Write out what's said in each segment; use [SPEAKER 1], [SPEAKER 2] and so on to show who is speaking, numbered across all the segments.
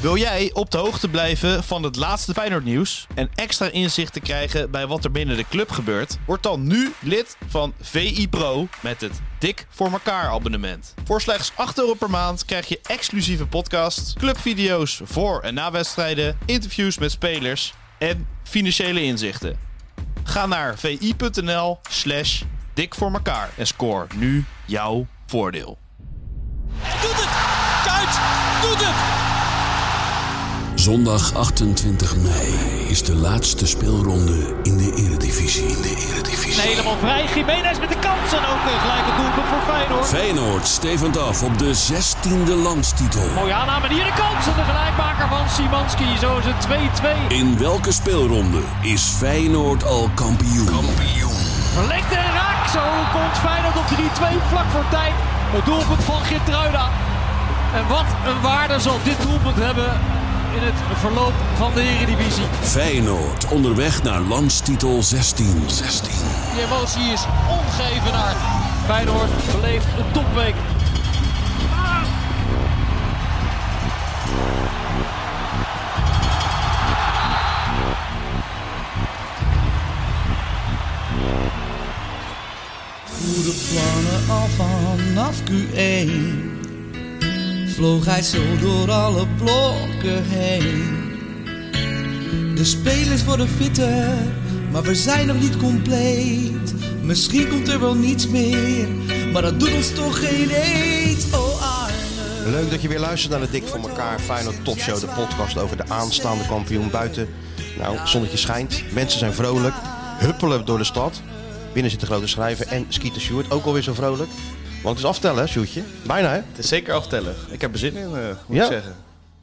[SPEAKER 1] Wil jij op de hoogte blijven van het laatste Feyenoord nieuws en extra inzicht te krijgen bij wat er binnen de club gebeurt? Word dan nu lid van VI Pro met het Dik voor elkaar abonnement. Voor slechts 8 euro per maand krijg je exclusieve podcasts, clubvideo's voor en na wedstrijden, interviews met spelers en financiële inzichten. Ga naar vi.nl slash dik voor elkaar en score nu jouw voordeel.
[SPEAKER 2] Doet het! Kuit doet het!
[SPEAKER 3] Zondag 28 mei is de laatste speelronde in de Eredivisie. In de Eredivisie.
[SPEAKER 2] Helemaal vrij. Jiménez met de kans en ook eh, gelijk het doelpunt voor Feyenoord.
[SPEAKER 3] Feyenoord stevend af op de 16e landstitel.
[SPEAKER 2] Mooie aanname en hier de kans en de gelijkmaker van Simanski. Zo is het 2-2.
[SPEAKER 3] In welke speelronde is Feyenoord al kampioen?
[SPEAKER 2] Verlengt en raak. Zo komt Feyenoord op 3-2 vlak voor tijd. Het doelpunt van Geertruida. En wat een waarde zal dit doelpunt hebben in het verloop van de Eredivisie.
[SPEAKER 3] Feyenoord onderweg naar landstitel 16. 16.
[SPEAKER 2] Die emotie is ongevenaard. Feyenoord beleeft een topweek.
[SPEAKER 4] goede plannen al vanaf Q1 Vloog hij zo door alle blokken heen De spelers worden fitter, maar we zijn nog niet compleet Misschien komt er wel niets meer, maar dat doet ons toch geen eet Oh Arne
[SPEAKER 5] Leuk dat je weer luistert naar de Dik voor elkaar Feyenoord Topshow, de podcast over de aanstaande kampioen buiten. Nou, zonnetje schijnt, mensen zijn vrolijk, huppelen door de stad. Binnen zit de grote schrijver en Skeeter Sjoerd, ook alweer zo vrolijk. Want het is aftellen, hè, Sjoerdje. Bijna, hè?
[SPEAKER 1] Het is zeker aftellen. Ik heb er zin in, eh, moet
[SPEAKER 5] ik Ja.
[SPEAKER 1] ik
[SPEAKER 5] zeggen.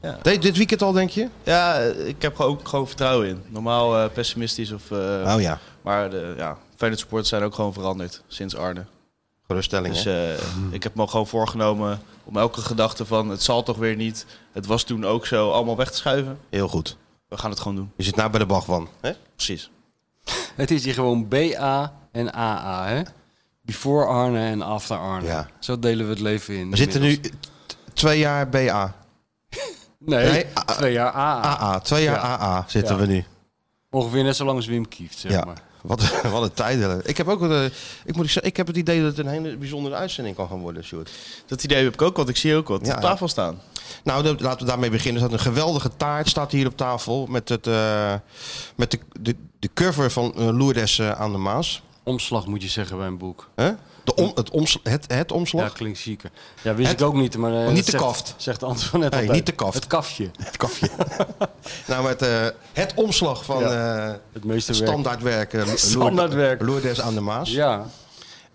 [SPEAKER 1] zeggen.
[SPEAKER 5] De- dit weekend al, denk je?
[SPEAKER 1] Ja, eh, ik heb ook gewoon vertrouwen in. Normaal eh, pessimistisch of... eh,
[SPEAKER 5] Oh ja,
[SPEAKER 1] Maar de, ja, Feyenoord supporters zijn ook gewoon veranderd sinds Arne.
[SPEAKER 5] geruststelling,
[SPEAKER 1] Dus
[SPEAKER 5] hè?
[SPEAKER 1] eh, ik heb me gewoon voorgenomen om elke gedachte van het zal toch weer niet, het was toen ook zo, allemaal weg te schuiven.
[SPEAKER 5] Heel goed.
[SPEAKER 1] We gaan het gewoon doen.
[SPEAKER 5] Je zit nou bij de bagwan, hè?
[SPEAKER 1] Precies.
[SPEAKER 6] Het is hier gewoon BA en AA, hè? Before Arne en after Arne.
[SPEAKER 5] Ja.
[SPEAKER 6] Zo delen we het leven in.
[SPEAKER 5] We zitten nu eh, t- twee jaar BA.
[SPEAKER 6] Nee,
[SPEAKER 5] Nee, AA.
[SPEAKER 6] twee jaar AA.
[SPEAKER 5] AA, twee jaar
[SPEAKER 6] Ja.
[SPEAKER 5] AA zitten
[SPEAKER 6] Ja.
[SPEAKER 5] we nu.
[SPEAKER 6] Ongeveer net zo lang als Wim Kieft, zeg
[SPEAKER 5] Ja,
[SPEAKER 6] maar.
[SPEAKER 5] wat, wat een tijden. Ik heb ook eh, ik moet zeggen, ik heb het idee dat het een hele bijzondere uitzending kan gaan worden, Sjoerd.
[SPEAKER 1] Dat idee heb ik ook, want ik zie ook wat
[SPEAKER 5] Ja.
[SPEAKER 1] op tafel staan.
[SPEAKER 5] Nou, dan- laten we daarmee beginnen. Er staat een geweldige taart staat hier op tafel. Met, het, eh, met de, de, de cover van eh, Lourdes eh, aan de Maas.
[SPEAKER 6] Omslag moet je zeggen bij een boek.
[SPEAKER 5] Hè? De om, het, oms, het, het
[SPEAKER 6] Ja,
[SPEAKER 5] omslag.
[SPEAKER 6] klinkt zieker. Ja, wist
[SPEAKER 5] Het- Oh,
[SPEAKER 6] ik ook niet, maar... eh,
[SPEAKER 5] niet
[SPEAKER 6] dat
[SPEAKER 5] de
[SPEAKER 6] zegt,
[SPEAKER 5] kaft.
[SPEAKER 6] Zegt Antoinette
[SPEAKER 5] Nee,
[SPEAKER 6] altijd.
[SPEAKER 5] niet de kaft.
[SPEAKER 6] Het kafje.
[SPEAKER 5] Het kafje. nou, met eh, het omslag van eh
[SPEAKER 6] Het meeste werk.
[SPEAKER 5] standaardwerk, eh, Lourdes-
[SPEAKER 6] Standaardwerk.
[SPEAKER 5] Lourdes aan de Maas.
[SPEAKER 6] Ja,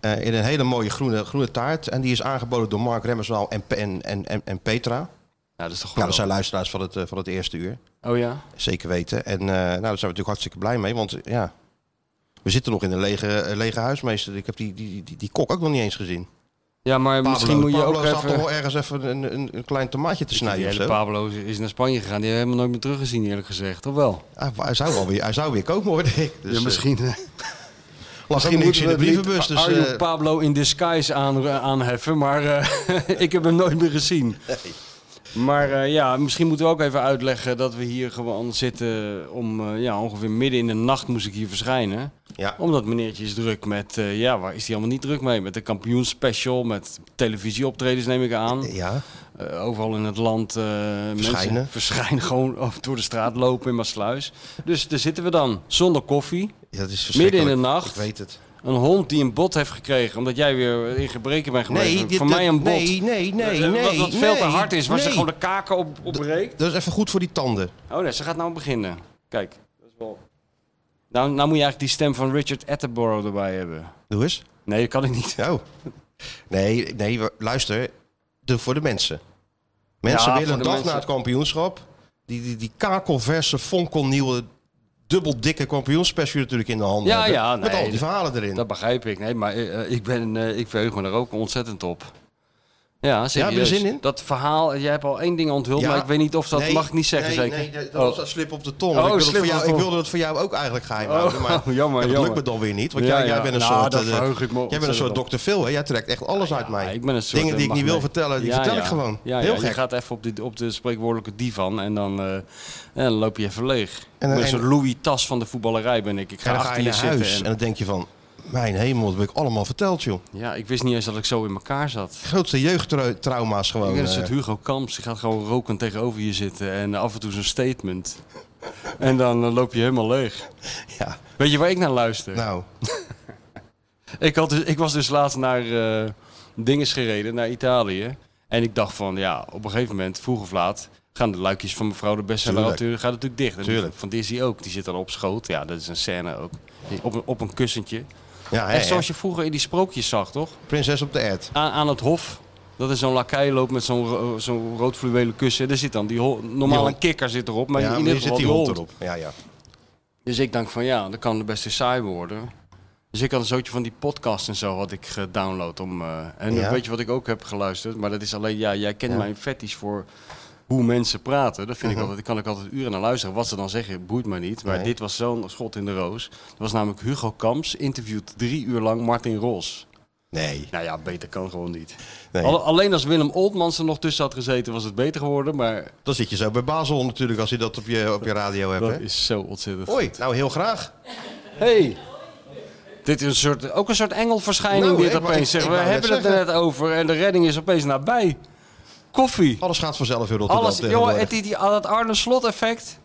[SPEAKER 5] Eh, in een hele mooie groene, groene taart. En die is aangeboden door Mark Remmerswaal en, Pe- en, en, en, en Petra.
[SPEAKER 6] ja dat is toch
[SPEAKER 5] Nou, dat
[SPEAKER 6] geweldig.
[SPEAKER 5] zijn luisteraars van het, eh, van het eerste uur.
[SPEAKER 6] Oh ja?
[SPEAKER 5] Zeker weten. En eh, nou, daar zijn we natuurlijk hartstikke blij mee. Want eh, ja, we zitten nog in een lege, eh, lege huismeester. Ik heb die, die, die, die kok ook nog niet eens gezien.
[SPEAKER 6] Ja, maar misschien moet je
[SPEAKER 5] Pablo
[SPEAKER 6] ook
[SPEAKER 5] staat toch
[SPEAKER 6] even...
[SPEAKER 5] wel ergens even een, een, een klein tomaatje te
[SPEAKER 6] Die
[SPEAKER 5] snijden of
[SPEAKER 6] hele
[SPEAKER 5] zo.
[SPEAKER 6] Pablo is naar Spanje gegaan. Die hebben we helemaal nooit meer teruggezien, eerlijk gezegd. Toch wel?
[SPEAKER 5] Hij, Ah, hij zou wel weer, hij zou weer komen, hoorde ik. Dus,
[SPEAKER 6] ja,
[SPEAKER 5] eh,
[SPEAKER 6] misschien...
[SPEAKER 5] lag ook niks in de brievenbus. Dus,
[SPEAKER 6] Arjo
[SPEAKER 5] eh,
[SPEAKER 6] Pablo in disguise aan, aanheffen, maar eh, ik heb hem nooit meer gezien. Maar eh, ja, misschien moeten we ook even uitleggen dat we hier gewoon zitten om eh, ja, ongeveer midden in de nacht moest ik hier verschijnen.
[SPEAKER 5] ja.
[SPEAKER 6] Omdat meneertje is druk met, eh, ja, waar is hij allemaal niet druk mee? Met de kampioenspecial, met televisieoptredens neem ik aan.
[SPEAKER 5] ja,
[SPEAKER 6] Eh, overal in het land eh,
[SPEAKER 5] Verschijnen.
[SPEAKER 6] mensen verschijnen gewoon door de straat lopen in Maasluis. Dus daar zitten we dan, zonder koffie.
[SPEAKER 5] Ja, dat is verschrikkelijk.
[SPEAKER 6] Midden in de nacht.
[SPEAKER 5] Ik weet het.
[SPEAKER 6] Een hond die een bot heeft gekregen, omdat jij weer in gebreken bent geweest.
[SPEAKER 5] dit-
[SPEAKER 6] Voor
[SPEAKER 5] dit-
[SPEAKER 6] mij een bot.
[SPEAKER 5] Nee, nee, nee,
[SPEAKER 6] Eh,
[SPEAKER 5] nee.
[SPEAKER 6] wat, wat veel te
[SPEAKER 5] nee,
[SPEAKER 6] hard is, waar ze
[SPEAKER 5] nee.
[SPEAKER 6] gewoon de kaken op, breekt.
[SPEAKER 5] Dat is even goed voor die tanden.
[SPEAKER 6] Oh nee, ze gaat nou beginnen. Kijk, dat is wel... Nou, nou moet je eigenlijk die stem van Richard Attenborough erbij hebben.
[SPEAKER 5] Doe eens.
[SPEAKER 6] Nee, dat kan ik niet.
[SPEAKER 5] Oh. Nee, nee, we- luister. De, voor de mensen. Mensen
[SPEAKER 6] Ja,
[SPEAKER 5] willen
[SPEAKER 6] voor
[SPEAKER 5] een
[SPEAKER 6] de
[SPEAKER 5] dag
[SPEAKER 6] mensen.
[SPEAKER 5] na het kampioenschap. Die, die, die kakelverse, fonkelnieuwe dubbel dikke kampioensspecial natuurlijk in de handen
[SPEAKER 6] Ja,
[SPEAKER 5] hebben.
[SPEAKER 6] ja,
[SPEAKER 5] Met
[SPEAKER 6] nee,
[SPEAKER 5] al die verhalen erin.
[SPEAKER 6] Dat begrijp ik. Nee, maar eh, ik, ben, eh, ik verheug me er ook ontzettend op. Ja, serieus.
[SPEAKER 5] heb je er zin in?
[SPEAKER 6] Dat verhaal, jij hebt al één ding onthuld,
[SPEAKER 5] Ja.
[SPEAKER 6] maar ik weet niet of dat
[SPEAKER 5] Nee,
[SPEAKER 6] mag ik niet zeggen
[SPEAKER 5] nee,
[SPEAKER 6] zeker.
[SPEAKER 5] Nee, dat
[SPEAKER 6] Oh.
[SPEAKER 5] dat was een slip op de tong.
[SPEAKER 6] Oh,
[SPEAKER 5] ik, wilde het
[SPEAKER 6] slip
[SPEAKER 5] voor
[SPEAKER 6] op
[SPEAKER 5] jou,
[SPEAKER 6] de
[SPEAKER 5] ik
[SPEAKER 6] tong.
[SPEAKER 5] wilde het voor jou ook eigenlijk geheim
[SPEAKER 6] Oh,
[SPEAKER 5] houden. Maar
[SPEAKER 6] jammer,
[SPEAKER 5] ja, dat
[SPEAKER 6] jammer.
[SPEAKER 5] lukt me dan weer niet. Want
[SPEAKER 6] Ja,
[SPEAKER 5] jij, jij
[SPEAKER 6] ja.
[SPEAKER 5] bent een
[SPEAKER 6] Nou,
[SPEAKER 5] soort,
[SPEAKER 6] daar
[SPEAKER 5] eh, de-
[SPEAKER 6] verheug ik me
[SPEAKER 5] jij bent een
[SPEAKER 6] ontzettend
[SPEAKER 5] soort
[SPEAKER 6] op.
[SPEAKER 5] dokter Phil. Hè? Jij trekt echt alles uit mij.
[SPEAKER 6] Ja, ik ben een soort,
[SPEAKER 5] Dingen die
[SPEAKER 6] eh,
[SPEAKER 5] ik niet wil
[SPEAKER 6] magneet.
[SPEAKER 5] vertellen, die
[SPEAKER 6] Ja,
[SPEAKER 5] vertel
[SPEAKER 6] ja.
[SPEAKER 5] ik gewoon.
[SPEAKER 6] Ja,
[SPEAKER 5] Heel
[SPEAKER 6] ja,
[SPEAKER 5] gek.
[SPEAKER 6] Je gaat even op de, op de spreekwoordelijke divan en dan, eh, en dan loop je even leeg.
[SPEAKER 5] dan-
[SPEAKER 6] ik ben
[SPEAKER 5] en-
[SPEAKER 6] een soort Louis Tas van de voetballerij ben ik. Ik ga
[SPEAKER 5] En dan ga
[SPEAKER 6] achter
[SPEAKER 5] je
[SPEAKER 6] je
[SPEAKER 5] naar
[SPEAKER 6] zitten.
[SPEAKER 5] huis en
[SPEAKER 6] en-
[SPEAKER 5] dan denk je van... Mijn hemel, dat heb ik allemaal verteld, joh.
[SPEAKER 6] ja, ik wist niet eens dat ik zo in elkaar zat.
[SPEAKER 5] Grootste jeugdtrauma's
[SPEAKER 6] Ik
[SPEAKER 5] gewoon.
[SPEAKER 6] ben een
[SPEAKER 5] eh.
[SPEAKER 6] soort Hugo Kamps. Die gaat gewoon roken tegenover je zitten en af en toe zo'n statement. en dan eh, loop je helemaal leeg.
[SPEAKER 5] ja,
[SPEAKER 6] Weet je waar ik naar luister?
[SPEAKER 5] nou.
[SPEAKER 6] Ik, had dus, ik was dus laatst naar eh Dinges gereden, naar Italië. En ik dacht van, ja, op een gegeven moment, vroeg of laat, gaan de luikjes van mevrouw de bestseller
[SPEAKER 5] Tuurlijk.
[SPEAKER 6] auteur gaat natuurlijk dicht. En die
[SPEAKER 5] Tuurlijk.
[SPEAKER 6] Van Disney ook, die zit dan op schoot. Ja, dat is een scène ook. Die- Op een, op een kussentje.
[SPEAKER 5] Ja, hè,
[SPEAKER 6] Echt
[SPEAKER 5] hè.
[SPEAKER 6] zoals je vroeger in die sprookjes zag, toch?
[SPEAKER 5] Prinses op de erd.
[SPEAKER 6] Aan, aan het hof. Dat is zo'n lakai loopt met zo'n ro- zo'n rood fluwelen kussen. Daar zit dan die ho- normaal
[SPEAKER 5] Die hond.
[SPEAKER 6] een kikker zit erop, maar
[SPEAKER 5] Ja,
[SPEAKER 6] in
[SPEAKER 5] maar
[SPEAKER 6] ieder
[SPEAKER 5] nu
[SPEAKER 6] geval
[SPEAKER 5] zit die hond
[SPEAKER 6] hond.
[SPEAKER 5] erop. Ja, ja.
[SPEAKER 6] Dus ik denk van ja, dat kan de beste saai worden. Dus ik had een zootje van die podcast en zo had ik gedownload. Om, eh, en
[SPEAKER 5] Ja.
[SPEAKER 6] weet je wat ik ook heb geluisterd? Maar dat is alleen, ja, jij kent mijn fetish voor hoe mensen praten. Dat vind ik altijd, daar kan ik altijd uren naar luisteren. Wat ze dan zeggen, boeit mij niet. Maar
[SPEAKER 5] Uh-huh. Nee.
[SPEAKER 6] dit was zo'n schot in de roos. Dat was namelijk Hugo Kamps, interviewt drie uur lang Martin Ros.
[SPEAKER 5] Nee.
[SPEAKER 6] Nou ja, beter kan gewoon niet.
[SPEAKER 5] nee.
[SPEAKER 6] Al- alleen als Willem Oldmans er nog tussen had gezeten, was het beter geworden. Maar
[SPEAKER 5] Dan zit je zo bij Basel natuurlijk als je dat op je, op je radio hebt.
[SPEAKER 6] dat
[SPEAKER 5] Hè?
[SPEAKER 6] is zo ontzettend
[SPEAKER 5] Oei, nou heel graag.
[SPEAKER 6] Hey. Dit is een soort, ook een soort engelverschijning
[SPEAKER 5] Nou,
[SPEAKER 6] dit
[SPEAKER 5] ik wou-
[SPEAKER 6] opeens.
[SPEAKER 5] ik-
[SPEAKER 6] Zeg,
[SPEAKER 5] ik
[SPEAKER 6] we
[SPEAKER 5] wou net
[SPEAKER 6] hebben het er
[SPEAKER 5] zeggen.
[SPEAKER 6] net over en de redding is opeens nabij. Koffie.
[SPEAKER 5] Alles gaat vanzelf in Rotterdam
[SPEAKER 6] Alles,
[SPEAKER 5] tegenwoordig.
[SPEAKER 6] jongen, het, die, die, dat Arne Slot effect.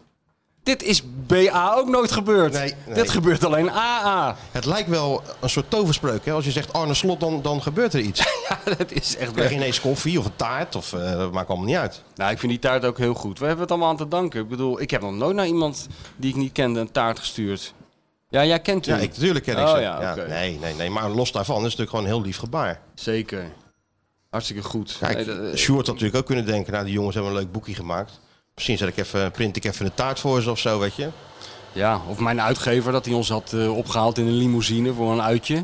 [SPEAKER 6] Dit is BA ook nooit gebeurd.
[SPEAKER 5] Nee, nee.
[SPEAKER 6] Dit gebeurt alleen AA.
[SPEAKER 5] Het lijkt wel een soort toverspreuk. Hè? Als je zegt Arne Slot, dan, dan gebeurt er iets. Dan
[SPEAKER 6] dat is echt
[SPEAKER 5] krijg je
[SPEAKER 6] weg.
[SPEAKER 5] ineens koffie of een taart. Of, eh, dat maakt allemaal niet uit.
[SPEAKER 6] Nou, ik vind die taart ook heel goed. We hebben het allemaal aan te danken. Ik bedoel, ik heb nog nooit naar iemand die ik niet kende een taart gestuurd. Ja, jij kent hem.
[SPEAKER 5] Ja, ik, natuurlijk ken ik
[SPEAKER 6] Oh,
[SPEAKER 5] ze.
[SPEAKER 6] ja, oké.
[SPEAKER 5] nee, nee, nee, maar los daarvan is het natuurlijk gewoon een heel lief gebaar.
[SPEAKER 6] Zeker. Hartstikke goed.
[SPEAKER 5] Kijk,
[SPEAKER 6] Nee, dat- eh,
[SPEAKER 5] Sjoerd had natuurlijk ook kunnen denken... nou, die jongens hebben een leuk boekje gemaakt. Misschien zet ik even, print ik even een taart voor ze of zo, weet je.
[SPEAKER 6] Ja, of mijn uitgever dat hij ons had eh, opgehaald in een limousine voor een uitje.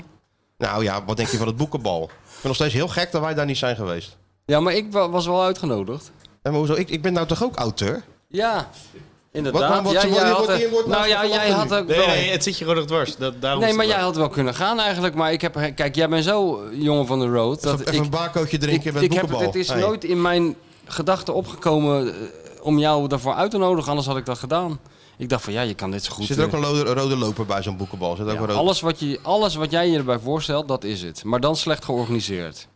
[SPEAKER 5] Nou ja, wat denk je van het boekenbal? Ik ben nog steeds heel gek dat wij daar niet zijn geweest.
[SPEAKER 6] Ja, maar ik wa- was wel uitgenodigd.
[SPEAKER 5] En maar hoezo? Ik, ik ben nou toch ook auteur?
[SPEAKER 6] Ja, inderdaad.
[SPEAKER 5] Wat nou, wat-
[SPEAKER 6] Ja,
[SPEAKER 5] wordt-
[SPEAKER 6] jij
[SPEAKER 5] wordt-
[SPEAKER 6] had,
[SPEAKER 5] wordt-
[SPEAKER 6] eh,
[SPEAKER 5] wordt-
[SPEAKER 6] nou ja,
[SPEAKER 5] wordt-
[SPEAKER 6] jij
[SPEAKER 5] wordt-
[SPEAKER 6] had ook
[SPEAKER 1] Nee,
[SPEAKER 6] wel...
[SPEAKER 1] nee, het zit je gewoon nog dwars. Dat, daarom
[SPEAKER 6] Nee,
[SPEAKER 1] is
[SPEAKER 6] maar
[SPEAKER 1] het
[SPEAKER 6] jij had wel kunnen gaan eigenlijk. Maar ik heb he- kijk, jij bent zo eh, jongen van de road. Dat
[SPEAKER 5] even
[SPEAKER 6] ik,
[SPEAKER 5] een barcootje
[SPEAKER 6] ik,
[SPEAKER 5] drinken met
[SPEAKER 6] ik heb,
[SPEAKER 5] boekenbal.
[SPEAKER 6] het is
[SPEAKER 5] Hey.
[SPEAKER 6] nooit in mijn gedachten opgekomen eh, om jou daarvoor uit te nodigen. Anders had ik dat gedaan. Ik dacht van ja, je kan dit zo goed...
[SPEAKER 5] Zit er ook
[SPEAKER 6] eh,
[SPEAKER 5] een rode, rode loper bij zo'n boekenbal? Zit er ook
[SPEAKER 6] Ja,
[SPEAKER 5] een rode...
[SPEAKER 6] alles, wat je, alles wat jij je erbij voorstelt, dat is het. Maar dan slecht georganiseerd.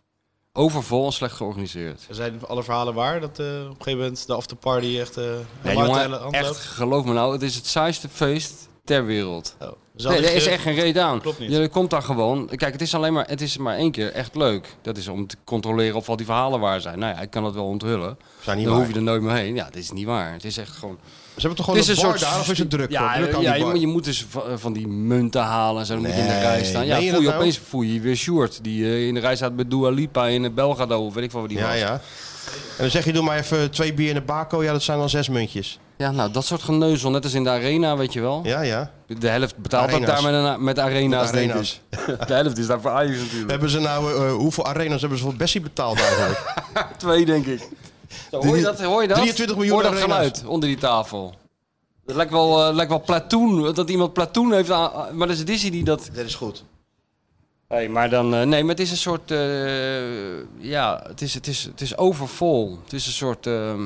[SPEAKER 6] Overvol en slecht georganiseerd.
[SPEAKER 1] Er zijn alle verhalen waar dat eh, op een gegeven moment de afterparty echt eh
[SPEAKER 6] Nee,
[SPEAKER 1] helemaal uit de
[SPEAKER 6] jongen,
[SPEAKER 1] hand
[SPEAKER 6] echt,
[SPEAKER 1] loopt?
[SPEAKER 6] geloof me nou, het is het saaiste feest ter wereld.
[SPEAKER 1] Oh. Dus
[SPEAKER 6] Nee,
[SPEAKER 1] had ik,
[SPEAKER 6] er is
[SPEAKER 1] eh,
[SPEAKER 6] echt geen reden aan.
[SPEAKER 1] Klopt niet.
[SPEAKER 6] Je komt daar gewoon. Kijk, het is alleen maar, het is maar één keer echt leuk. Dat is om te controleren of al die verhalen waar zijn. Nou ja, ik kan het wel onthullen.
[SPEAKER 5] Zijn niet
[SPEAKER 6] Dan hoef
[SPEAKER 5] waar.
[SPEAKER 6] je er nooit meer heen. Ja, dit is niet waar. Het is echt gewoon.
[SPEAKER 5] Ze hebben toch gewoon een, bar daar of is het druk?
[SPEAKER 6] Ja,
[SPEAKER 5] hoor? Druk aan
[SPEAKER 6] ja
[SPEAKER 5] die
[SPEAKER 6] je,
[SPEAKER 5] bar.
[SPEAKER 6] moet, je moet dus va- van die munten halen en zo. Dan moet je in de
[SPEAKER 5] Nee,
[SPEAKER 6] rij staan. Ja,
[SPEAKER 5] meen je
[SPEAKER 6] voel je
[SPEAKER 5] dat nou?
[SPEAKER 6] opeens voel je weer Sjoerd. Die eh, in de rij staat bij Dua Lipa in eh, Belgrado. Of weet ik wel wat die
[SPEAKER 5] Ja,
[SPEAKER 6] was.
[SPEAKER 5] ja. En dan zeg je, doe maar even twee bier in de bako. Ja, dat zijn dan zes muntjes.
[SPEAKER 6] ja, nou, dat soort geneuzel. Net als in de arena, weet je wel.
[SPEAKER 5] Ja, ja.
[SPEAKER 6] De helft betaalt dat
[SPEAKER 5] Arena's.
[SPEAKER 6] daar met, een- met arena's,
[SPEAKER 5] Met
[SPEAKER 6] denk
[SPEAKER 5] arena's.
[SPEAKER 6] ik. De helft is daar voor Ajax natuurlijk.
[SPEAKER 5] Hebben ze nou, eh, eh, hoeveel arenas hebben ze voor Bessie betaald eigenlijk?
[SPEAKER 6] Twee, denk ik. Zo, hoor je dat? Hoor je dat?
[SPEAKER 5] 23 miljoen
[SPEAKER 6] Hoor dat
[SPEAKER 5] arena's.
[SPEAKER 6] geluid onder die tafel. Het lijkt wel, eh, lijkt wel platoen. Dat iemand platoen heeft aan... Maar dat is Disney die dat...
[SPEAKER 5] dat is goed.
[SPEAKER 6] Hey, maar dan, eh, nee, maar het is een soort, eh, ja, het is, het, is, het is overvol. Het is een soort, ehm,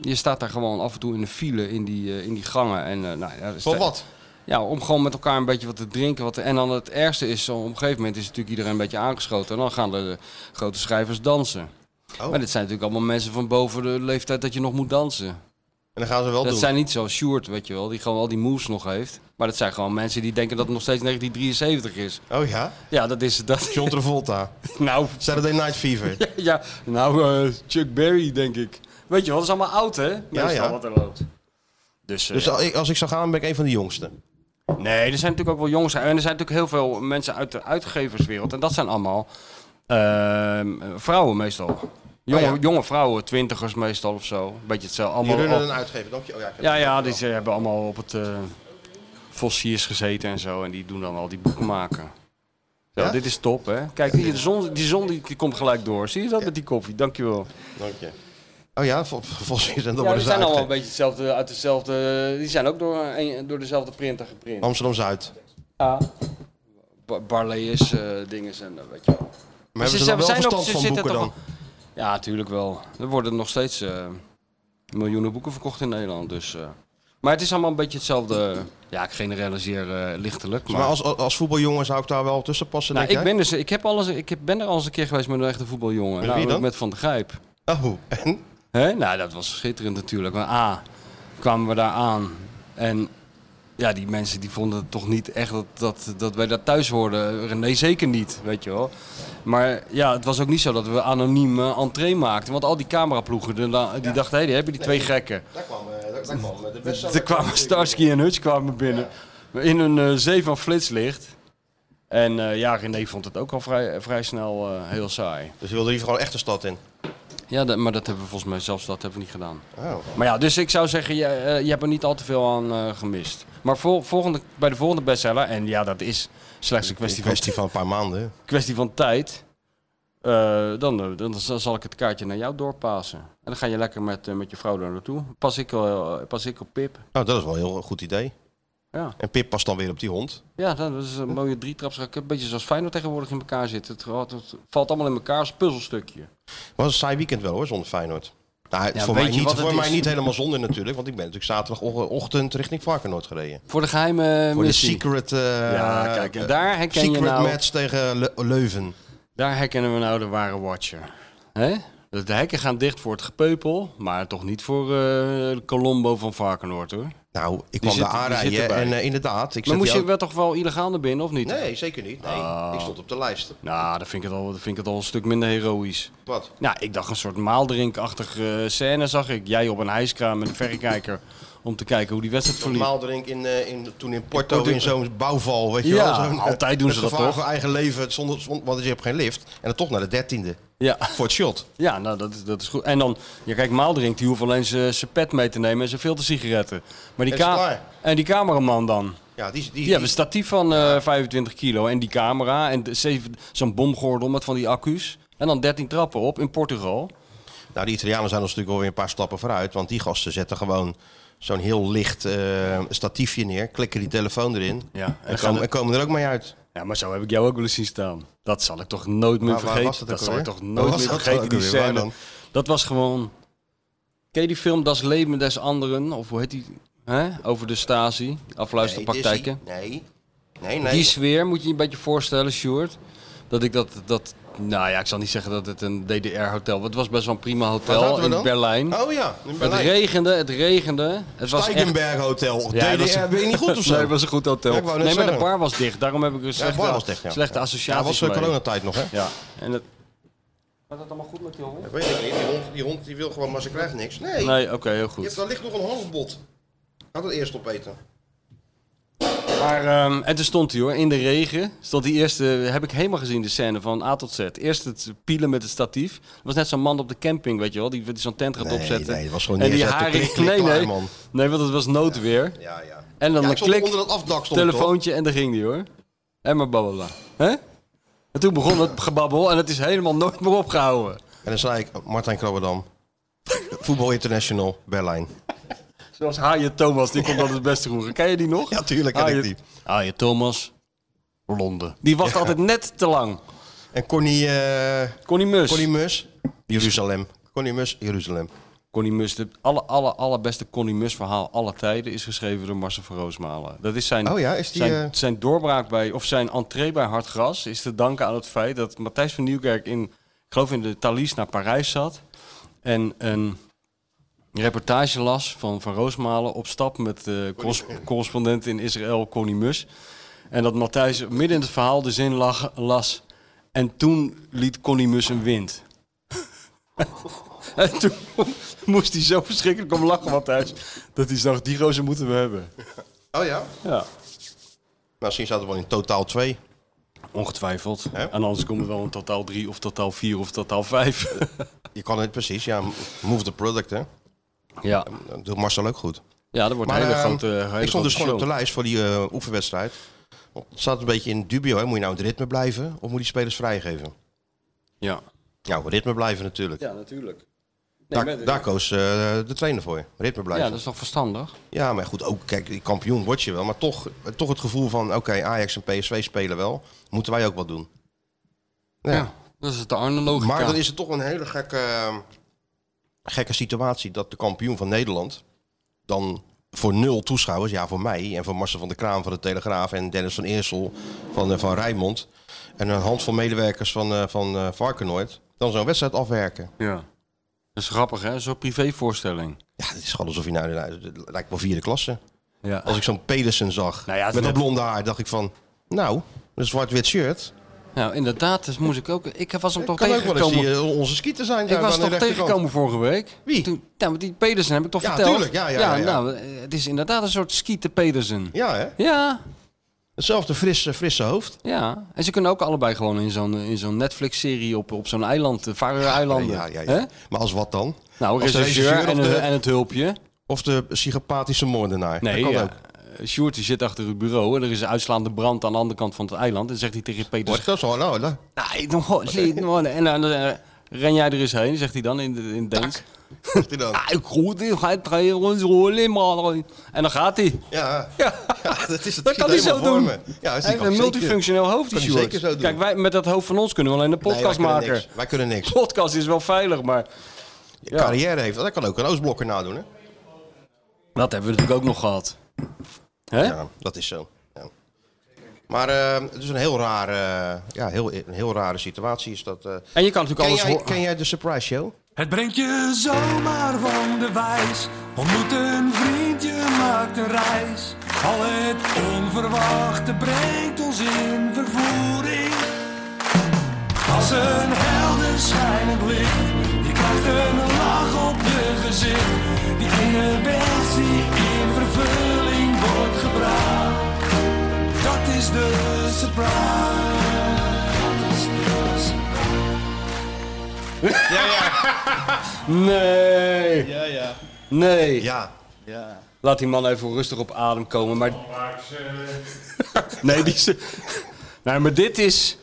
[SPEAKER 6] je staat daar gewoon af en toe in de file, in die, eh, in die gangen. En, eh, nou, ja, dat is-
[SPEAKER 5] Voor wat?
[SPEAKER 6] Ja, om gewoon met elkaar een beetje wat te drinken. Wat, en dan het ergste is, op een gegeven moment is natuurlijk iedereen een beetje aangeschoten. En dan gaan de, de grote schrijvers dansen.
[SPEAKER 5] Oh.
[SPEAKER 6] Maar dit zijn natuurlijk allemaal mensen van boven de leeftijd dat je nog moet dansen.
[SPEAKER 5] En dan gaan ze wel
[SPEAKER 6] Dat
[SPEAKER 5] doen.
[SPEAKER 6] zijn niet zoals Sjoerd, weet je wel, die gewoon al die moves nog heeft. Maar dat zijn gewoon mensen die denken dat het nog steeds 1973 is.
[SPEAKER 5] Oh ja?
[SPEAKER 6] Ja, dat is... Dat,
[SPEAKER 5] John Travolta.
[SPEAKER 6] nou,
[SPEAKER 5] Saturday Night Fever.
[SPEAKER 6] Ja, nou, eh, Chuck Berry, denk ik. Weet je wel, dat is allemaal oud, hè? Meestal
[SPEAKER 5] ja.
[SPEAKER 6] wat er loopt. Dus, eh,
[SPEAKER 5] Dus al- ik- als ik zou gaan, ben ik een van de jongsten.
[SPEAKER 6] nee, er zijn natuurlijk ook wel jongens. eh, En er zijn natuurlijk heel veel mensen uit de uitgeverswereld. En dat zijn allemaal ehm, vrouwen meestal. Jonge,
[SPEAKER 5] Oh, ja.
[SPEAKER 6] jonge vrouwen, twintigers meestal of zo. Beetje hetzelfde.
[SPEAKER 5] Die
[SPEAKER 6] Allemaal
[SPEAKER 5] runnen
[SPEAKER 6] op-
[SPEAKER 5] een uitgever. Dank je. Oh, ja, ik heb
[SPEAKER 6] oh. ja,
[SPEAKER 5] het
[SPEAKER 6] ja,
[SPEAKER 5] ook
[SPEAKER 6] die
[SPEAKER 5] wel.
[SPEAKER 6] ze hebben allemaal op het... eh, Fossiers gezeten en zo. En die doen dan al die boeken maken. Zo,
[SPEAKER 5] Ja?
[SPEAKER 6] dit is top, hè? Kijk, hier, de zon, die zon die, die komt gelijk door. Zie je dat met die koffie? Dankjewel.
[SPEAKER 5] Dank je. Oh ja, vol- volgens mij zijn dat
[SPEAKER 6] Ja,
[SPEAKER 5] worden
[SPEAKER 6] die
[SPEAKER 5] ze
[SPEAKER 6] zijn allemaal een
[SPEAKER 5] uitge-
[SPEAKER 6] beetje hetzelfde, uit dezelfde... Die zijn ook door, een- door dezelfde printer geprint.
[SPEAKER 5] Amsterdam-Zuid.
[SPEAKER 6] Ja. Ba- Barleyers, eh dingen en dat weet je wel.
[SPEAKER 5] Maar
[SPEAKER 6] Ze
[SPEAKER 5] hebben ze dan wel
[SPEAKER 6] zijn nog-
[SPEAKER 5] verstand
[SPEAKER 6] ze
[SPEAKER 5] van
[SPEAKER 6] zitten
[SPEAKER 5] boeken
[SPEAKER 6] toch
[SPEAKER 5] dan?
[SPEAKER 6] Ja, tuurlijk wel. Er worden nog steeds eh, miljoenen boeken verkocht in Nederland. Dus, eh. Maar het is allemaal een beetje hetzelfde. Ja, ik generaliseer eh, lichtelijk. Maar,
[SPEAKER 5] Dus Maar als, als voetbaljongen zou ik daar wel tussen passen,
[SPEAKER 6] nou,
[SPEAKER 5] denk
[SPEAKER 6] ik,
[SPEAKER 5] jij?
[SPEAKER 6] ben dus, ik, heb alles, ik heb- ben er al eens een keer geweest met een echte voetbaljongen.
[SPEAKER 5] wie
[SPEAKER 6] namelijk
[SPEAKER 5] dan?
[SPEAKER 6] Met Van der Gijp.
[SPEAKER 5] Oh, en?
[SPEAKER 6] Hè? Nou, dat was schitterend natuurlijk. Maar A, kwamen we daar aan. En ja, die mensen die vonden het toch niet echt dat, dat, dat wij daar thuis hoorden. Nee, zeker niet, weet je wel. Maar ja, het was ook niet zo dat we anoniem eh, entree maakten. Want al die cameraploegen, de la- die dachten, hé, hey, die hebben die twee gekken.
[SPEAKER 5] Daar kwam, eh, daar, kwam de beste.
[SPEAKER 6] Er kwamen Starsky en Hutch kwamen binnen. In een eh, zee van flitslicht. En eh, ja, René vond het ook al vrij, vrij snel eh, heel saai.
[SPEAKER 5] Dus je wilde liever gewoon echt de stad in.
[SPEAKER 6] Ja, dat- maar dat hebben we volgens mij zelfs dat hebben we niet gedaan.
[SPEAKER 5] Oh.
[SPEAKER 6] Maar ja, dus ik zou zeggen, je, eh, je hebt er niet al te veel aan eh, gemist. Maar vol- volgende, bij de volgende bestseller, en ja, dat is slechts een kwestie
[SPEAKER 5] Een
[SPEAKER 6] van,
[SPEAKER 5] kwestie van een paar maanden.
[SPEAKER 6] kwestie van tijd. eh, dan, eh, dan zal zal ik het kaartje naar jou doorpassen. En dan ga je lekker met, eh, met je vrouw daar naartoe. Pas ik, eh, pas ik op Pip.
[SPEAKER 5] Nou, dat is wel een heel goed idee.
[SPEAKER 6] Ja,
[SPEAKER 5] En Pip past dan weer op die hond.
[SPEAKER 6] ja dat is een mooie drietrapsraket. Een beetje zoals Feyenoord tegenwoordig in elkaar zit. Het, gaat- het valt allemaal in elkaar als een puzzelstukje.
[SPEAKER 5] was een saai weekend wel hoor, zonder Feyenoord. Nou,
[SPEAKER 6] Ja,
[SPEAKER 5] voor
[SPEAKER 6] weet
[SPEAKER 5] mij,
[SPEAKER 6] je
[SPEAKER 5] niet,
[SPEAKER 6] wat het
[SPEAKER 5] voor mij
[SPEAKER 6] is?
[SPEAKER 5] niet helemaal zonde natuurlijk, want ik ben natuurlijk zaterdagochtend richting Varkenoord gereden.
[SPEAKER 6] Voor de geheime
[SPEAKER 5] Voor de
[SPEAKER 6] missie.
[SPEAKER 5] secret, eh,
[SPEAKER 6] Ja, kijk, en
[SPEAKER 5] eh,
[SPEAKER 6] daar herken je
[SPEAKER 5] secret
[SPEAKER 6] nou-
[SPEAKER 5] match tegen Le- Leuven.
[SPEAKER 6] Daar herkennen we nou de ware watcher. Hè? De de hekken gaan dicht voor het gepeupel, maar toch niet voor eh, de Colombo van Varkenoord hoor.
[SPEAKER 5] Nou, ik kwam
[SPEAKER 6] zit-
[SPEAKER 5] daar
[SPEAKER 6] die zit
[SPEAKER 5] aanrijden
[SPEAKER 6] erbij.
[SPEAKER 5] en eh, inderdaad. Ik
[SPEAKER 6] maar
[SPEAKER 5] zet
[SPEAKER 6] moest
[SPEAKER 5] die
[SPEAKER 6] je wel toch wel Ah. illegaal naar binnen of niet?
[SPEAKER 5] auto- Nee, zeker niet. Nee, ik stond op de lijst.
[SPEAKER 6] Nou, dan vind, ik het al, dan vind ik het al een stuk minder heroïs.
[SPEAKER 5] Wat?
[SPEAKER 6] Nou, ik dacht een soort maaldrinkachtige eh, scène zag ik. Jij op een hijskraan met een verrekijker om te kijken hoe die wedstrijd verliep.
[SPEAKER 5] Normaal drink in, eh, in, toen in Porto
[SPEAKER 6] Porto-
[SPEAKER 5] in zo'n dus bouwval, weet je
[SPEAKER 6] Ja,
[SPEAKER 5] wel. Zo'n, eh,
[SPEAKER 6] altijd doen
[SPEAKER 5] met
[SPEAKER 6] ze dat
[SPEAKER 5] gevaar
[SPEAKER 6] toch?
[SPEAKER 5] voor eigen leven, zonder, zonder, want je hebt geen lift. En dan toch naar de dertiende,
[SPEAKER 6] Ja.
[SPEAKER 5] voor het shot.
[SPEAKER 6] Ja, nou dat, is- dat is goed. En dan, ja kijk, Maaldrink die hoeft alleen zijn zijn pet mee te nemen en zijn filtersigaretten. Maar die
[SPEAKER 5] Is
[SPEAKER 6] ka-
[SPEAKER 5] klaar.
[SPEAKER 6] en die cameraman dan?
[SPEAKER 5] Ja, die, die, die,
[SPEAKER 6] Die hebben een statief van eh, 25 kilo en die camera en de zeven- zo'n bomgordel met van die accu's. En dan 13 trappen op in Portugal.
[SPEAKER 5] Nou, die Italianen zijn ons natuurlijk alweer een paar stappen vooruit. Want die gasten zetten gewoon zo'n heel licht eh, statiefje neer. Klikken die telefoon erin.
[SPEAKER 6] Ja, en
[SPEAKER 5] en,
[SPEAKER 6] gaan
[SPEAKER 5] komen,
[SPEAKER 6] de-
[SPEAKER 5] en komen er ook mee uit.
[SPEAKER 6] Ja, maar zo heb ik jou ook wel eens zien staan. Dat zal ik toch nooit meer
[SPEAKER 5] Waar- waar
[SPEAKER 6] vergeten.
[SPEAKER 5] was dat ook
[SPEAKER 6] zal ik
[SPEAKER 5] alweer?
[SPEAKER 6] toch
[SPEAKER 5] Waar
[SPEAKER 6] nooit
[SPEAKER 5] was
[SPEAKER 6] meer
[SPEAKER 5] dat
[SPEAKER 6] vergeten,
[SPEAKER 5] ook
[SPEAKER 6] die
[SPEAKER 5] alweer? Waar
[SPEAKER 6] scène.
[SPEAKER 5] dan?
[SPEAKER 6] Dat was gewoon... Ken je die film Das Leben des Anderen? Of hoe heet die? Hè? Over de Stasi, afluisterpraktijken.
[SPEAKER 5] Nee. Nee, nee.
[SPEAKER 6] Die sfeer moet je je een beetje voorstellen, Sjoerd. Dat ik dat, dat... Nou ja, ik zal niet zeggen dat het een DDR-hotel was. Het was best wel een prima
[SPEAKER 5] zaten
[SPEAKER 6] hotel
[SPEAKER 5] we
[SPEAKER 6] in
[SPEAKER 5] dan?
[SPEAKER 6] Berlijn.
[SPEAKER 5] Oh ja, in
[SPEAKER 6] Het
[SPEAKER 5] Berlijn.
[SPEAKER 6] regende, het regende. Het was echt...
[SPEAKER 5] Steigenberg Hotel.
[SPEAKER 6] Ja,
[SPEAKER 5] Ja,
[SPEAKER 6] dat
[SPEAKER 5] DDR,
[SPEAKER 6] was een-
[SPEAKER 5] ben eh, je niet goed of zo?
[SPEAKER 6] Nee, het was een goed hotel.
[SPEAKER 5] Ja, ik wou net
[SPEAKER 6] nee, maar de
[SPEAKER 5] zeggen.
[SPEAKER 6] bar was dicht. Daarom heb ik een
[SPEAKER 5] ja,
[SPEAKER 6] slechte,
[SPEAKER 5] Bar was dicht, ja.
[SPEAKER 6] slechte
[SPEAKER 5] Ja.
[SPEAKER 6] associatie.
[SPEAKER 5] Ja, was de coronatijd nog, hè?
[SPEAKER 6] Ja. En het... Gaat dat allemaal goed met die hond?
[SPEAKER 5] Dat weet ik niet. Die hond, die hond die wil gewoon, maar ze krijgt niks. Nee,
[SPEAKER 6] Nee, oké, heel
[SPEAKER 5] je
[SPEAKER 6] goed.
[SPEAKER 5] hebt, daar ligt nog een halfbot. Gaat het eerst opeten.
[SPEAKER 6] Maar, ehm, en toen stond hij hoor, in de regen. Stond die eerste, heb ik helemaal gezien de scène van A tot Z. Eerst het pielen met het statief. Er was net zo'n man op de camping, weet je wel, die, die zo'n tent gaat
[SPEAKER 5] Nee,
[SPEAKER 6] opzetten.
[SPEAKER 5] nee, het was gewoon
[SPEAKER 6] en die
[SPEAKER 5] neerzetten,
[SPEAKER 6] haring,
[SPEAKER 5] klik, klik,
[SPEAKER 6] nee,
[SPEAKER 5] klaar,
[SPEAKER 6] nee,
[SPEAKER 5] man.
[SPEAKER 6] nee, want het was noodweer.
[SPEAKER 5] Ja, ja.
[SPEAKER 6] En dan
[SPEAKER 5] Ja,
[SPEAKER 6] een
[SPEAKER 5] ik stond
[SPEAKER 6] klik,
[SPEAKER 5] onder dat afdak stond ik, hoor.
[SPEAKER 6] telefoontje en daar ging die hoor. En maar babbelen. hè? En toen begon het gebabbel en het is helemaal nooit meer opgehouden.
[SPEAKER 5] En dan zei ik, Martijn Krabberdam, Voetbal International, Berlijn.
[SPEAKER 6] Zoals Haaien Thomas, die komt altijd het beste roeren. Ken je die nog?
[SPEAKER 5] Ja, tuurlijk ken ik die.
[SPEAKER 6] Haaien Thomas, Londen. Die wacht altijd net te lang.
[SPEAKER 5] En Connie, eh,
[SPEAKER 6] Connie Mus.
[SPEAKER 5] Connie Mus, Jeruzalem. Connie Mus, Jeruzalem.
[SPEAKER 6] Connie Mus, het alle, alle, allerbeste Connie Mus verhaal aller tijden is geschreven door Marcel van Roosmalen. Dat is zijn,
[SPEAKER 5] Oh ja, is die,
[SPEAKER 6] zijn,
[SPEAKER 5] eh,
[SPEAKER 6] zijn doorbraak bij, of zijn entree bij Hard Gras is te danken aan het feit dat Matthijs van Nieuwkerk in, ik geloof in de Thalys naar Parijs zat en een reportage las van Van Roosmalen op stap met de correspondent in Israël, Connie Mus. En dat Matthijs midden in het verhaal de zin lag, las en toen liet Connie Mus een wind. En toen moest hij zo verschrikkelijk om lachen, want thuis. Dat hij dacht, die rozen moeten we hebben.
[SPEAKER 5] Oh ja?
[SPEAKER 6] Ja,
[SPEAKER 5] Misschien zaten we wel in totaal twee.
[SPEAKER 6] ongetwijfeld. En anders komen we wel een totaal drie of totaal vier of totaal vijf.
[SPEAKER 5] Je kan het precies, ja. Move the product, hè.
[SPEAKER 6] Ja,
[SPEAKER 5] Dat doet Marcel ook goed.
[SPEAKER 6] Ja, dat wordt een
[SPEAKER 5] Maar
[SPEAKER 6] hele
[SPEAKER 5] eh,
[SPEAKER 6] grote hele
[SPEAKER 5] ik stond dus
[SPEAKER 6] grote
[SPEAKER 5] gewoon op de
[SPEAKER 6] show.
[SPEAKER 5] lijst voor die eh, oefenwedstrijd. Het staat een beetje in dubio. Hè? Moet je nou in het ritme blijven of moet die spelers vrijgeven?
[SPEAKER 6] Ja.
[SPEAKER 5] Nou, ritme blijven natuurlijk.
[SPEAKER 6] ja, natuurlijk.
[SPEAKER 5] daar, daar koos eh, de trainer voor. Ritme blijven.
[SPEAKER 6] ja,
[SPEAKER 5] Ja,
[SPEAKER 6] dat is toch verstandig?
[SPEAKER 5] maar goed, ook kijk, kampioen word je wel. Maar toch, toch het gevoel van, oké, Ajax en PSV spelen wel. Moeten wij ook wat doen.
[SPEAKER 6] Ja. Dat is het de arne logica.
[SPEAKER 5] Maar dan is het toch een hele gekke, eh, gekke situatie dat de kampioen van Nederland dan voor nul toeschouwers, ja voor mij en voor Marcel van der Kraan van de Telegraaf en Dennis van Eersel van, eh, van Rijnmond en een handvol medewerkers van, eh, van eh, Varkenoord, dan zo'n wedstrijd afwerken.
[SPEAKER 6] Ja. Dat is grappig, hè? Zo'n privévoorstelling.
[SPEAKER 5] Ja, het is gewoon alsof je nou, nou, het lijkt wel vierde klasse.
[SPEAKER 6] Ja.
[SPEAKER 5] Als ik zo'n Pedersen zag
[SPEAKER 6] Nou ja, het is
[SPEAKER 5] met dat
[SPEAKER 6] net-
[SPEAKER 5] blonde haar, dacht ik van, nou, een zwart-wit shirt.
[SPEAKER 6] Nou, inderdaad, dat moest ik ook... Ik was hem toch
[SPEAKER 5] kan ook wel eens
[SPEAKER 6] tegengekomen...
[SPEAKER 5] die, eh, onze skieter zijn.
[SPEAKER 6] Ik
[SPEAKER 5] daar
[SPEAKER 6] was
[SPEAKER 5] aan de
[SPEAKER 6] toch
[SPEAKER 5] rechterkant.
[SPEAKER 6] tegengekomen vorige week.
[SPEAKER 5] Wie?
[SPEAKER 6] Toen, nou, die Pedersen heb ik toch
[SPEAKER 5] Ja,
[SPEAKER 6] verteld?
[SPEAKER 5] tuurlijk, ja, ja, ja, ja.
[SPEAKER 6] nou, eh, het is inderdaad een soort skieten Pedersen.
[SPEAKER 5] Ja, hè?
[SPEAKER 6] Ja,
[SPEAKER 5] Hetzelfde frisse, frisse hoofd.
[SPEAKER 6] ja. En ze kunnen ook allebei gewoon in zo'n, in zo'n Netflix-serie op, op zo'n eiland, de Faroe-eilanden.
[SPEAKER 5] Ja, ja, ja.
[SPEAKER 6] Hè?
[SPEAKER 5] Maar als wat dan?
[SPEAKER 6] Nou,
[SPEAKER 5] Als de
[SPEAKER 6] regisseur
[SPEAKER 5] regisseur
[SPEAKER 6] en,
[SPEAKER 5] of de-
[SPEAKER 6] eh, en het hulpje.
[SPEAKER 5] Of de psychopathische moordenaar?
[SPEAKER 6] Nee,
[SPEAKER 5] dat kan
[SPEAKER 6] ja.
[SPEAKER 5] ook.
[SPEAKER 6] Eh, Sjoerd die zit achter het bureau en er is een uitslaande brand aan de andere kant van het eiland. En dan zegt hij tegen
[SPEAKER 5] Wordt
[SPEAKER 6] Peters...
[SPEAKER 5] dat zo? Nou, nou,
[SPEAKER 6] Nou, ik nog wel- zie je het nog wel." en dan eh, ren jij er eens heen, zegt hij dan in, de- in het Deens.
[SPEAKER 5] zegt hij dan.
[SPEAKER 6] Ah, ik goed, ik ga het rijden, ons rollen, maar. En dan gaat hij.
[SPEAKER 5] Ja.
[SPEAKER 6] Ja.
[SPEAKER 5] Ja, dat is het.
[SPEAKER 6] Dat
[SPEAKER 5] Ik zie
[SPEAKER 6] kan
[SPEAKER 5] het
[SPEAKER 6] hij zo
[SPEAKER 5] helemaal
[SPEAKER 6] doen.
[SPEAKER 5] voor me. Ja, dat zie ik
[SPEAKER 6] Hij heeft
[SPEAKER 5] ook
[SPEAKER 6] een
[SPEAKER 5] zeker.
[SPEAKER 6] multifunctioneel hoofd, die
[SPEAKER 5] Kan hij
[SPEAKER 6] Sjoerd.
[SPEAKER 5] zeker zo doen.
[SPEAKER 6] Kijk, wij, met dat hoofd van ons kunnen we alleen een
[SPEAKER 5] Nee, wij
[SPEAKER 6] podcast
[SPEAKER 5] kunnen
[SPEAKER 6] maken.
[SPEAKER 5] niks. Wij kunnen niks.
[SPEAKER 6] Podcast is wel veilig, maar
[SPEAKER 5] Carrière heeft, dat kan ook een Oostblokker nadoen. Hè?
[SPEAKER 6] dat hebben we natuurlijk ook nog gehad. Hè?
[SPEAKER 5] Ja, dat is zo. Ja. Maar eh, het is een heel, raar, eh, ja, heel, een heel rare situatie. Is dat, eh.
[SPEAKER 6] En je kan natuurlijk
[SPEAKER 5] ken,
[SPEAKER 6] alles
[SPEAKER 5] jij,
[SPEAKER 6] horen.
[SPEAKER 5] ken jij de Surprise Show?
[SPEAKER 3] Het brengt je zomaar van de wijs. Ontmoet een vriend, je maakt een reis. Al het onverwachte brengt ons in vervoering. Als een helder schijnend licht. Je krijgt een lach op je gezicht. Die ene wens die in vervulling wordt gebracht. Dat is de surprise.
[SPEAKER 6] Nee.
[SPEAKER 1] Ja, ja.
[SPEAKER 6] Nee.
[SPEAKER 5] Ja.
[SPEAKER 6] Laat die man even rustig op adem komen. Maar... nee, die is... nee, maar dit is...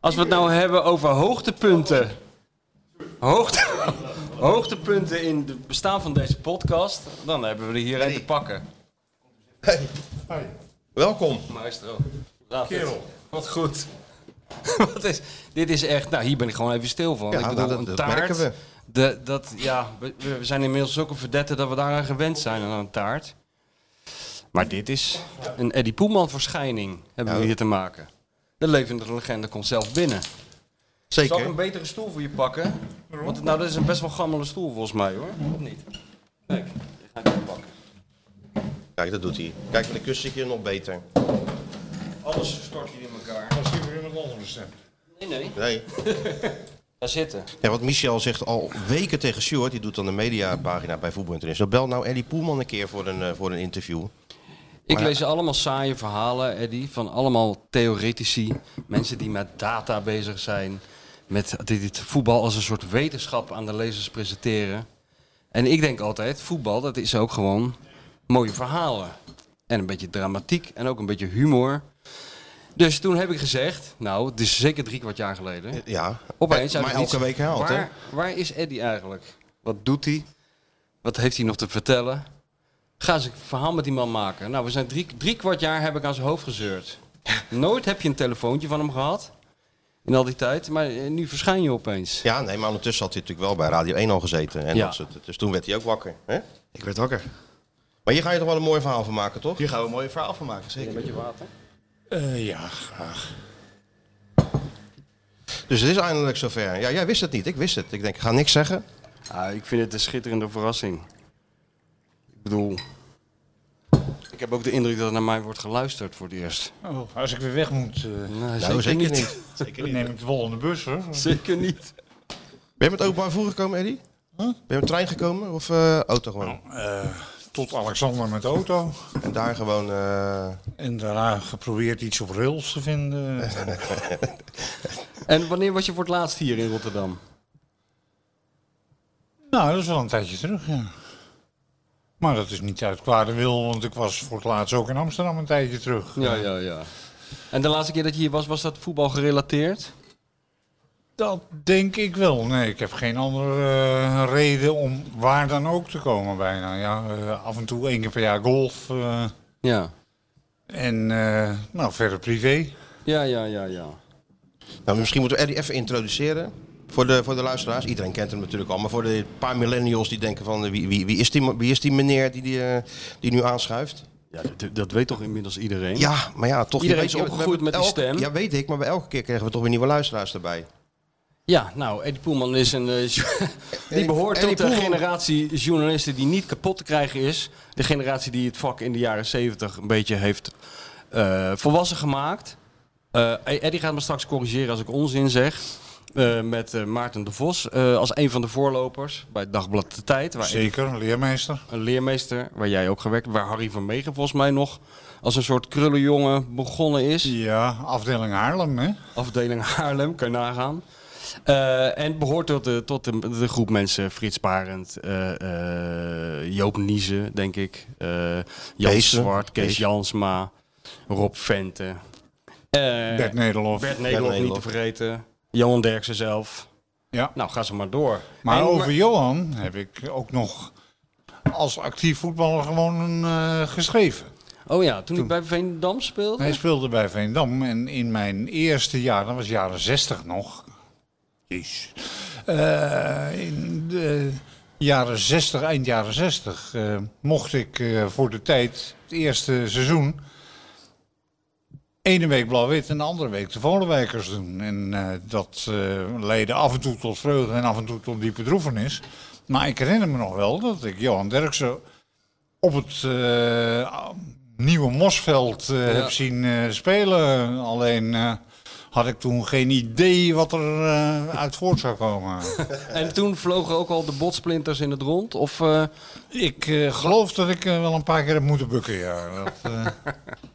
[SPEAKER 6] Als we het nou hebben over hoogtepunten. Hoogte... hoogtepunten in het bestaan van deze podcast. Dan hebben we er hier een te pakken.
[SPEAKER 5] Welkom.
[SPEAKER 6] Maestro. Kerel. Wat goed. Wat is, dit is echt... Nou, hier ben ik gewoon even stil van.
[SPEAKER 5] Ja,
[SPEAKER 6] ik bedoel,
[SPEAKER 5] nou, dat-
[SPEAKER 6] een
[SPEAKER 5] dat
[SPEAKER 6] taart.
[SPEAKER 5] merken we.
[SPEAKER 6] De, dat, ja, we, we zijn inmiddels zulke verdetten dat we daaraan gewend zijn aan een taart. Maar dit is een Eddie Poelman verschijning hebben we hier te maken. De levende legende komt zelf binnen. Zal ik
[SPEAKER 5] Zeker.
[SPEAKER 6] een betere stoel voor je pakken? Want het- nou, dit is een best wel gammele stoel volgens mij hoor. Of niet? Kijk, ik ga hem pakken.
[SPEAKER 5] Kijk, dat doet hij. Kijk, met een kussentje nog beter.
[SPEAKER 6] Alles stort hier in elkaar.
[SPEAKER 4] Als hier weer iemand anders stemt.
[SPEAKER 6] Nee, nee.
[SPEAKER 5] Nee.
[SPEAKER 6] Ga zitten.
[SPEAKER 5] Ja, wat Michel zegt al weken tegen Stuart, die doet dan de mediapagina bij Voetbal International. Bel nou Eddie Poelman een keer voor een, eh, voor een interview.
[SPEAKER 6] Ik
[SPEAKER 5] Maar-
[SPEAKER 6] lees allemaal saaie verhalen, Eddie, van allemaal theoretici. Mensen die met data bezig zijn. Met dit, dit voetbal als een soort wetenschap aan de lezers presenteren. En ik denk altijd, voetbal dat is ook gewoon mooie verhalen. En een beetje dramatiek en ook een beetje humor. Dus toen heb ik gezegd, nou, het is zeker drie kwart jaar geleden.
[SPEAKER 5] Ja,
[SPEAKER 6] Opeens uit
[SPEAKER 5] maar
[SPEAKER 6] het niets,
[SPEAKER 5] elke week herhaald, hè?
[SPEAKER 6] waar, waar is Eddie eigenlijk? Wat doet hij? Wat heeft hij nog te vertellen? Ga eens een verhaal met die man maken. Nou, we zijn drie, drie kwart jaar heb ik aan zijn hoofd gezeurd. Nooit heb je een telefoontje van hem gehad. In al die tijd. Maar eh, nu verschijn je opeens.
[SPEAKER 5] Ja, nee, maar ondertussen had hij natuurlijk wel bij Radio 1 al gezeten. En
[SPEAKER 6] Ja.
[SPEAKER 5] dat soort- dus toen werd hij ook wakker. Hè?
[SPEAKER 1] Ik werd wakker.
[SPEAKER 5] Maar hier ga je toch wel een mooi verhaal van maken, toch?
[SPEAKER 1] Hier gaan we een mooi verhaal van maken, zeker.
[SPEAKER 4] Eh, ja, graag.
[SPEAKER 5] Dus het is eindelijk zover. Ja, jij wist het niet. Ik wist het. Ik denk, ik ga niks zeggen.
[SPEAKER 6] Ah, ik vind het een schitterende verrassing. Ik bedoel... Ik heb ook de indruk dat er naar mij wordt geluisterd voor het eerst.
[SPEAKER 4] Oh, als ik weer weg moet, eh,
[SPEAKER 6] Nou,
[SPEAKER 5] Nou, zeker niet.
[SPEAKER 4] dan neem ik de volgende bus hoor.
[SPEAKER 6] Zeker niet.
[SPEAKER 5] Ben je met openbaar vervoer gekomen, Eddie? Ben je met trein gekomen of eh, auto
[SPEAKER 6] Nou,
[SPEAKER 5] gewoon?
[SPEAKER 4] Eh, tot Alexander met de auto.
[SPEAKER 5] En daar gewoon... eh,
[SPEAKER 4] En daarna geprobeerd iets op rails te vinden.
[SPEAKER 6] En wanneer was je voor het laatst hier in Rotterdam?
[SPEAKER 4] nou, dat is wel een tijdje terug, ja. Maar dat is niet uit kwade wil, want ik was voor het laatst ook in Amsterdam een tijdje terug.
[SPEAKER 6] Ja, ja, ja. En de laatste keer dat je hier was, was dat voetbal gerelateerd?
[SPEAKER 4] Dat denk ik wel. Nee, ik heb geen andere eh, reden om waar dan ook te komen bijna. Ja, eh, af en toe één keer per jaar golf eh,
[SPEAKER 6] Ja.
[SPEAKER 4] en eh, nou, verder privé.
[SPEAKER 6] Ja, ja, ja, ja.
[SPEAKER 5] Nou, misschien moeten we Eddie even introduceren. Voor de, voor de luisteraars, iedereen kent hem natuurlijk al. Maar voor de paar millennials die denken van eh, wie, wie, wie, is, die, wie is die meneer die, die, eh, die nu aanschuift?
[SPEAKER 6] Ja, dat, dat weet toch inmiddels iedereen?
[SPEAKER 5] Ja, maar ja, toch.
[SPEAKER 6] Iedereen
[SPEAKER 5] je
[SPEAKER 6] is
[SPEAKER 5] weet-
[SPEAKER 6] opgegroeid
[SPEAKER 5] we hebben
[SPEAKER 6] met die
[SPEAKER 5] elke-
[SPEAKER 6] stem.
[SPEAKER 5] Ja, weet ik, maar bij elke keer krijgen we toch weer nieuwe luisteraars erbij.
[SPEAKER 6] Ja, nou, Eddie Poelman is een. eh, jo- die behoort
[SPEAKER 5] Eddie
[SPEAKER 6] tot de
[SPEAKER 5] Poelman.
[SPEAKER 6] generatie journalisten die niet kapot te krijgen is. De generatie die het vak in de jaren zeventig een beetje heeft eh, volwassen gemaakt. Eh, Eddie gaat me straks corrigeren als ik onzin zeg. Eh, met eh, Maarten de Vos eh, als een van de voorlopers bij het dagblad De Tijd. Waar Eddie
[SPEAKER 4] Zeker, leermeester.
[SPEAKER 6] een leermeester, waar jij ook gewerkt hebt, waar Harry van Meegen volgens mij nog als een soort krullenjongen begonnen is.
[SPEAKER 4] Ja, afdeling Haarlem, hè?
[SPEAKER 6] Afdeling Haarlem, kan je nagaan. Eh, en behoort tot, de, tot de, de groep mensen, Frits Barend, eh, eh, Joop Niezen, denk ik, eh Jan
[SPEAKER 5] Kees, hè?
[SPEAKER 6] Zwart, Kees
[SPEAKER 5] Kees.
[SPEAKER 6] Jansma, Rob Vente, eh,
[SPEAKER 4] Bert Nederlof.
[SPEAKER 6] Bert Nederlof niet te
[SPEAKER 5] Nederlof.
[SPEAKER 6] vergeten, Johan Derksen zelf.
[SPEAKER 4] Ja.
[SPEAKER 6] Nou, ga ze maar door.
[SPEAKER 4] Maar
[SPEAKER 6] En-
[SPEAKER 4] over Johan heb ik ook nog als actief voetballer gewoon een, eh, geschreven.
[SPEAKER 6] Oh ja, toen, ik bij Veendam speelde?
[SPEAKER 4] Hij speelde bij Veendam en in mijn eerste jaar, dat was jaren 60 nog. Jeez. Eh, in de jaren 60, eind jaren 60, eh, mocht ik eh, voor de tijd het eerste seizoen. Ene week blauw-wit en de andere week de Volenwijkers doen. En eh, dat eh, leidde af en toe tot vreugde en af en toe tot diepe droefenis. Maar ik herinner me nog wel dat ik Johan Derksen op het eh, nieuwe Mosveld eh, heb zien eh, spelen. Alleen eh, had ik toen geen idee wat er eh, uit voort zou komen. Eh,
[SPEAKER 6] En toen vlogen ook al de botsplinters in het rond? Of, eh,
[SPEAKER 4] ik eh, geloof dat ik eh, wel een paar keer heb moeten bukken. Ja. Dat, eh,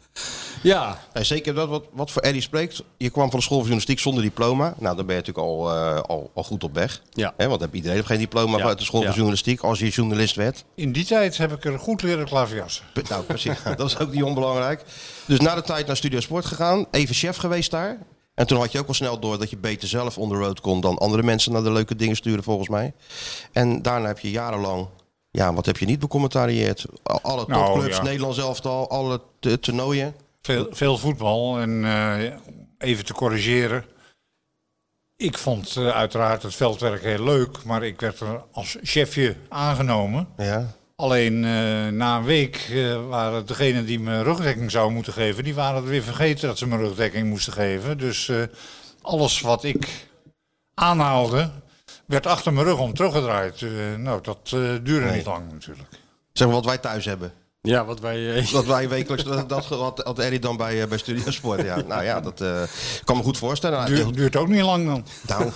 [SPEAKER 6] ja,
[SPEAKER 5] Nee, zeker dat wat, wat voor Eddie spreekt. Je kwam van de school van journalistiek zonder diploma. Nou, dan ben je natuurlijk al, eh, al, al goed op weg.
[SPEAKER 6] Ja.
[SPEAKER 5] Hè, want heb iedereen heeft geen diploma
[SPEAKER 6] Ja,
[SPEAKER 5] uit de school van
[SPEAKER 6] ja.
[SPEAKER 5] journalistiek als je journalist werd.
[SPEAKER 4] in die tijd heb ik er goed leren klaverjassen.
[SPEAKER 5] P- Nou, precies. dat is ook niet onbelangrijk. Dus na de tijd naar Studio Sport gegaan. Even chef geweest daar. En toen had je ook al snel door dat je beter zelf on the road kon dan andere mensen naar de leuke dingen sturen, volgens mij. En daarna heb je jarenlang, ja, wat heb je niet becommentarieerd? Al- Alle
[SPEAKER 4] Nou,
[SPEAKER 5] topclubs,
[SPEAKER 4] ja.
[SPEAKER 5] Nederlands elftal, alle t- toernooien.
[SPEAKER 4] Veel, veel voetbal en eh, even te corrigeren. Ik vond eh, uiteraard het veldwerk heel leuk, maar ik werd er als chefje aangenomen.
[SPEAKER 5] Ja.
[SPEAKER 4] Alleen eh, na een week eh, waren degenen die me rugdekking zouden moeten geven, die waren het weer vergeten dat ze me rugdekking moesten geven. Dus eh, alles wat ik aanhaalde, werd achter mijn rug om teruggedraaid. Eh, nou, dat eh, duurde niet lang natuurlijk.
[SPEAKER 5] Zeg maar wat wij thuis hebben.
[SPEAKER 6] ja, wat wij... eh,
[SPEAKER 5] Dat wij wekelijks, dat, dat had, had Eddie dan bij, eh, bij Studio Sport. Ja. Nou ja, dat eh, kan me goed voorstellen. Nou,
[SPEAKER 4] Duurt, duurt ook niet lang dan.
[SPEAKER 5] Nou,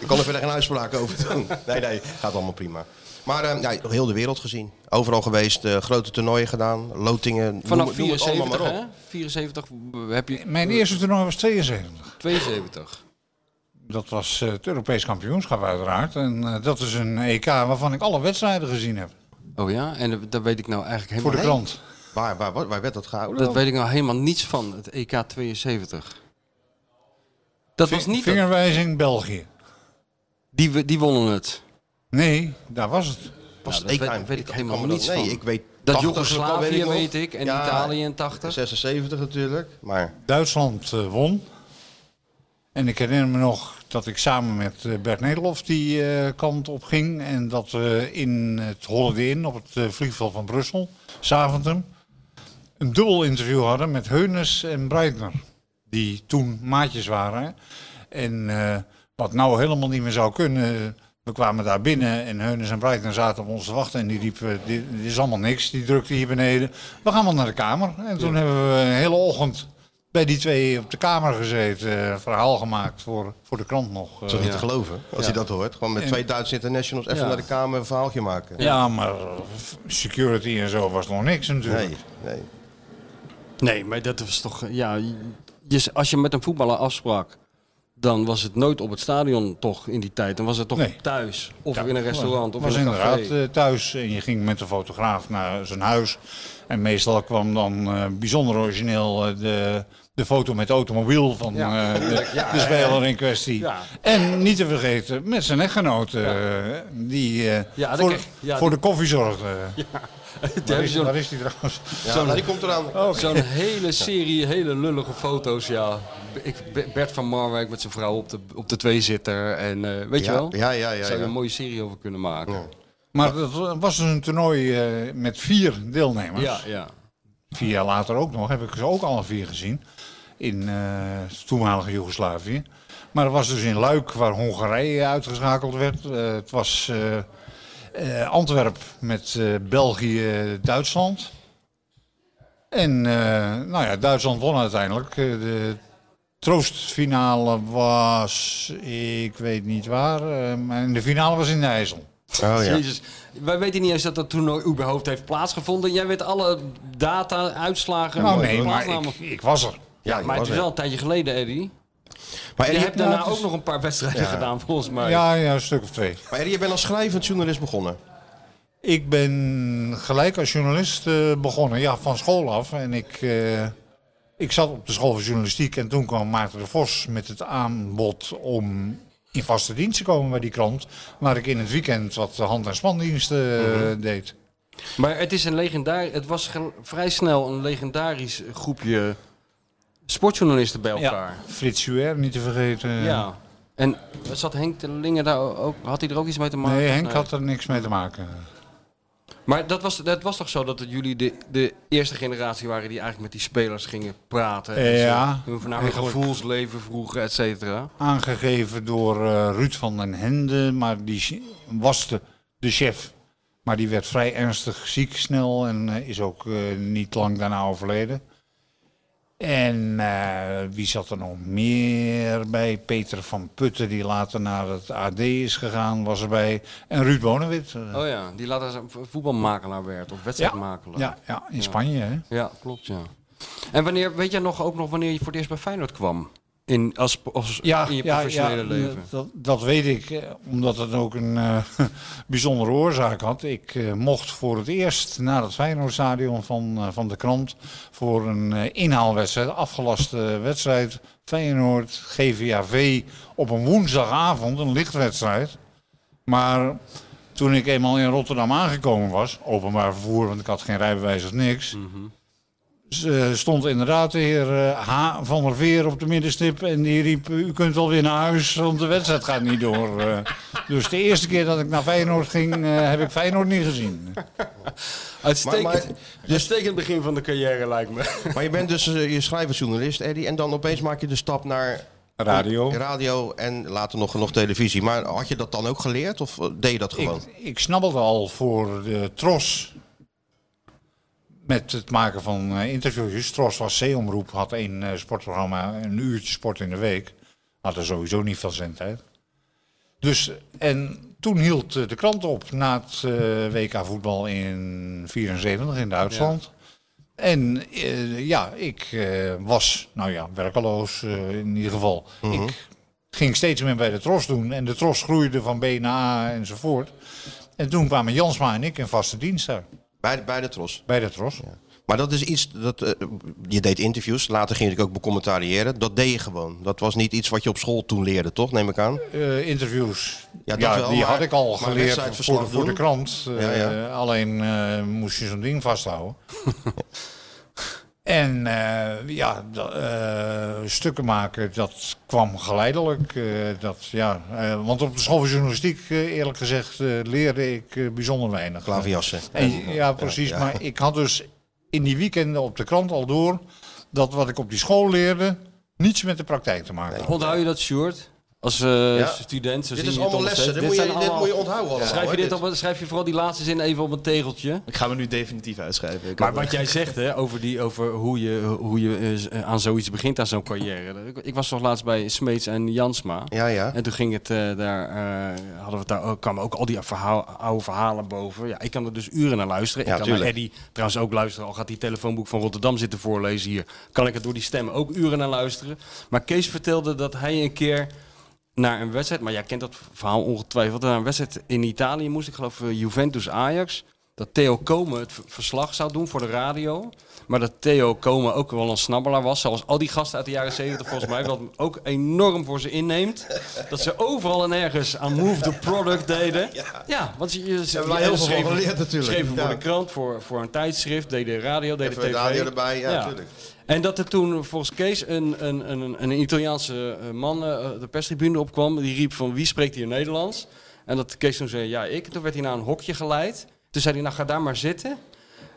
[SPEAKER 5] ik kan er verder geen uitspraak over doen. Nee, nee, gaat allemaal prima. Maar eh, ja, heel de wereld gezien. Overal geweest, eh, grote toernooien gedaan, lotingen.
[SPEAKER 6] Vanaf
[SPEAKER 5] noem het allemaal
[SPEAKER 6] 74,
[SPEAKER 5] maar op.
[SPEAKER 6] hè? 74 heb je...
[SPEAKER 4] Mijn eerste toernooi was 72.
[SPEAKER 6] 72.
[SPEAKER 4] Dat was eh, het Europees kampioenschap uiteraard. En eh, dat is een EK waarvan ik alle wedstrijden gezien heb.
[SPEAKER 6] Oh ja, en daar weet ik nou eigenlijk
[SPEAKER 4] Voor
[SPEAKER 6] helemaal,
[SPEAKER 4] de krant.
[SPEAKER 5] Waar, waar, waar, waar werd dat gehouden?
[SPEAKER 6] dat weet ik nou helemaal niets van, het EK 72. Dat was niet...
[SPEAKER 4] Vingerwijzing België.
[SPEAKER 6] Die, we- die wonnen het.
[SPEAKER 4] Nee, daar was het.
[SPEAKER 5] was
[SPEAKER 6] Nou, dat weet- weet ik
[SPEAKER 5] kan
[SPEAKER 6] helemaal
[SPEAKER 5] me dat-
[SPEAKER 6] niets
[SPEAKER 5] nee,
[SPEAKER 6] van.
[SPEAKER 5] Ik weet
[SPEAKER 6] Dat
[SPEAKER 5] 80 zo kan,
[SPEAKER 6] Joegoslavië
[SPEAKER 5] nog.
[SPEAKER 6] weet ik, en
[SPEAKER 5] Ja,
[SPEAKER 6] Italië in 80.
[SPEAKER 5] 76 natuurlijk, maar
[SPEAKER 4] Duitsland eh, won. En ik herinner me nog dat ik samen met eh, Bert Nederlof die eh, kant op ging. En dat we in het Holiday Inn op het eh, vliegveld van Brussel, Zaventem, een dubbel interview hadden met Heunes en Breitner. Die toen maatjes waren. En eh, wat nou helemaal niet meer zou kunnen. We kwamen daar binnen en Heunes en Breitner zaten op ons te wachten. En die riepen, dit, dit is allemaal niks. Die drukte hier beneden. We gaan wel naar de kamer. En toen hebben we een hele ochtend bij die twee op de kamer gezeten. eh, verhaal gemaakt voor, voor de krant nog. eh.
[SPEAKER 5] dat is niet
[SPEAKER 6] Ja.
[SPEAKER 5] te geloven als je dat hoort. Gewoon met
[SPEAKER 4] En-
[SPEAKER 5] twee Duitse internationals even
[SPEAKER 6] Ja.
[SPEAKER 5] naar de kamer een verhaaltje maken.
[SPEAKER 4] eh. ja, maar security en zo was nog niks natuurlijk.
[SPEAKER 5] Nee, nee.
[SPEAKER 6] eh, Nee, maar dat was toch... Ja, je, als je met een voetballer afsprak... dan was het nooit op het stadion toch in die tijd. Dan was het toch
[SPEAKER 4] Nee.
[SPEAKER 6] thuis of
[SPEAKER 4] Ja,
[SPEAKER 6] in een restaurant of
[SPEAKER 4] was
[SPEAKER 6] in een
[SPEAKER 4] inderdaad
[SPEAKER 6] café.
[SPEAKER 4] eh, thuis en je ging met de fotograaf naar zijn huis. En meestal kwam dan eh, bijzonder origineel eh, de, de foto met automobiel van
[SPEAKER 6] Ja,
[SPEAKER 4] eh, de,
[SPEAKER 6] tuurlijk, ja.
[SPEAKER 4] de speler in kwestie.
[SPEAKER 6] Ja.
[SPEAKER 4] En niet te vergeten met zijn echtgenoot eh, die eh,
[SPEAKER 6] Ja, dat
[SPEAKER 4] voor,
[SPEAKER 6] kreeg- ja,
[SPEAKER 4] voor
[SPEAKER 6] die-
[SPEAKER 4] de koffie zorgde. Waar,
[SPEAKER 6] hebben
[SPEAKER 4] is,
[SPEAKER 6] zo'n-
[SPEAKER 4] waar is die trouwens?
[SPEAKER 5] Ja, nou, die komt eraan.
[SPEAKER 6] Zo'n hele serie, hele lullige foto's, ja. Ik, Be- Bert van Marwijk met zijn vrouw op de, op de tweezitter. En eh, weet
[SPEAKER 5] Ja,
[SPEAKER 6] je wel?
[SPEAKER 5] ja, ja, ja,
[SPEAKER 6] Zou je
[SPEAKER 5] ja.
[SPEAKER 6] een mooie serie over kunnen maken?
[SPEAKER 4] Oh,
[SPEAKER 6] Ja,
[SPEAKER 4] Maar dat was dus een toernooi eh, met vier deelnemers.
[SPEAKER 6] ja.
[SPEAKER 4] vier jaar later ook nog, heb ik ze ook alle vier gezien. In eh, het toenmalige Joegoslavië. Maar het was dus in Luik waar Hongarije uitgeschakeld werd. Eh, het was eh eh, Antwerp met eh, België, Duitsland. En eh, nou ja, Duitsland won uiteindelijk. Eh, de troostfinale was, ik weet niet waar, eh, maar in de finale was in de IJssel.
[SPEAKER 5] Oh, ja.
[SPEAKER 6] Jezus. Wij weten niet eens dat dat toernooi überhaupt heeft plaatsgevonden. Jij weet alle data, uitslagen.
[SPEAKER 4] nou nee, maar
[SPEAKER 6] plaatsnamen.
[SPEAKER 4] ik, ik was er.
[SPEAKER 5] Ja, die
[SPEAKER 6] Maar
[SPEAKER 5] was
[SPEAKER 6] het is
[SPEAKER 5] er.
[SPEAKER 6] wel een tijdje geleden, Eddie.
[SPEAKER 5] Maar
[SPEAKER 6] Je
[SPEAKER 5] Eddie,
[SPEAKER 6] hebt daarna
[SPEAKER 4] het is-
[SPEAKER 6] ook nog een paar wedstrijden
[SPEAKER 5] Ja.
[SPEAKER 6] gedaan, volgens mij.
[SPEAKER 4] Ja, ja, een stuk of twee.
[SPEAKER 5] maar Eddie, je bent als schrijvend journalist begonnen.
[SPEAKER 4] Ik ben gelijk als journalist eh, begonnen, ja, van school af. En ik, eh, ik zat op de school van journalistiek en toen kwam Maarten de Vos met het aanbod om in vaste dienst te komen bij die krant. Waar ik in het weekend wat hand- en spandiensten eh, deed.
[SPEAKER 6] Maar het, is een legendar het was ge- vrij snel een legendarisch groepje sportjournalisten bij elkaar.
[SPEAKER 4] Frits Huer, niet te vergeten.
[SPEAKER 6] Ja. En zat Henk de Linge daar ook? Had hij er ook iets mee te maken?
[SPEAKER 4] Nee, Henk had er niks mee te maken.
[SPEAKER 6] Maar dat was, dat was toch zo dat het jullie de, de eerste generatie waren die eigenlijk met die spelers gingen praten? en ze
[SPEAKER 4] Ja,
[SPEAKER 6] Hun voornamelijk
[SPEAKER 4] eigenlijk.
[SPEAKER 6] gevoelsleven vroegen, et cetera.
[SPEAKER 4] Aangegeven door eh, Ruud van den Hende, maar die ch- was de, de chef. Maar die werd vrij ernstig ziek snel en eh, is ook eh, niet lang daarna overleden. En eh, wie zat er nog meer bij? Peter van Putten, die later naar het AD is gegaan, was erbij. En Ruud Bonewit. eh.
[SPEAKER 6] Oh ja, die later een vo- voetbalmakelaar werd of wedstrijdmakelaar.
[SPEAKER 4] ja, ja, in Spanje. Hè?
[SPEAKER 6] Ja, klopt, ja. En wanneer, weet jij nog ook nog wanneer je voor het eerst bij Feyenoord kwam? In, als, als, in je professionele leven?
[SPEAKER 4] Dat, dat weet ik, eh, omdat het ook een eh, bijzondere oorzaak had. Ik eh, mocht voor het eerst naar het Feyenoordstadion van, eh, van de krant voor een eh, inhaalwedstrijd, afgelaste wedstrijd. Feyenoord, GVAV op een woensdagavond, een lichtwedstrijd. Maar toen ik eenmaal in Rotterdam aangekomen was, openbaar vervoer, want ik had geen rijbewijs of niks. S- eh, stond inderdaad de heer eh, H. van der Veer op de middenstip. En die riep, u kunt wel weer naar huis, want de wedstrijd gaat niet door. eh. dus de eerste keer dat ik naar Feyenoord ging, eh, heb ik Feyenoord niet gezien.
[SPEAKER 6] Uitstekend,
[SPEAKER 5] Maar-
[SPEAKER 6] uitstekend begin van de carrière lijkt me.
[SPEAKER 5] Maar je bent dus eh, je schrijvend journalist, Eddie. En dan opeens maak je de stap naar
[SPEAKER 4] Radio.
[SPEAKER 5] radio en later nog, nog televisie. Maar had je dat dan ook geleerd of eh, deed je dat
[SPEAKER 4] Ik,
[SPEAKER 5] gewoon?
[SPEAKER 4] ik snabbelde al voor de Tros. Met het maken van eh, interviewjes. Tros was zeeomroep, had één eh, sportprogramma, een uurtje sport in de week. Had er sowieso niet veel zendtijd. Dus, en toen hield eh, de krant op na het eh, WK voetbal in 74 in Duitsland. En eh, ja, ik eh, was, nou ja, werkeloos eh, in ieder geval. Ik ging steeds meer bij de Tros doen. En de Tros groeide van B naar A enzovoort. En toen kwamen Jansma en ik in vaste dienst daar,
[SPEAKER 5] Bij, de- bij de tros.
[SPEAKER 4] bij de Tros.
[SPEAKER 5] Maar dat is iets, dat, eh, je deed interviews, later ging ik ook becommentariëren. Dat deed je gewoon. Dat was niet iets wat je op school toen leerde, toch? Neem ik aan.
[SPEAKER 4] Eh, interviews,
[SPEAKER 5] Ja,
[SPEAKER 4] ja,
[SPEAKER 5] dat wel,
[SPEAKER 4] die
[SPEAKER 5] maar-
[SPEAKER 4] had ik al
[SPEAKER 5] maar
[SPEAKER 4] geleerd
[SPEAKER 5] wedstrijdverslag
[SPEAKER 4] voor, de- voor de
[SPEAKER 5] doen?
[SPEAKER 4] krant. Eh,
[SPEAKER 5] Ja, ja.
[SPEAKER 4] alleen eh, moest je zo'n ding vasthouden. en eh, ja, da- eh, stukken maken, dat kwam geleidelijk. eh, dat, ja, eh, want op de school van journalistiek, eh, eerlijk gezegd, eh, leerde ik eh, bijzonder weinig.
[SPEAKER 5] Klaverjassen.
[SPEAKER 4] En, ja, precies.
[SPEAKER 5] ja.
[SPEAKER 4] Maar ik had dus in die weekenden op de krant al door dat wat ik op die school leerde niets met de praktijk te maken had.
[SPEAKER 6] Onthoud je dat, Sjoerd? Als eh,
[SPEAKER 5] Ja.
[SPEAKER 6] student. Zo
[SPEAKER 5] Dit
[SPEAKER 6] zie
[SPEAKER 5] is
[SPEAKER 6] je het
[SPEAKER 5] allemaal
[SPEAKER 6] nog
[SPEAKER 5] lessen.
[SPEAKER 6] steeds.
[SPEAKER 5] Dit, moet je,
[SPEAKER 6] zijn
[SPEAKER 5] dit
[SPEAKER 6] allemaal-
[SPEAKER 5] moet je onthouden. allemaal,
[SPEAKER 6] Schrijf je,
[SPEAKER 5] hè,
[SPEAKER 6] dit op, een- schrijf je vooral die laatste zin even op een tegeltje.
[SPEAKER 1] Ik ga me nu definitief uitschrijven. Ik
[SPEAKER 6] Maar
[SPEAKER 1] had-
[SPEAKER 6] wat jij zegt hè, over, die, over hoe je, hoe je eh, z- eh, aan zoiets begint, aan zo'n carrière. Ik, ik was toch laatst bij Smeets en Jansma.
[SPEAKER 5] Ja, ja.
[SPEAKER 6] En toen ging het eh, daar, eh, hadden we het daar ook, kwamen ook al die verhaal, oude verhalen boven. Ja, ik kan er dus uren naar luisteren.
[SPEAKER 5] Ja,
[SPEAKER 6] ik kan
[SPEAKER 5] tuurlijk.
[SPEAKER 6] naar Eddy trouwens ook luisteren. Al gaat die telefoonboek van Rotterdam zitten voorlezen hier. Kan ik het door die stem ook uren naar luisteren. Maar Kees vertelde dat hij een keer naar een wedstrijd, maar jij kent dat verhaal ongetwijfeld, naar een wedstrijd in Italië moest. Ik geloof eh, Juventus-Ajax. Dat Theo Komen het v- verslag zou doen voor de radio. Maar dat Theo Komen ook wel een snabbelaar was. Zoals al die gasten uit de jaren 70 volgens mij. Wat hem ook enorm voor ze inneemt. Dat ze overal en ergens aan Move the Product deden. Ja, want je, je,
[SPEAKER 5] wij heel veel van geleerd natuurlijk.
[SPEAKER 6] schreven voor
[SPEAKER 5] Ja.
[SPEAKER 6] de krant, voor, voor een tijdschrift, deden radio, deden
[SPEAKER 5] Even
[SPEAKER 6] tv.
[SPEAKER 5] de radio erbij, ja, tuurlijk.
[SPEAKER 6] En dat er toen volgens Kees een, een, een, een Italiaanse eh, man eh, de perstribune opkwam. Die riep van wie spreekt hier Nederlands? En dat Kees toen zei ja ik. Toen werd hij naar een hokje geleid. Toen zei hij nou ga daar maar zitten.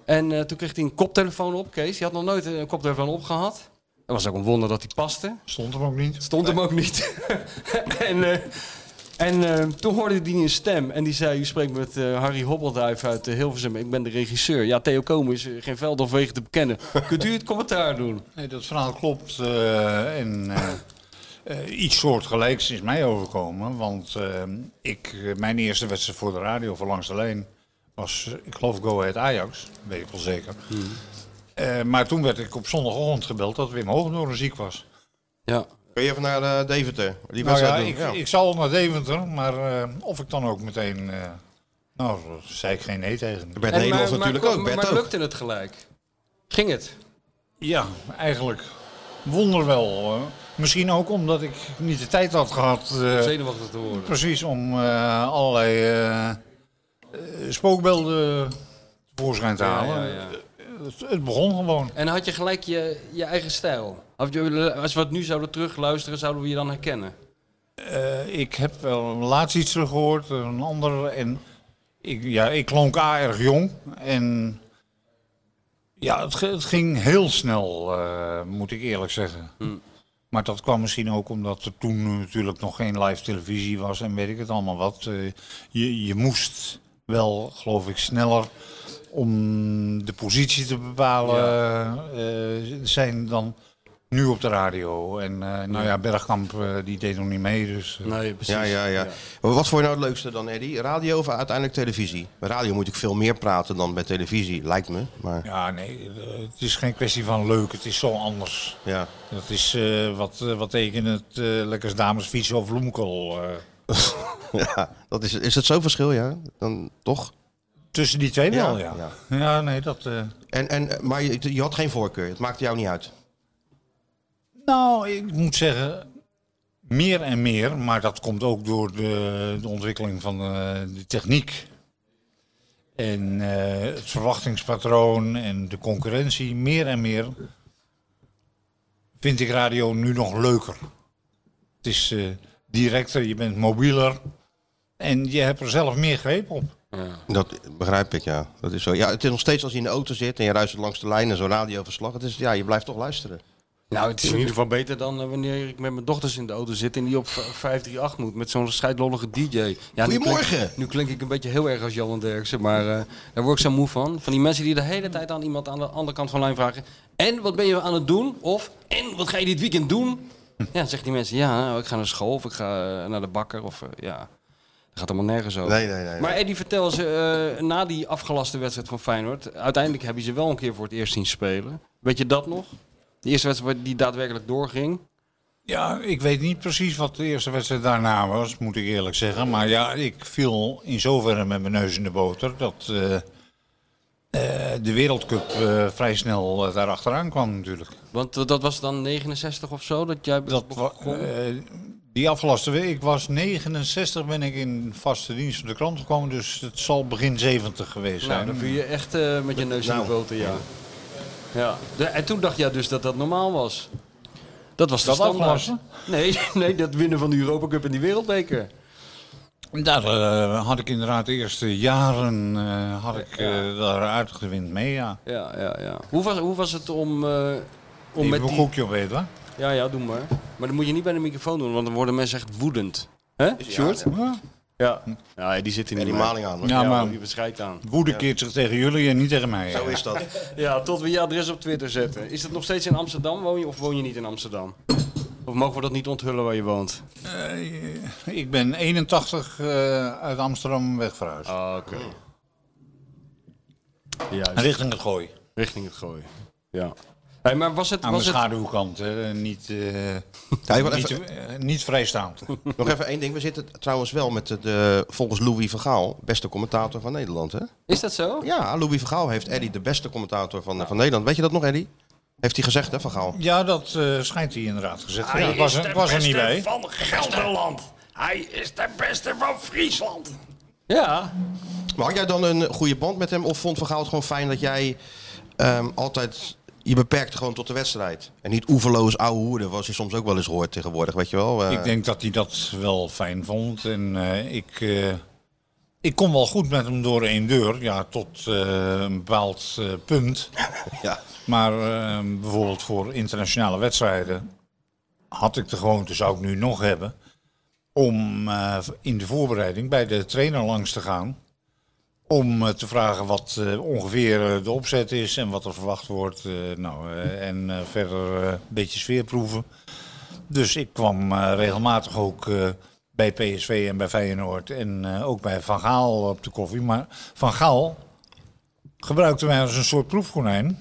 [SPEAKER 6] En eh, toen kreeg hij een koptelefoon op, Kees. Die had nog nooit een koptelefoon opgehad. Dat was ook een wonder dat hij paste.
[SPEAKER 4] Stond hem ook niet.
[SPEAKER 6] Stond hem ook niet. en eh, en eh, toen hoorde hij een stem en die zei: U spreekt met eh, Harry Hobbelduif uit eh, Hilversum. Ik ben de regisseur. Ja, Theo Komen is eh, geen veld of wegen te bekennen. Kunt u het commentaar doen?
[SPEAKER 4] Nee, dat verhaal klopt. eh, en eh, eh, iets soortgelijks is mij overkomen. Want eh, ik, eh, mijn eerste wedstrijd voor de radio voor Langs de Lijn was, eh, ik geloof, Go Ahead Ajax. Weet ik wel zeker. Eh, maar toen werd ik op zondagochtend gebeld dat Wim Hoogdoorn ziek was.
[SPEAKER 6] Ja.
[SPEAKER 5] Kun je even naar eh, Deventer? Die
[SPEAKER 4] Nou ja,
[SPEAKER 5] wedstrijd
[SPEAKER 4] ik,
[SPEAKER 5] doen. Ja.
[SPEAKER 4] ik zal naar Deventer, maar eh, of ik dan ook meteen... eh, nou, daar zei ik geen nee tegen.
[SPEAKER 5] Bert Nederlands natuurlijk ook.
[SPEAKER 6] Maar,
[SPEAKER 5] Bert
[SPEAKER 6] maar
[SPEAKER 5] ook.
[SPEAKER 6] lukte het gelijk? Ging het?
[SPEAKER 4] Ja, eigenlijk wonderwel. eh. misschien ook omdat ik niet de tijd had gehad... eh,
[SPEAKER 6] Zenuwachtig te horen.
[SPEAKER 4] Precies, om eh, allerlei eh, eh, spookbeelden tevoorschijn te halen.
[SPEAKER 5] Oh,
[SPEAKER 6] Ja, ja,
[SPEAKER 5] eh,
[SPEAKER 6] ja.
[SPEAKER 4] Het, het begon gewoon.
[SPEAKER 6] En had je gelijk je, je eigen stijl? Of je- Als we het nu zouden terugluisteren, zouden we je dan herkennen?
[SPEAKER 4] Eh, ik heb wel laatst iets teruggehoord, een ander. En ik, ja, ik klonk A erg jong. En ja, het, ge- het ging heel snel, eh, moet ik eerlijk zeggen. Maar dat kwam misschien ook omdat er toen natuurlijk nog geen live televisie was en weet ik het allemaal wat. Eh, je, je moest wel, geloof ik, sneller om de positie te bepalen eh, zijn dan nu op de radio. En eh, nou ja, Bergkamp eh, die deed nog niet mee, dus... eh,
[SPEAKER 6] Nee, precies.
[SPEAKER 5] Ja, ja, ja. Maar Wat vond je nou het leukste dan, Eddy? Radio of uiteindelijk televisie? Bij radio moet ik veel meer praten dan bij televisie, lijkt me. Maar
[SPEAKER 4] Ja, nee, eh, het is geen kwestie van leuk, het is zo anders.
[SPEAKER 5] ja.
[SPEAKER 4] Dat is eh, wat, eh, wat tekent het eh lekkers damesfiets of bloemkool. eh.
[SPEAKER 5] ja dat is, is het zo'n verschil, ja? Dan toch?
[SPEAKER 4] tussen die twee wel, ja.
[SPEAKER 5] ja.
[SPEAKER 4] Ja, nee, dat... eh,
[SPEAKER 5] En, en, maar je, je had geen voorkeur. Het maakte jou niet uit.
[SPEAKER 4] Nou, ik moet zeggen, meer en meer, maar dat komt ook door de, de ontwikkeling van eh, de techniek. En eh, het verwachtingspatroon en de concurrentie, meer en meer vind ik radio nu nog leuker. Het is eh, directer, je bent mobieler en je hebt er zelf meer greep op.
[SPEAKER 5] Dat begrijp ik, ja. Dat is zo. Ja, het is nog steeds als je in de auto zit en je luistert langs de lijn en zo'n radioverslag. Het is, ja, je blijft toch luisteren.
[SPEAKER 6] Nou, het is in ieder geval beter dan eh, wanneer ik met mijn dochters in de auto zit en die op v- 538 moet met zo'n scheidlollige DJ. Ja, nu klink-
[SPEAKER 5] Goedemorgen.
[SPEAKER 6] Nu klink ik een beetje heel erg als Johan Derksen, maar eh, daar word ik zo moe van. Van die mensen die de hele tijd aan iemand aan de andere kant van de lijn vragen: En wat ben je aan het doen? Of En wat ga je dit weekend doen? Ja, dan zeggen die mensen: Ja, nou, ik ga naar school of ik ga eh, naar de bakker of eh, ja. Dat gaat allemaal nergens over.
[SPEAKER 5] Nee, nee, nee, nee.
[SPEAKER 6] Maar Eddie, vertel ze, eh, na die afgelaste wedstrijd van Feyenoord, uiteindelijk heb je ze wel een keer voor het eerst zien spelen. Weet je dat nog? De eerste wedstrijd waar die daadwerkelijk doorging.
[SPEAKER 4] Ja, ik weet niet precies wat de eerste wedstrijd daarna was, moet ik eerlijk zeggen. Maar ja, ik viel in zoverre met mijn neus in de boter dat eh, eh, de Wereldcup eh, vrij snel eh, daarachteraan kwam natuurlijk.
[SPEAKER 6] Want eh, dat was dan 69 of zo, dat jij...
[SPEAKER 4] Dat wa- eh, die afgelaste week, ik was 69, ben ik in vaste dienst van de krant gekomen, dus het zal begin 70 geweest
[SPEAKER 6] nou,
[SPEAKER 4] zijn.
[SPEAKER 6] dan viel je echt eh, met je neus in de
[SPEAKER 5] Nou.
[SPEAKER 6] boter, ja. ja. De- en toen dacht jij dus dat dat normaal was. Dat was de
[SPEAKER 4] Dat
[SPEAKER 6] standaard.
[SPEAKER 4] afgelasten?
[SPEAKER 6] Nee, nee, dat winnen van de Europa Cup en die Wereldbeker.
[SPEAKER 4] Daar eh, had ik inderdaad de eerste jaren eh, had ik, eh, daar aardig de wind mee, ja.
[SPEAKER 6] Ja, ja, ja. Hoe was, hoe was het om eh, om
[SPEAKER 4] Even
[SPEAKER 6] met
[SPEAKER 4] een
[SPEAKER 6] die...
[SPEAKER 4] koekje opeten, hoor.
[SPEAKER 6] Ja, ja, doe maar. Maar dat moet je niet bij de microfoon doen, want dan worden mensen echt woedend. Hè, Sjoerd?
[SPEAKER 4] Ja.
[SPEAKER 6] Ja. ja, die zit in
[SPEAKER 5] En die maling aan. hoor.
[SPEAKER 4] Ja,
[SPEAKER 6] Ja,
[SPEAKER 4] maar-
[SPEAKER 6] maar die beschrijft aan.
[SPEAKER 4] Woede keert zich tegen jullie en niet tegen mij.
[SPEAKER 5] Zo is dat.
[SPEAKER 6] Ja, tot we je adres op Twitter zetten. Is dat nog steeds in Amsterdam? Woon je of woon je niet in Amsterdam? Of mogen we dat niet onthullen waar je woont?
[SPEAKER 4] Ik ben 81 eh, uit Amsterdam wegverhuisd.
[SPEAKER 6] Ah, Oké. Juist,
[SPEAKER 4] Richting het gooi.
[SPEAKER 6] richting het gooien. Ja. Hey, maar was het...
[SPEAKER 4] Aan de
[SPEAKER 6] Was het
[SPEAKER 4] schaduwkant, hè. Niet, eh,
[SPEAKER 5] Ja, ik wil
[SPEAKER 4] niet,
[SPEAKER 5] even-
[SPEAKER 4] eh, niet vrijstaand.
[SPEAKER 5] nog even één ding. We zitten trouwens wel met de, de- volgens Louis Vergaal, beste commentator van Nederland. Hè?
[SPEAKER 6] is dat zo?
[SPEAKER 5] Ja, Louis Vergaal heeft Eddy de beste commentator van, van Nederland. Weet je dat nog, Eddy? Heeft hij gezegd, hè, Vergaal?
[SPEAKER 4] Ja, dat eh, schijnt hij inderdaad gezegd. te hebben. Ik was, er- ik was er niet bij.
[SPEAKER 3] van Gelderland. Hij is de beste van Friesland.
[SPEAKER 6] Ja.
[SPEAKER 5] Maar had jij dan een goede band met hem? Of vond Vergaal het gewoon fijn dat jij ehm, altijd... Je beperkt gewoon tot de wedstrijd. En niet oeverloos ouwe hoeren, zoals je soms ook wel eens hoort tegenwoordig, weet je wel. eh.
[SPEAKER 4] Ik denk dat hij dat wel fijn vond. En eh, ik, eh, ik kom wel goed met hem door één deur. Ja, tot eh, een bepaald eh, punt.
[SPEAKER 5] Ja.
[SPEAKER 4] Maar eh, bijvoorbeeld voor internationale wedstrijden had ik de gewoonte, zou ik nu nog hebben, om eh, in de voorbereiding bij de trainer langs te gaan. Om eh, te vragen wat eh, ongeveer eh, de opzet is en wat er verwacht wordt. eh, nou, eh, en eh, verder eh, een beetje sfeerproeven. Dus ik kwam eh, regelmatig ook eh, bij PSV en bij Feyenoord en eh, ook bij Van Gaal op de koffie. Maar Van Gaal gebruikte mij als een soort proefkonijn.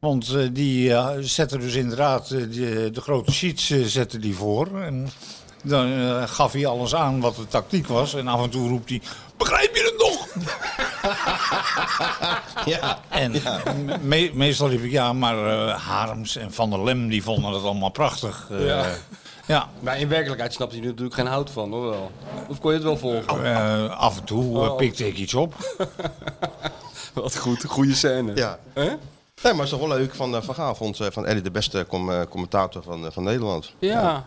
[SPEAKER 4] Want eh, die eh, zetten dus inderdaad eh, die, eh, de grote sheets eh, zetten die voor. En dan eh, gaf hij alles aan wat de tactiek was. En af en toe roept hij, begrijp je het nog?
[SPEAKER 5] ja.
[SPEAKER 4] En me- meestal riep ik ja, maar eh, Harms en Van der Lem die vonden dat allemaal prachtig. Eh,
[SPEAKER 6] Ja.
[SPEAKER 4] ja.
[SPEAKER 6] Maar in werkelijkheid snapt hij er natuurlijk geen hout van, hoor wel. Of kon je het wel volgen?
[SPEAKER 4] Eh, af en toe
[SPEAKER 6] Oh.
[SPEAKER 4] eh, pikte ik iets op.
[SPEAKER 6] Wat goed, goede scène.
[SPEAKER 5] Ja.
[SPEAKER 6] Hè?
[SPEAKER 5] Nee, maar het is toch wel leuk van eh Van Gaal vond eh, van Eddy de beste com- eh, commentator van, eh, van Nederland.
[SPEAKER 6] Ja.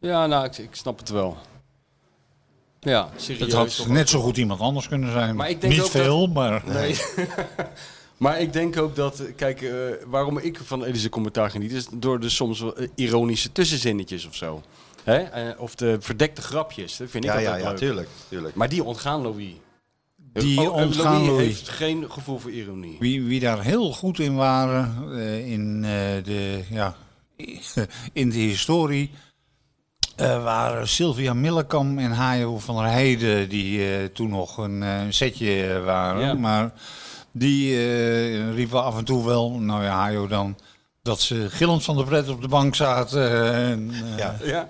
[SPEAKER 6] Ja, nou, ik, ik snap het wel. Ja, serieus.
[SPEAKER 4] Het had net zo goed iemand anders kunnen zijn.
[SPEAKER 6] Maar ik denk
[SPEAKER 4] Niet
[SPEAKER 6] ook dat-
[SPEAKER 4] veel, maar
[SPEAKER 6] Nee. maar ik denk ook dat, kijk, eh, waarom ik van Elise commentaar geniet, is door de soms wel, eh, ironische tussenzinnetjes of zo. Hè? Eh, of de verdekte grapjes, dat vind ik
[SPEAKER 5] Ja,
[SPEAKER 6] altijd
[SPEAKER 5] ja, ja,
[SPEAKER 6] leuk.
[SPEAKER 5] tuurlijk. tuurlijk.
[SPEAKER 6] Maar die ontgaan Louis.
[SPEAKER 4] die
[SPEAKER 6] Oh, eh,
[SPEAKER 4] ontgaan Louis.
[SPEAKER 6] heeft geen gevoel voor ironie.
[SPEAKER 4] Wie, wie daar heel goed in waren eh, in, eh, de, ja, in de historie eh, waren Sylvia Millekam en Hajo van der Heijden, die eh, toen nog een eh, setje eh, waren.
[SPEAKER 6] Ja.
[SPEAKER 4] Maar die eh, riepen af en toe wel, nou ja, Hajo dan, dat ze gillend van de pret op de bank zaten. eh, en, eh,
[SPEAKER 5] Ja.
[SPEAKER 6] Ja,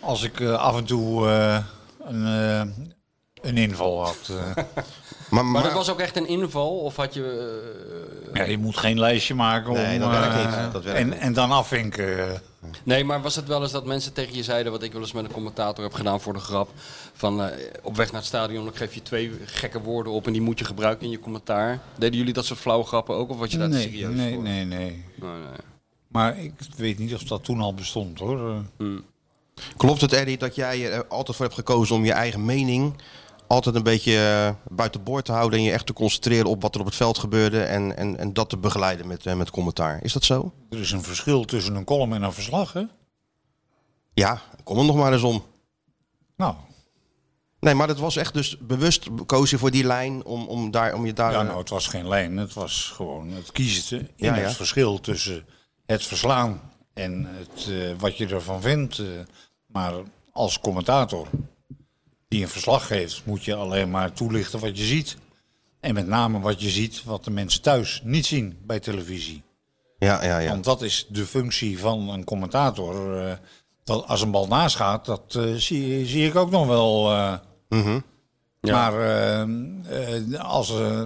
[SPEAKER 4] Als ik eh, af en toe eh, een, eh, een inval had. eh.
[SPEAKER 5] Maar,
[SPEAKER 6] maar
[SPEAKER 5] maar-
[SPEAKER 6] dat was ook echt een inval, of had je... eh,
[SPEAKER 4] Ja, je moet geen lijstje maken.
[SPEAKER 5] Nee,
[SPEAKER 4] om,
[SPEAKER 5] dat werkt
[SPEAKER 4] eh,
[SPEAKER 5] niet. Dat werkt
[SPEAKER 4] en,
[SPEAKER 5] niet.
[SPEAKER 4] en dan afvinken. eh.
[SPEAKER 6] Nee, maar was het wel eens dat mensen tegen je zeiden, wat ik wel eens met een commentator heb gedaan voor de grap, van eh, op weg naar het stadion, dan geef je twee gekke woorden op en die moet je gebruiken in je commentaar. Deden jullie dat soort flauwe grappen ook, of was je daar te
[SPEAKER 4] Nee,
[SPEAKER 6] serieus
[SPEAKER 4] nee,
[SPEAKER 6] voor?
[SPEAKER 4] nee, nee.
[SPEAKER 6] Nee, nee.
[SPEAKER 4] Maar ik weet niet of dat toen al bestond hoor. Eh,
[SPEAKER 5] Klopt het, Eddy, dat jij er altijd voor hebt gekozen om je eigen mening altijd een beetje eh, buiten boord te houden en je echt te concentreren op wat er op het veld gebeurde en, en, en dat te begeleiden met, eh, met commentaar? Is dat zo?
[SPEAKER 4] Er is een verschil tussen een column en een verslag. Hè?
[SPEAKER 5] Ja, kom er nog maar eens om.
[SPEAKER 4] Nou,
[SPEAKER 5] Nee, maar dat was echt dus bewust koos je voor die lijn om, om, daar, om je daar... eh,
[SPEAKER 4] ja, nou, het was geen lijn. Het was gewoon het kiezen in
[SPEAKER 5] Ja, ja.
[SPEAKER 4] het verschil tussen het verslaan en het, eh, wat je ervan vindt. eh. maar als commentator die een verslag geeft, moet je alleen maar toelichten wat je ziet. En met name wat je ziet, wat de mensen thuis niet zien bij televisie.
[SPEAKER 5] ja, ja, ja.
[SPEAKER 4] Want dat is de functie van een commentator. eh, dat als een bal naast gaat, dat eh, zie, zie ik ook nog wel. eh.
[SPEAKER 5] Mhm.
[SPEAKER 4] Maar eh, eh, als. eh,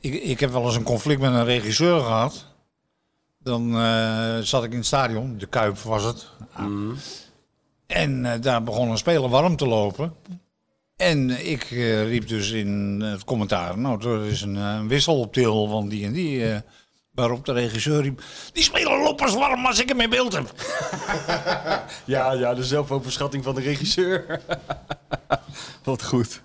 [SPEAKER 4] ik, ik heb wel eens een conflict met een regisseur gehad. Dan eh, zat ik in het stadion, de Kuip was het.
[SPEAKER 5] Mhm.
[SPEAKER 4] En eh, daar begon een speler warm te lopen. En ik eh, riep dus in het commentaar, nou, er is een eh, wissel op til, want die en die. eh, waarop de regisseur riep, die speler loopt pas warm als ik hem in beeld heb.
[SPEAKER 6] Ja, ja, de zelfoverschatting van de regisseur. Wat goed.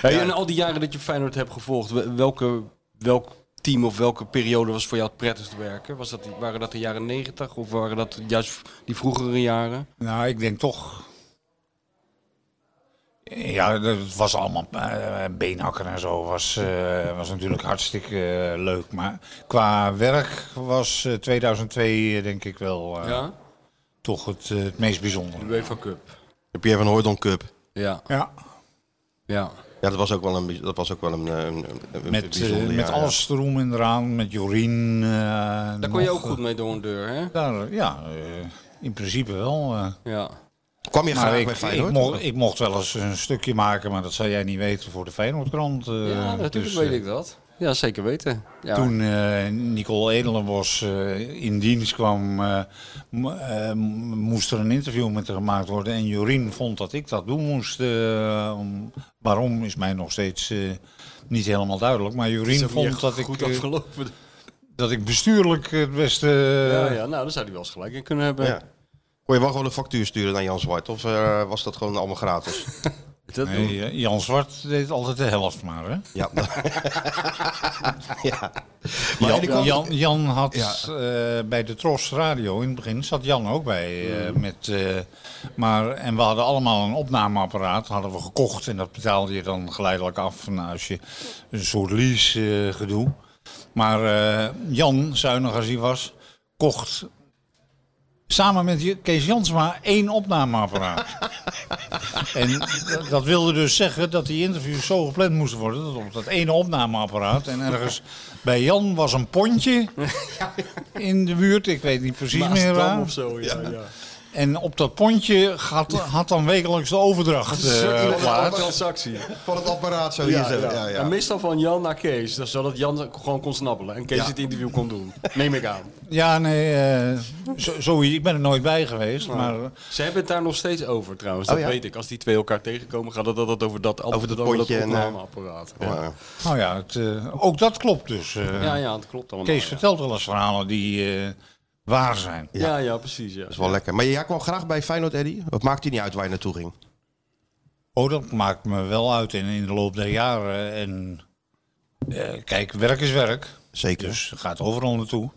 [SPEAKER 6] Hey, En al die jaren dat je Feyenoord hebt gevolgd, wel- welke, welk team of welke periode was voor jou het prettigst werken? Was dat, die- waren dat de jaren 90 of waren dat juist die vroegere jaren?
[SPEAKER 4] Nou, ik denk toch. Ja, dat was allemaal eh, beenhakken en zo. Was, eh, was natuurlijk hartstikke eh, leuk. Maar qua werk was eh, 2002 eh, denk ik wel eh,
[SPEAKER 6] Ja,
[SPEAKER 4] toch het, eh, het meest bijzondere.
[SPEAKER 6] UEFA Cup.
[SPEAKER 5] De Pierre van Hooydonk Cup.
[SPEAKER 6] Ja,
[SPEAKER 4] Ja,
[SPEAKER 6] ja.
[SPEAKER 5] Ja, dat was ook wel een, bij- dat was ook wel een, eh, een, een- een
[SPEAKER 4] met, eh,
[SPEAKER 5] bijzonder jaar,
[SPEAKER 4] met
[SPEAKER 5] ja.
[SPEAKER 4] alles erom en eraan. Met Jorien. eh,
[SPEAKER 6] Daar kon
[SPEAKER 4] nog,
[SPEAKER 6] je ook
[SPEAKER 4] eh,
[SPEAKER 6] goed mee door een deur, hè?
[SPEAKER 4] Daar, ja, eh, in principe wel. eh.
[SPEAKER 6] Ja.
[SPEAKER 5] Kwam je graag
[SPEAKER 4] Maar
[SPEAKER 5] bij
[SPEAKER 4] ik, ik,
[SPEAKER 5] Feyenoord?
[SPEAKER 4] mocht, ik mocht wel eens een stukje maken, maar dat zou jij niet weten voor de Feyenoordkrant. eh,
[SPEAKER 6] ja, natuurlijk
[SPEAKER 4] dus,
[SPEAKER 6] weet
[SPEAKER 4] eh,
[SPEAKER 6] ik dat. Ja, zeker weten. Ja.
[SPEAKER 4] Toen eh, Nicole Edelenbos eh, in dienst kwam, eh, m- eh, m- moest er een interview met haar gemaakt worden. En Jorien vond dat ik dat doen moest. eh, om- waarom is mij nog steeds eh, niet helemaal duidelijk. Maar Jorien vond dat ik,
[SPEAKER 6] goed
[SPEAKER 4] eh,
[SPEAKER 6] afgelopen.
[SPEAKER 4] dat ik bestuurlijk het beste... eh,
[SPEAKER 6] ja, ja, nou, daar zou hij wel eens gelijk in kunnen hebben.
[SPEAKER 5] Ja. Kon je wel gewoon een factuur sturen naar Jan Zwart? Of eh, was dat gewoon allemaal gratis?
[SPEAKER 6] Dat
[SPEAKER 4] Nee, eh, Jan Zwart deed altijd de helft maar. Hè?
[SPEAKER 5] ja. ja. Maar en
[SPEAKER 4] Jan,
[SPEAKER 5] ik kwam-
[SPEAKER 4] Jan, Jan had
[SPEAKER 5] Ja.
[SPEAKER 4] eh, bij de Tros Radio in het begin zat Jan ook bij. eh, met, eh, maar, en we hadden allemaal een opnameapparaat, hadden we gekocht. En dat betaalde je dan geleidelijk af nou, als je een soort lease eh, gedoe. Maar eh, Jan, zuinig als hij was, kocht samen met Je- Kees Jansma één opnameapparaat. En d- dat wilde dus zeggen dat die interviews zo gepland moesten worden. Dat op dat ene opnameapparaat. En ergens bij Jan was een pontje in de buurt. Ik weet niet precies meer waar.
[SPEAKER 6] of zo, ja. ja.
[SPEAKER 4] En op dat pontje had, had dan wekelijks de overdracht eh, plaats.
[SPEAKER 6] transactie.
[SPEAKER 5] Van het apparaat zo hier
[SPEAKER 6] Ja,
[SPEAKER 5] zo.
[SPEAKER 6] ja.
[SPEAKER 5] Ja, ja.
[SPEAKER 6] En meestal van Jan naar Kees, dus zodat Jan gewoon kon snabbelen en Kees
[SPEAKER 5] Ja.
[SPEAKER 6] het interview kon doen. Neem ik aan.
[SPEAKER 4] Ja, nee, eh, zo, zo- ik ben er nooit bij geweest. Maar eh,
[SPEAKER 6] Ze hebben het daar nog steeds over trouwens,
[SPEAKER 5] Oh,
[SPEAKER 6] dat
[SPEAKER 5] ja?
[SPEAKER 6] weet ik. Als die twee elkaar tegenkomen, gaat het altijd over dat,
[SPEAKER 5] Over dat pontje
[SPEAKER 6] dat
[SPEAKER 5] en, eh,
[SPEAKER 6] opnameapparaat. Ja.
[SPEAKER 5] Ja.
[SPEAKER 4] nou ja, het, eh, ook dat klopt dus. eh.
[SPEAKER 6] ja, ja, dat klopt allemaal.
[SPEAKER 4] Kees
[SPEAKER 6] ja.
[SPEAKER 4] vertelt wel eens verhalen die eh, waar zijn.
[SPEAKER 6] ja. ja, precies. Ja.
[SPEAKER 5] Dat is wel lekker. Maar jij kwam graag bij Feyenoord, Eddy? Wat maakt hij niet uit waar je naartoe ging?
[SPEAKER 4] Oh, dat maakt me wel uit in, in de loop der jaren. En eh, kijk, werk is werk.
[SPEAKER 5] Zeker.
[SPEAKER 4] Dus het gaat overal naartoe.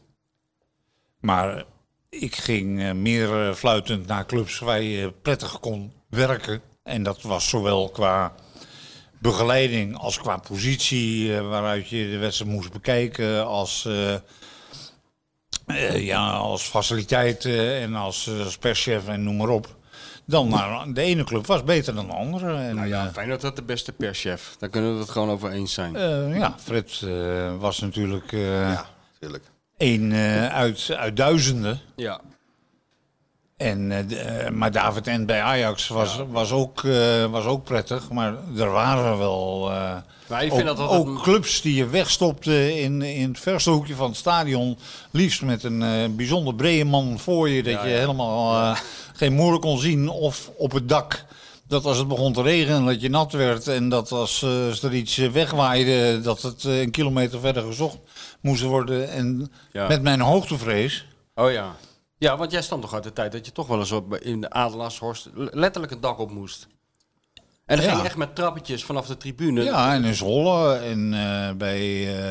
[SPEAKER 4] Maar ik ging eh, meer eh, fluitend naar clubs waar je prettig kon werken. En dat was zowel qua begeleiding als qua positie eh, waaruit je de wedstrijd moest bekijken. Als, eh, eh, ja, als faciliteiten en als, eh, als perschef en noem maar op. Dan naar de ene club was beter dan de andere. En, eh,
[SPEAKER 6] Fijn dat dat de beste perschef. Daar kunnen we het gewoon over eens zijn.
[SPEAKER 4] eh, ja, Fred eh, was natuurlijk eh
[SPEAKER 5] tuurlijk.
[SPEAKER 4] één eh, uit, uit duizenden.
[SPEAKER 6] ja.
[SPEAKER 4] En, eh, d- eh, maar David en bij Ajax was, was, ook, eh, was ook prettig. Maar er waren wel eh,
[SPEAKER 6] Maar ik
[SPEAKER 4] ook,
[SPEAKER 6] vind dat altijd-
[SPEAKER 4] ook clubs die je wegstopte in, in het verste hoekje van het stadion. Liefst met een eh, bijzonder brede man voor je. Dat je helemaal eh, geen moer kon zien. Of op het dak. Dat als het begon te regenen, dat je nat werd. En dat als, eh, als er iets eh, wegwaaide, dat het eh, een kilometer verder gezocht moest worden. En
[SPEAKER 6] Ja.
[SPEAKER 4] met mijn hoogtevrees.
[SPEAKER 6] Oh ja. Ja, want jij stond toch uit de tijd dat je toch wel eens op, in de Adelaarshorst letterlijk het dak op moest. En dan
[SPEAKER 4] Ja.
[SPEAKER 6] ging je echt met trappetjes vanaf de tribune.
[SPEAKER 4] Ja, en in Zwolle en eh, bij,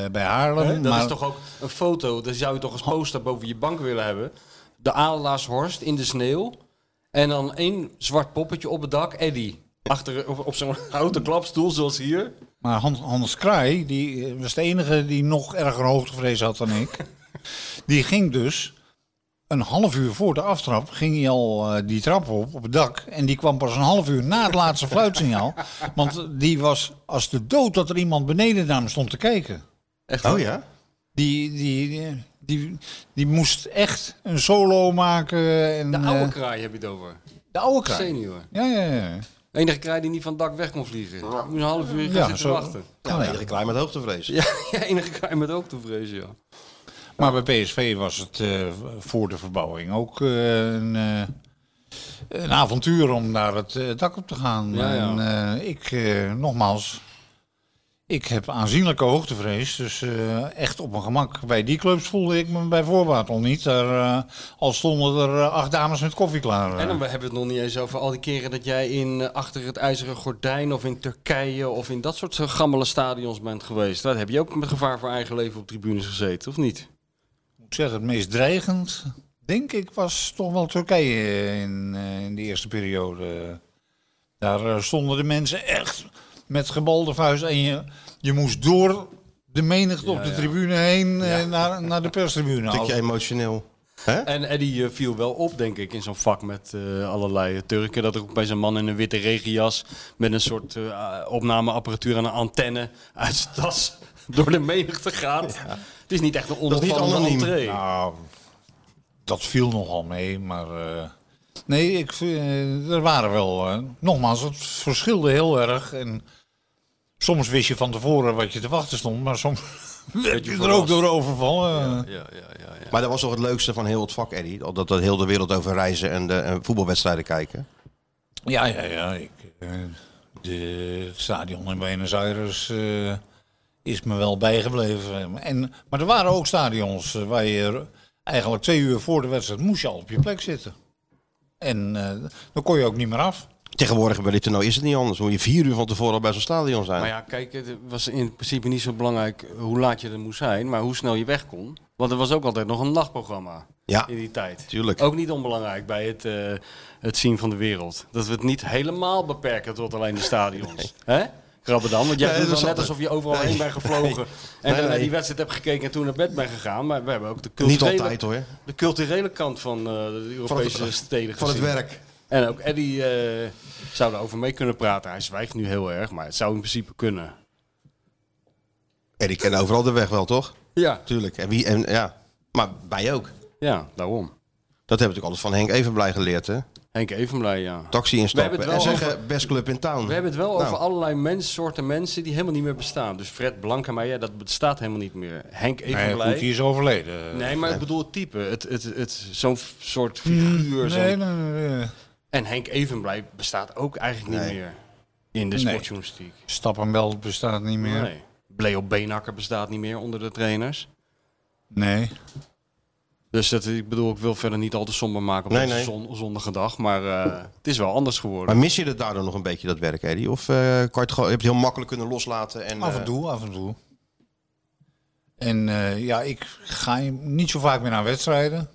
[SPEAKER 4] eh, bij Haarlem.
[SPEAKER 6] Hè? Hm, Dat
[SPEAKER 4] maar
[SPEAKER 6] is toch ook een foto, daar zou je toch als poster boven je bank willen hebben. De Adelaarshorst in de sneeuw. En dan één zwart poppetje op het dak, Eddy. Achter, op, op zo'n houten klapstoel zoals hier.
[SPEAKER 4] maar Hans, Hans Kraai die eh, was de enige die nog erger hoogtevrees had dan ik. die ging dus een half uur voor de aftrap ging hij al eh, die trap op, op het dak. En die kwam pas een half uur na het laatste fluitsignaal. Want die was als de dood dat er iemand beneden naar hem stond te kijken.
[SPEAKER 5] Oh ja?
[SPEAKER 4] Die, die, die, die, die moest echt een solo maken. En,
[SPEAKER 6] De oude
[SPEAKER 4] eh,
[SPEAKER 6] kraai heb je het over.
[SPEAKER 4] de oude kraai.
[SPEAKER 6] Senior.
[SPEAKER 4] Ja, ja, ja.
[SPEAKER 6] Enige kraai die niet van het dak weg kon vliegen. Moet een half uur gaan
[SPEAKER 4] Ja,
[SPEAKER 6] zitten
[SPEAKER 4] zo-
[SPEAKER 6] wachten.
[SPEAKER 4] Oh,
[SPEAKER 5] Ja, maar
[SPEAKER 4] ja.
[SPEAKER 5] iedere klein met hoogtevrees.
[SPEAKER 6] Ja, ja, enige kraai met ook te vrezen, ja.
[SPEAKER 4] Maar bij PSV was het eh, voor de verbouwing ook eh, een, eh, een avontuur om naar het eh, dak op te gaan.
[SPEAKER 6] Ja, ja.
[SPEAKER 4] En, eh, ik, eh, nogmaals, Ik heb aanzienlijke hoogtevrees, dus eh, echt op mijn gemak. Bij die clubs voelde ik me bij voorbaat al niet. Daar, eh, al stonden er eh, acht dames met koffie klaar. eh.
[SPEAKER 6] En dan hebben we het nog niet eens over al die keren dat jij in, eh, achter het ijzeren gordijn of in Turkije of in dat soort eh, gammele stadions bent geweest. Daar heb je ook met gevaar voor eigen leven op tribunes gezeten, of niet?
[SPEAKER 4] moet zeggen, het meest dreigend, denk ik, was toch wel Turkije in, eh, in de eerste periode. Daar eh, stonden de mensen echt met gebalde vuist. En je, je moest door de menigte op de tribune heen eh, naar, naar de perstribune.
[SPEAKER 5] Een stukje
[SPEAKER 4] Als-
[SPEAKER 5] emotioneel. Hè?
[SPEAKER 6] En Eddie eh, viel wel op, denk ik, in zo'n vak met eh, allerlei Turken. Dat er ook bij zijn man in een witte regenjas met een soort eh, opnameapparatuur en een antenne uit zijn tas door de menigte gaat. Het is niet echt een
[SPEAKER 5] is niet
[SPEAKER 6] onopvallende
[SPEAKER 5] anoniem.
[SPEAKER 6] entree.
[SPEAKER 4] Nou, dat viel nogal mee, maar... eh, nee, ik, v- eh, er waren wel... eh, nogmaals, het verschilde heel erg. En soms wist je van tevoren wat je te wachten stond, maar soms werd je er ook
[SPEAKER 6] verrast.
[SPEAKER 4] door overvallen.
[SPEAKER 6] Ja, ja, ja, ja.
[SPEAKER 5] Maar dat was toch het leukste van heel het vak, Eddie? Dat dat heel de wereld over reizen en, de, en voetbalwedstrijden kijken.
[SPEAKER 4] Ja, ja, ja. Ik, eh, de, het stadion in Buenos Aires eh, is me wel bijgebleven. En, maar er waren ook stadions eh, waar je eigenlijk twee uur voor de wedstrijd moest je al op je plek zitten. En eh, dan kon je ook niet meer af.
[SPEAKER 5] Tegenwoordig bij dit toernooi is het niet anders. Moet je vier uur van tevoren al bij zo'n stadion zijn.
[SPEAKER 6] Maar ja, kijk, het was in principe niet zo belangrijk hoe laat je er moest zijn, maar hoe snel je weg kon. Want er was ook altijd nog een nachtprogramma
[SPEAKER 5] Ja,
[SPEAKER 6] in die tijd.
[SPEAKER 5] tuurlijk.
[SPEAKER 6] Ook niet onbelangrijk bij het, eh, het zien van de wereld. Dat we het niet helemaal beperken tot alleen de stadions. Hè? Krabbedam, want jij
[SPEAKER 5] Nee, dat
[SPEAKER 6] doet wel
[SPEAKER 5] zat
[SPEAKER 6] net
[SPEAKER 5] er.
[SPEAKER 6] alsof je overal heen bent gevlogen. En
[SPEAKER 5] Nee,
[SPEAKER 6] dan naar
[SPEAKER 5] nee.
[SPEAKER 6] die wedstrijd hebt gekeken en toen naar bed bent gegaan. Maar we hebben ook de
[SPEAKER 5] Niet
[SPEAKER 6] culturele,
[SPEAKER 5] altijd hoor.
[SPEAKER 6] de culturele kant van eh, de Europese steden
[SPEAKER 5] Van het
[SPEAKER 6] gezien.
[SPEAKER 5] werk.
[SPEAKER 6] En ook Eddie eh, zou daarover mee kunnen praten. Hij zwijgt nu heel erg, maar het zou in principe kunnen.
[SPEAKER 5] En ik ken overal de weg wel, toch?
[SPEAKER 6] Ja.
[SPEAKER 5] Tuurlijk. En wie, en, ja. Maar wij ook.
[SPEAKER 6] Ja, daarom.
[SPEAKER 5] Dat heb ik natuurlijk altijd van Henk Evenblij geleerd, hè?
[SPEAKER 6] Henk Evenblij, ja.
[SPEAKER 5] Taxi
[SPEAKER 6] We
[SPEAKER 5] instappen
[SPEAKER 6] hebben
[SPEAKER 5] en
[SPEAKER 6] het wel
[SPEAKER 5] zeggen best club in town.
[SPEAKER 6] We hebben het wel
[SPEAKER 5] Nou,
[SPEAKER 6] over allerlei mens, soorten mensen die helemaal niet meer bestaan. Dus Fred Blankenmeijer, dat bestaat helemaal niet meer. Henk
[SPEAKER 4] Nee,
[SPEAKER 6] Evenblij.
[SPEAKER 4] goed,
[SPEAKER 6] Nee,
[SPEAKER 4] die is overleden.
[SPEAKER 6] maar ik bedoel het type. Het, het, het, zo'n f- soort figuur. zo'n-
[SPEAKER 4] nee, nee, nee, nee.
[SPEAKER 6] En Henk Evenblij bestaat ook eigenlijk niet
[SPEAKER 5] Nee.
[SPEAKER 6] meer in de
[SPEAKER 4] Nee.
[SPEAKER 6] sportjournalistiek.
[SPEAKER 4] Stappenbelt bestaat niet meer. Nee.
[SPEAKER 6] Nee. Leo Beenakker bestaat niet meer onder de trainers. Dus dat, ik bedoel, ik wil verder niet al te somber maken op
[SPEAKER 5] Nee,
[SPEAKER 6] deze
[SPEAKER 5] nee.
[SPEAKER 6] zon- zondige dag. Maar eh, het is wel anders geworden.
[SPEAKER 5] Maar mis je het daardoor nog een beetje, dat werk, Eddie? Of eh, kan je, het gewoon, heb je het heel makkelijk kunnen loslaten? En,
[SPEAKER 4] Af en
[SPEAKER 5] eh,
[SPEAKER 4] toe, af en toe. En eh, ja, ik ga niet zo vaak meer naar wedstrijden.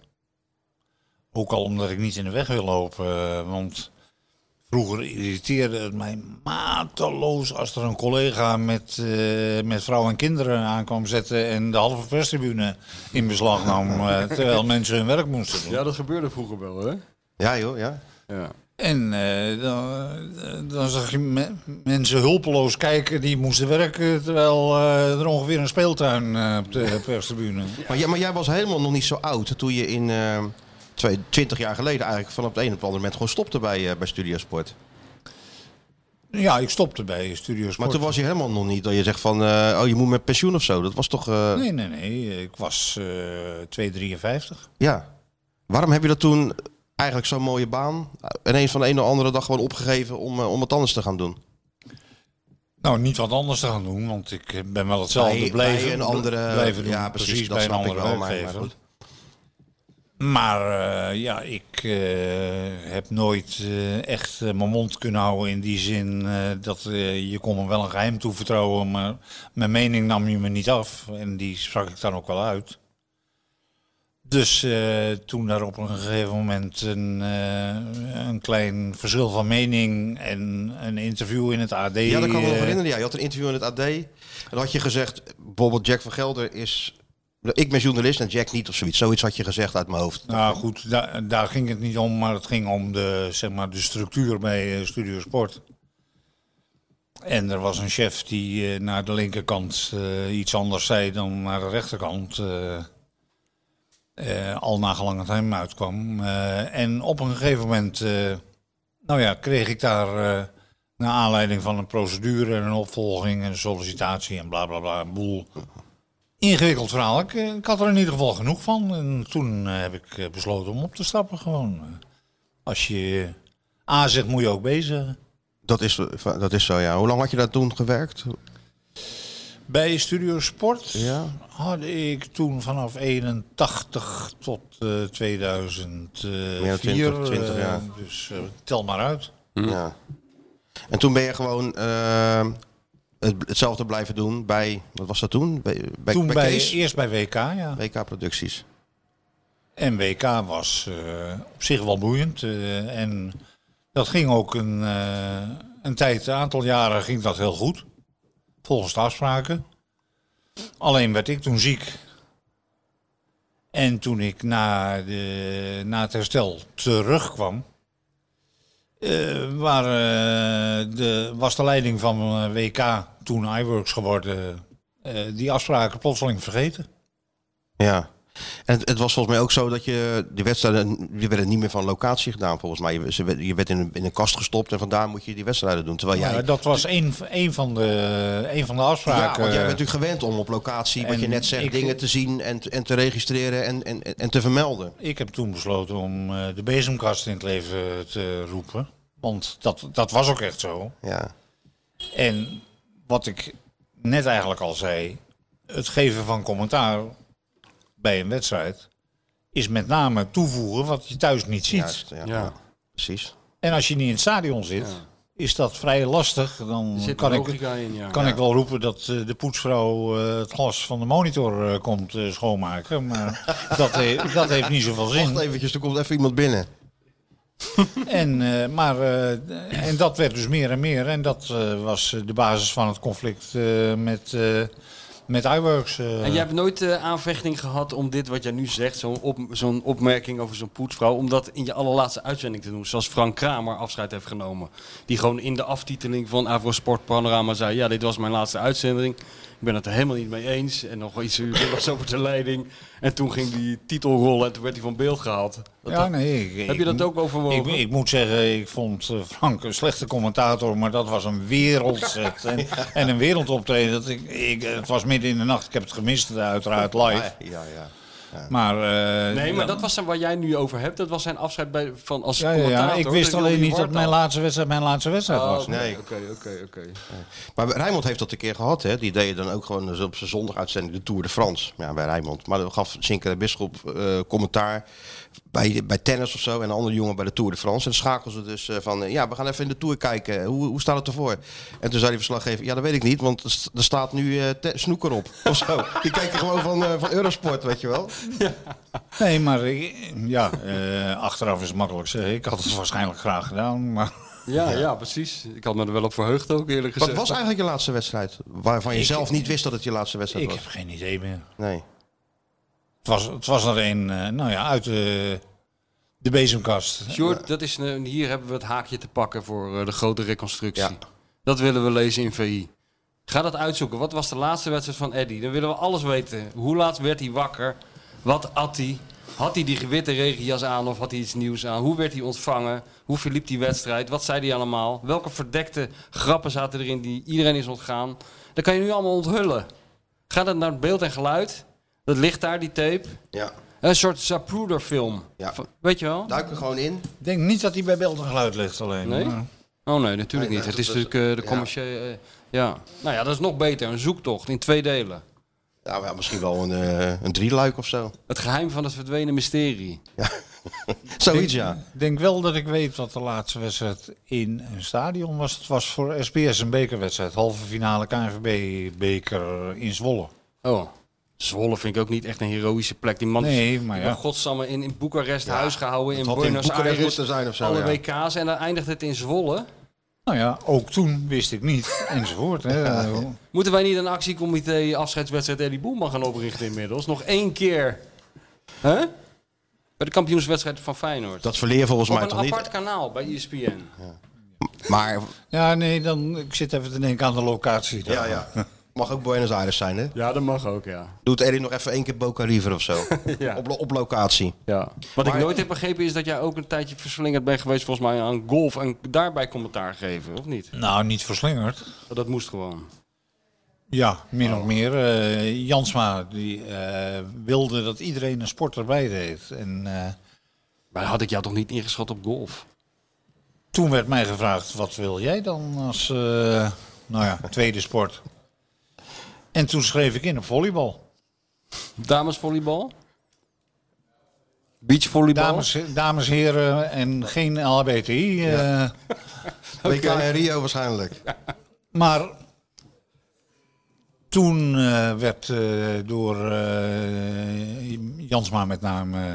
[SPEAKER 4] Ook al omdat ik niet in de weg wil lopen. eh, want vroeger irriteerde het mij mateloos als er een collega met, eh, met vrouw en kinderen aankwam zetten. en de halve perstribune in beslag nam. eh, terwijl mensen hun werk moesten doen.
[SPEAKER 6] Ja, dat gebeurde vroeger wel, hè?
[SPEAKER 5] Ja, joh, ja.
[SPEAKER 6] Ja.
[SPEAKER 4] En eh, dan, dan zag je me- mensen hulpeloos kijken die moesten werken terwijl eh, er ongeveer een speeltuin eh, op de perstribune.
[SPEAKER 5] Maar, jij, maar jij was helemaal nog niet zo oud toen je in eh, twee, 20 jaar geleden eigenlijk van op het een op het andere moment gewoon stopte bij, eh, bij Studiosport.
[SPEAKER 4] Ja, ik stopte bij Studio
[SPEAKER 5] Maar
[SPEAKER 4] Sport.
[SPEAKER 5] toen was je helemaal nog niet dat je zegt van, eh, oh je moet met pensioen of zo. Dat was toch, eh,
[SPEAKER 4] Nee, nee, nee. Ik was eh 2,53.
[SPEAKER 5] ja. Waarom heb je dat toen eigenlijk zo'n mooie baan eh, ineens van de een op de andere dag gewoon opgegeven om, eh, om wat anders te gaan doen?
[SPEAKER 4] Nou, niet wat anders te gaan doen, want ik eh, ben wel hetzelfde
[SPEAKER 5] Bij-
[SPEAKER 4] blijven,
[SPEAKER 5] bij een andere-
[SPEAKER 4] blijven doen.
[SPEAKER 5] ja, precies,
[SPEAKER 4] bij
[SPEAKER 5] dat
[SPEAKER 4] een
[SPEAKER 5] snap ik
[SPEAKER 4] andere
[SPEAKER 5] wel, maar-
[SPEAKER 4] werkgever.
[SPEAKER 5] maar goed.
[SPEAKER 4] Maar eh, ja, ik eh, heb nooit eh, echt eh, mijn mond kunnen houden in die zin eh, dat eh, je kon me wel een geheim toevertrouwen, maar mijn mening nam je me niet af en die sprak ik dan ook wel uit. Dus eh, toen daar op een gegeven moment een, eh, een klein verschil van mening en een interview in het AD.
[SPEAKER 5] Ja, dat kan ik me nog
[SPEAKER 4] eh,
[SPEAKER 5] herinneren. Ja, je had een interview in het AD. En dan had je gezegd, bijvoorbeeld Jack van Gelder is... Ik ben journalist en Jack niet of zoiets. Zoiets had je gezegd uit mijn hoofd.
[SPEAKER 4] Nou goed, da- daar ging het niet om, maar het ging om de, zeg maar, de structuur bij eh, Studio Sport. En er was een chef die eh, naar de linkerkant eh, iets anders zei dan naar de rechterkant. eh, eh, al nagelang het hem uitkwam. Eh, en op een gegeven moment, eh, nou ja, kreeg ik daar eh naar aanleiding van een procedure en een opvolging en een sollicitatie en bla bla bla, een boel. Ingewikkeld verhaal. Ik, eh, ik had er in ieder geval genoeg van. En toen eh, heb ik eh, besloten om op te stappen gewoon. Eh, Als je eh, A zegt, moet je ook B zeggen.
[SPEAKER 5] Dat is, dat is zo, ja. Hoe lang had je daar toen gewerkt?
[SPEAKER 4] Bij Studio Sport
[SPEAKER 5] Ja.
[SPEAKER 4] had ik toen vanaf 81 tot eh 2004.
[SPEAKER 5] Ja, 20, 20
[SPEAKER 4] eh,
[SPEAKER 5] jaar.
[SPEAKER 4] Dus eh, tel maar uit.
[SPEAKER 5] Ja. En toen ben je gewoon eh, het, hetzelfde blijven doen bij, wat was dat toen? Bij, bij,
[SPEAKER 4] toen
[SPEAKER 5] bij,
[SPEAKER 4] bij,
[SPEAKER 5] Kees?
[SPEAKER 4] eerst bij WK, ja.
[SPEAKER 5] WK Producties.
[SPEAKER 4] En WK was eh, op zich wel boeiend. eh, en dat ging ook een, eh, een tijd, een aantal jaren ging dat heel goed. Volgens de afspraken. Alleen werd ik toen ziek. En toen ik na, de, na het herstel terugkwam, eh, waren, eh, de, was de leiding van eh, WK, toen iWorks geworden, eh, die afspraken plotseling vergeten.
[SPEAKER 5] Ja. En het, het was volgens mij ook zo dat je die wedstrijden, die werden niet meer van locatie gedaan volgens mij. Je, ze werd- je werd in een, in een kast gestopt en vandaar moet je die wedstrijden doen. Terwijl
[SPEAKER 4] Ja,
[SPEAKER 5] jij,
[SPEAKER 4] dat was een, een, van de, een van de
[SPEAKER 5] ja,
[SPEAKER 4] afspraken.
[SPEAKER 5] want jij bent natuurlijk gewend om op locatie, wat
[SPEAKER 4] eh, en
[SPEAKER 5] je net zegt,
[SPEAKER 4] ik-
[SPEAKER 5] dingen te zien en, te- en te registreren en, en, en te vermelden.
[SPEAKER 4] Ik heb toen besloten om eh, de bezemkast in het leven te roepen. Want dat, dat was ook echt zo.
[SPEAKER 5] Ja.
[SPEAKER 4] En wat ik net eigenlijk al zei, het geven van commentaar bij een wedstrijd is met name toevoegen wat je thuis niet ziet.
[SPEAKER 5] Juist, ja, ja. precies.
[SPEAKER 4] En als je niet in het stadion zit, is dat vrij lastig. Dan
[SPEAKER 6] Er zit
[SPEAKER 4] kan ik,
[SPEAKER 6] logica in, ja.
[SPEAKER 4] kan ik wel roepen dat eh, de poetsvrouw eh, het glas van de monitor eh, komt eh, schoonmaken. Maar dat, he- dat heeft niet zoveel
[SPEAKER 5] Wacht
[SPEAKER 4] zin.
[SPEAKER 5] eventjes, er komt even iemand binnen.
[SPEAKER 4] En, eh, maar, eh, en dat werd dus meer en meer. En dat eh, was eh, de basis van het conflict eh, met, eh met iWorks. eh.
[SPEAKER 6] En jij hebt nooit eh, aanvechting gehad om dit wat jij nu zegt, zo'n op, zo'n opmerking over zo'n poetsvrouw, om dat in je allerlaatste uitzending te doen. Zoals Frank Kramer afscheid heeft genomen. Die gewoon in de aftiteling van Avrosport Panorama zei, ja dit was mijn laatste uitzending. Ik ben het er helemaal niet mee eens. En nog iets uur was over de leiding. En toen ging die titel rollen en toen werd hij van beeld gehaald. Dat-
[SPEAKER 4] ja, nee, ik-
[SPEAKER 6] heb
[SPEAKER 4] ik-
[SPEAKER 6] je dat ook
[SPEAKER 4] Ik,
[SPEAKER 6] overwogen?
[SPEAKER 4] ik moet zeggen, ik vond eh, Frank een slechte commentator, maar dat was een wereldzet en, en een wereldoptreden. Dat ik, ik, het was midden in de nacht, ik heb het gemist eh, uiteraard live.
[SPEAKER 5] Ja, ja.
[SPEAKER 4] Maar, eh,
[SPEAKER 6] Nee, maar
[SPEAKER 4] ja,
[SPEAKER 6] dat was dan waar jij nu over hebt. Dat was zijn afscheid bij, van als
[SPEAKER 4] ja, ja,
[SPEAKER 6] commentator.
[SPEAKER 4] ja, ik wist
[SPEAKER 6] door
[SPEAKER 4] alleen
[SPEAKER 6] Jordi
[SPEAKER 4] niet dat mijn
[SPEAKER 6] Wartaal.
[SPEAKER 4] laatste wedstrijd mijn laatste wedstrijd
[SPEAKER 6] Oh,
[SPEAKER 4] was.
[SPEAKER 6] oké,
[SPEAKER 5] Nee.
[SPEAKER 6] Oké, oké, oké.
[SPEAKER 5] Maar Rijmond heeft dat een keer gehad. Hè? Die deed dan ook gewoon dus op zijn zondaguitzending de Tour de France. Ja, bij Rijmond. Maar dan gaf Zinker de Bisschop eh, commentaar bij, bij tennis of zo. En een andere jongen bij de Tour de France. En dan schakelden ze dus eh, van... eh, ja, we gaan even in de Tour kijken. Hoe, hoe staat het ervoor? En toen zei die verslaggever... Ja, dat weet ik niet. Want er st- er staat nu eh, te- snoeker op. Of zo. Die kijken gewoon van, eh, van Eurosport, weet je wel.
[SPEAKER 4] Dus, Nee, maar ik- ja, eh, achteraf is het makkelijk zeggen. Ik had het waarschijnlijk graag gedaan, maar
[SPEAKER 6] Ja, ja, precies. Ik had me er wel op verheugd ook eerlijk
[SPEAKER 5] Wat
[SPEAKER 6] gezegd.
[SPEAKER 5] was eigenlijk je laatste wedstrijd? Waarvan je
[SPEAKER 4] eh, Ik-
[SPEAKER 5] zelf niet wist dat het je laatste wedstrijd
[SPEAKER 4] ik
[SPEAKER 5] was.
[SPEAKER 4] heb geen idee meer.
[SPEAKER 5] Nee.
[SPEAKER 4] Het was, het was er een, eh, nou ja, uit de, de bezemkast.
[SPEAKER 6] Sjoerd, dat is een, hier hebben we het haakje te pakken voor eh, de grote reconstructie.
[SPEAKER 5] Ja.
[SPEAKER 6] Dat willen we lezen in VI. Ga dat uitzoeken. Wat was de laatste wedstrijd van Eddy? Dan willen we alles weten. Hoe laat werd hij wakker? Wat at hij? Had hij die gewitte regenjas aan of had hij iets nieuws aan? Hoe werd hij ontvangen? Hoe verliep die wedstrijd? Wat zei hij allemaal? Welke verdekte grappen zaten erin die iedereen is ontgaan? Dat kan je nu allemaal onthullen. Ga dan naar het beeld en geluid. Dat ligt daar, die tape.
[SPEAKER 5] Ja.
[SPEAKER 6] Een soort Zapruder film.
[SPEAKER 5] Ja.
[SPEAKER 6] Weet je wel?
[SPEAKER 5] Duik er gewoon in.
[SPEAKER 4] Ik denk niet dat hij bij beeld en geluid ligt alleen.
[SPEAKER 6] Nee?
[SPEAKER 4] maar-
[SPEAKER 6] Oh nee, natuurlijk
[SPEAKER 5] Nee,
[SPEAKER 6] niet.
[SPEAKER 5] dat-
[SPEAKER 6] Het is
[SPEAKER 5] dat-
[SPEAKER 6] natuurlijk eh, de
[SPEAKER 5] ja.
[SPEAKER 6] commerciële. eh, ja. Nou ja, dat is nog beter. Een zoektocht in twee delen.
[SPEAKER 5] Nou ja, misschien wel een, eh, een drieluik of zo.
[SPEAKER 6] Het geheim van het verdwenen mysterie.
[SPEAKER 5] Zoiets, ja.
[SPEAKER 4] Ik denk wel dat ik weet wat de laatste wedstrijd in een stadion was. Het was voor SBS een bekerwedstrijd. Halve finale KNVB-beker in Zwolle.
[SPEAKER 6] Oh. Zwolle vind ik ook niet echt een heroïsche plek. Die man
[SPEAKER 4] Nee,
[SPEAKER 6] is
[SPEAKER 4] maar
[SPEAKER 6] die werd
[SPEAKER 4] ja.
[SPEAKER 6] godsamme in, in Boekarest huisgehouden. In
[SPEAKER 5] had in
[SPEAKER 6] Buenos
[SPEAKER 5] Boekarest
[SPEAKER 6] Aires.
[SPEAKER 5] moeten zijn of zo,
[SPEAKER 6] alle
[SPEAKER 5] ja.
[SPEAKER 6] WK's. En dan eindigt het in Zwolle.
[SPEAKER 4] Nou ja, ook toen wist ik niet. Enzovoort. Hè.
[SPEAKER 6] Moeten wij niet een actiecomité afscheidswedstrijd Eddie Boelman gaan oprichten inmiddels? Nog één keer. Hè? Bij de kampioenswedstrijd van Feyenoord.
[SPEAKER 5] Dat verleer volgens
[SPEAKER 6] Op
[SPEAKER 5] mij
[SPEAKER 6] een
[SPEAKER 5] toch
[SPEAKER 6] apart
[SPEAKER 5] niet.
[SPEAKER 6] kanaal bij E ESPN.
[SPEAKER 5] Maar
[SPEAKER 4] Ja, nee, dan, ik zit even te denken aan de locatie. dan.
[SPEAKER 5] ja, ja. Mag ook Buenos Aires zijn, hè?
[SPEAKER 6] Ja, dat mag ook, ja.
[SPEAKER 5] Doet Eddie nog even één keer Boca River of zo.
[SPEAKER 6] Ja.
[SPEAKER 5] op, lo- op locatie.
[SPEAKER 6] Ja. Wat ik nooit heb begrepen is dat jij ook een tijdje verslingerd bent geweest volgens mij aan golf en daarbij commentaar geven, of niet?
[SPEAKER 4] Nou, niet verslingerd.
[SPEAKER 6] Dat moest gewoon.
[SPEAKER 4] Ja, Oh. min of meer. Eh, Jansma die, eh, wilde dat iedereen een sport erbij deed. En eh,
[SPEAKER 6] Maar had ik jou toch niet ingeschat op golf?
[SPEAKER 4] toen werd mij gevraagd, wat wil jij dan als eh, nou ja, tweede sport? En toen schreef ik in op volleybal.
[SPEAKER 6] Damesvolleybal? Beachvolleybal?
[SPEAKER 4] Dames, dames, heren en geen LHBTI. eh,
[SPEAKER 5] WK in Rio waarschijnlijk.
[SPEAKER 4] Maar toen eh, werd eh, door eh, Jansma met name eh,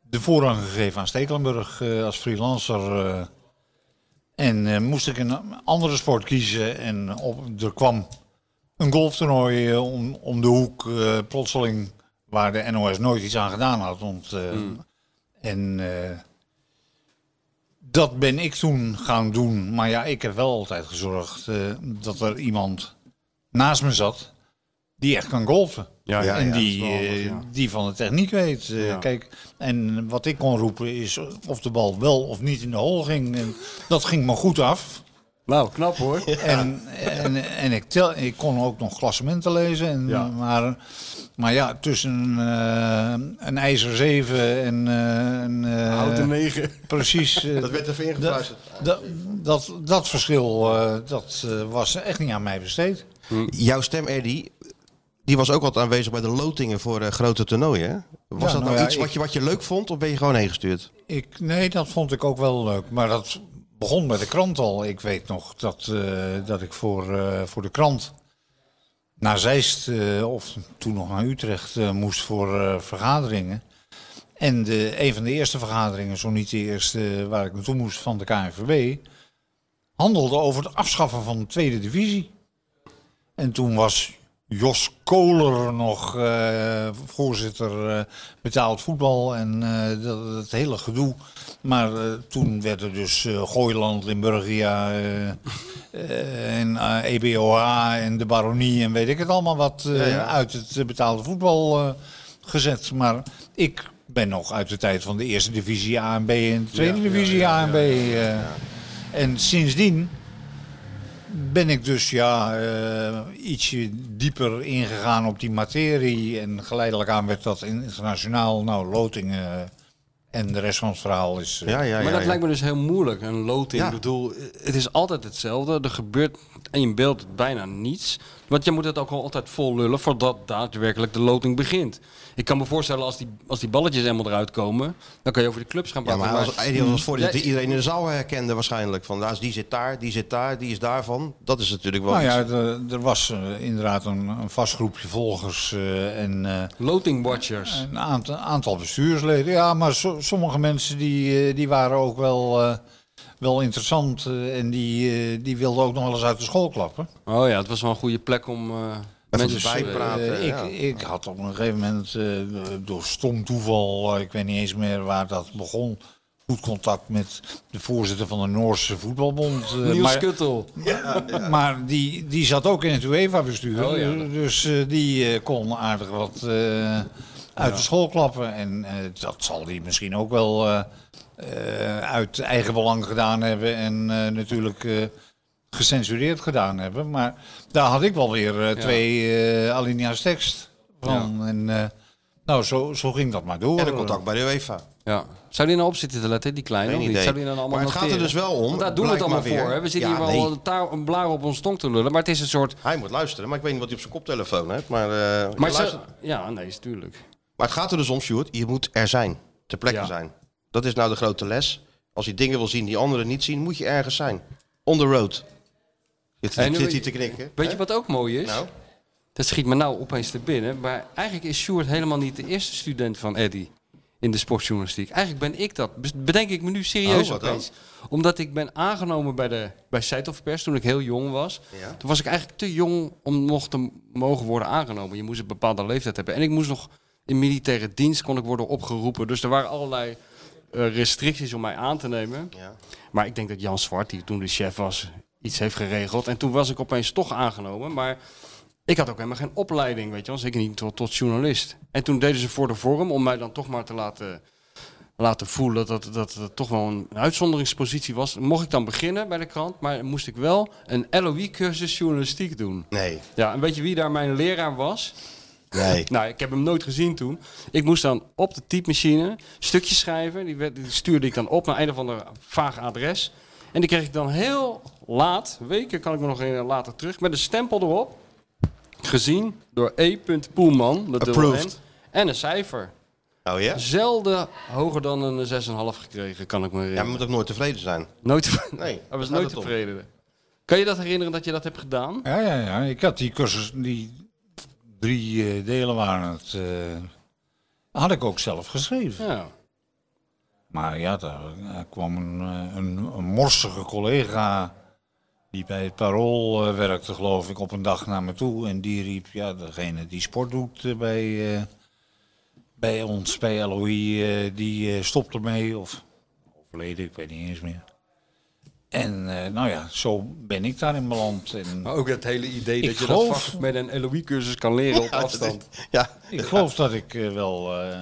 [SPEAKER 4] de voorrang gegeven aan Stekelenburg eh, als freelancer. eh. en eh, moest ik een andere sport kiezen. En op, er kwam een golftoernooi eh, om, om de hoek eh, plotseling. Waar de NOS nooit iets aan gedaan had. Want, eh, En eh, dat ben ik toen gaan doen. Maar ja, ik heb wel altijd gezorgd eh, dat er iemand naast me zat die echt kan golfen.
[SPEAKER 6] Ja, ja,
[SPEAKER 4] en
[SPEAKER 5] ja,
[SPEAKER 4] die,
[SPEAKER 6] dat is wel handig,
[SPEAKER 4] eh,
[SPEAKER 6] ja.
[SPEAKER 4] die van de techniek weet. Eh,
[SPEAKER 6] Ja.
[SPEAKER 4] Kijk, en wat ik kon roepen is of de bal wel of niet in de hol ging. En dat ging me goed af.
[SPEAKER 6] Nou, knap hoor.
[SPEAKER 4] En, en, en ik, tel, ik kon ook nog klassementen lezen. En,
[SPEAKER 6] Ja.
[SPEAKER 4] Maar, maar ja, tussen eh, een ijzer 7 en eh, een... eh,
[SPEAKER 6] Houten negen.
[SPEAKER 4] Precies. eh,
[SPEAKER 5] Dat werd even ingefluisterd.
[SPEAKER 4] dat, dat, dat verschil eh, dat, eh, was echt niet aan mij besteed.
[SPEAKER 5] Hm. Jouw stem, Eddy, die was ook altijd aanwezig bij de lotingen voor eh, grote toernooien. hè? Was
[SPEAKER 4] Ja,
[SPEAKER 5] dat nou
[SPEAKER 4] nou ja,
[SPEAKER 5] iets wat,
[SPEAKER 4] ik-
[SPEAKER 5] je, wat je leuk vond of ben je gewoon heen gestuurd?
[SPEAKER 4] Ik, nee, dat vond ik ook wel leuk. Maar dat begon met de krant al. Ik weet nog dat, eh, dat ik voor, eh, voor de krant naar Zeist eh, of toen nog naar Utrecht eh, moest voor eh, vergaderingen. En de, een van de eerste vergaderingen, zo niet de eerste eh, waar ik naartoe moest van de KNVB, handelde over het afschaffen van de tweede divisie. En toen was Jos Koler nog eh, voorzitter eh, betaald voetbal en eh, dat, dat hele gedoe. Maar eh, toen werden dus eh Gooiland, Limburgia eh, eh, en eh, EBOA en de Baronie en weet ik het allemaal wat eh, uit het eh, betaalde voetbal eh, gezet. Maar ik ben nog uit de tijd van de eerste divisie A en B en de tweede divisie A en B. eh. En sindsdien ben ik dus ja, eh, ietsje dieper ingegaan op die materie. En geleidelijk aan werd dat internationaal. Nou, Lotingen en de rest van het verhaal is... eh,
[SPEAKER 5] Ja, ja, ja.
[SPEAKER 6] maar dat
[SPEAKER 5] ja.
[SPEAKER 6] lijkt me dus heel moeilijk, een loting.
[SPEAKER 5] Ja.
[SPEAKER 6] Ik bedoel, het is altijd hetzelfde. Er gebeurt in je beeld bijna niets. Want je moet het ook wel altijd vol lullen voordat daadwerkelijk de loting begint. Ik kan me voorstellen, als die, als die balletjes helemaal eruit komen, dan kan je over de clubs gaan
[SPEAKER 5] Ja,
[SPEAKER 6] praten.
[SPEAKER 5] maar als, Eddy had als voordeel dat
[SPEAKER 6] Nee.
[SPEAKER 5] iedereen in de zaal herkende waarschijnlijk. Van, daar is- die zit daar, die zit daar, die is daarvan. Dat is natuurlijk wel
[SPEAKER 4] Nou
[SPEAKER 5] iets.
[SPEAKER 4] ja, de- er was eh, inderdaad een, een vast groepje volgers eh, en eh,
[SPEAKER 6] Loting watchers.
[SPEAKER 4] een aantal, aantal bestuursleden. Ja, maar so- sommige mensen die, eh, die waren ook wel, eh, wel interessant eh, en die, eh, die wilden ook nog wel eens uit de school klappen.
[SPEAKER 6] Oh ja, het was wel een goede plek om eh, mensen te
[SPEAKER 5] bijpraten.
[SPEAKER 6] weten.
[SPEAKER 5] Dus praten,
[SPEAKER 4] Eh, ik,
[SPEAKER 5] ja.
[SPEAKER 4] ik had op een gegeven moment eh, door stom toeval, eh, ik weet niet eens meer waar dat begon, goed contact met de voorzitter van de Noorse voetbalbond. eh,
[SPEAKER 6] Niels
[SPEAKER 4] maar,
[SPEAKER 6] Kuttel.
[SPEAKER 4] maar die, die zat ook in het UEFA-bestuur,
[SPEAKER 6] Oh, ja.
[SPEAKER 4] dus eh, die eh, kon aardig wat eh, uit de school klappen. En eh, dat zal die misschien ook wel eh, eh, uit eigen belang gedaan hebben en eh, natuurlijk... eh, gecensureerd gedaan hebben. Maar daar had ik wel weer eh, twee eh alinea's tekst van. En, eh, nou, zo, zo ging dat maar door.
[SPEAKER 5] En een contact bij de UEFA.
[SPEAKER 6] Ja. Zou die nou op zitten te letten, die kleine?
[SPEAKER 5] Geen
[SPEAKER 6] of niet?
[SPEAKER 5] idee.
[SPEAKER 6] Zou die dan allemaal
[SPEAKER 5] Maar het gaat er
[SPEAKER 6] noteren?
[SPEAKER 5] dus wel om,
[SPEAKER 6] Want daar doen we het allemaal
[SPEAKER 5] blijkbaar
[SPEAKER 6] voor.
[SPEAKER 5] weer.
[SPEAKER 6] Hè? We zitten
[SPEAKER 5] Ja,
[SPEAKER 6] hier
[SPEAKER 5] nee.
[SPEAKER 6] wel een, taal, een blaar op ons tong te lullen. Maar het is een soort...
[SPEAKER 5] Hij moet luisteren, maar ik weet niet wat hij op zijn koptelefoon heeft. Maar, eh, je
[SPEAKER 6] Maar ze-
[SPEAKER 5] luistert-
[SPEAKER 6] ja, nee, is tuurlijk.
[SPEAKER 5] maar het gaat er dus om, Sjoerd. Je moet er zijn. Ter plekke
[SPEAKER 6] Ja.
[SPEAKER 5] zijn. Dat is nou de grote les. Als je dingen wil zien die anderen niet zien, moet je ergens zijn. On the road. Zit,
[SPEAKER 6] En nu-
[SPEAKER 5] zit hij te knikken.
[SPEAKER 6] Weet
[SPEAKER 5] hè?
[SPEAKER 6] je wat ook mooi is?
[SPEAKER 5] Nou,
[SPEAKER 6] Dat schiet me nou opeens te binnen. Maar eigenlijk is Sjoerd helemaal niet de eerste student van Eddy in de sportjournalistiek. Eigenlijk ben ik dat. Bes- Bedenk ik me nu serieus
[SPEAKER 5] Oh, wat dan?
[SPEAKER 6] opeens. Omdat ik ben aangenomen bij, de, bij Seidhoff Pers toen ik heel jong was.
[SPEAKER 5] Ja.
[SPEAKER 6] Toen was ik eigenlijk te jong om nog te m- mogen worden aangenomen. Je moest een bepaalde leeftijd hebben. En ik moest nog in militaire dienst kon ik worden opgeroepen. Dus er waren allerlei eh, restricties om mij aan te nemen.
[SPEAKER 5] ja.
[SPEAKER 6] Maar ik denk dat Jan Zwart, die toen de chef was, iets heeft geregeld. En toen was ik opeens toch aangenomen. Maar ik had ook helemaal geen opleiding, weet je wel. Zeker niet tot, tot journalist. En toen deden ze voor de vorm om mij dan toch maar te laten, laten voelen dat, dat, dat het toch wel een, uitzonderingspositie was. Mocht ik dan beginnen bij de krant, maar moest ik wel een LOI-cursus journalistiek doen.
[SPEAKER 5] Nee,
[SPEAKER 6] Ja, en weet je wie daar mijn leraar was?
[SPEAKER 5] nee.
[SPEAKER 6] Nou, ik heb hem nooit gezien toen. Ik moest dan op de typemachine stukjes schrijven. Die, werd, die stuurde ik dan op naar een of ander vaag adres. En die kreeg ik dan heel laat, weken kan ik me nog herinneren, later terug, met een stempel erop. gezien door E. Poelman. dat dubbel
[SPEAKER 5] Approved.
[SPEAKER 6] M, En een cijfer.
[SPEAKER 5] Oh ja?
[SPEAKER 6] Zelden hoger dan een 6,5 gekregen, kan ik me
[SPEAKER 5] Ja,
[SPEAKER 6] herinneren.
[SPEAKER 5] maar je moet ook nooit tevreden zijn.
[SPEAKER 6] Nooit tevreden.
[SPEAKER 5] Nee,
[SPEAKER 6] Hij was
[SPEAKER 5] daar gaat
[SPEAKER 6] nooit
[SPEAKER 5] het om.
[SPEAKER 6] tevreden. Kan je dat herinneren dat je dat hebt gedaan?
[SPEAKER 4] Ja, ja, ja. Ik had die cursus, die drie eh, delen waren het. eh, had ik ook zelf geschreven.
[SPEAKER 6] Ja.
[SPEAKER 4] Maar ja, daar eh, kwam een, eh, een, een morsige collega. Die bij het Parool eh, werkte, geloof ik, op een dag naar me toe. En die riep, ja, degene die sport doet eh, bij, eh, bij ons, bij LOI, eh, die eh, stopt ermee. Of overleden, ik weet niet eens meer. En eh, nou ja, zo ben ik daarin beland. En
[SPEAKER 6] Maar ook dat hele idee
[SPEAKER 4] Ik
[SPEAKER 6] dat je dat
[SPEAKER 4] geloof-
[SPEAKER 6] vak met een LOE-cursus kan leren op afstand.
[SPEAKER 5] Ja,
[SPEAKER 4] Ik geloof dat ik eh, wel eh, eh,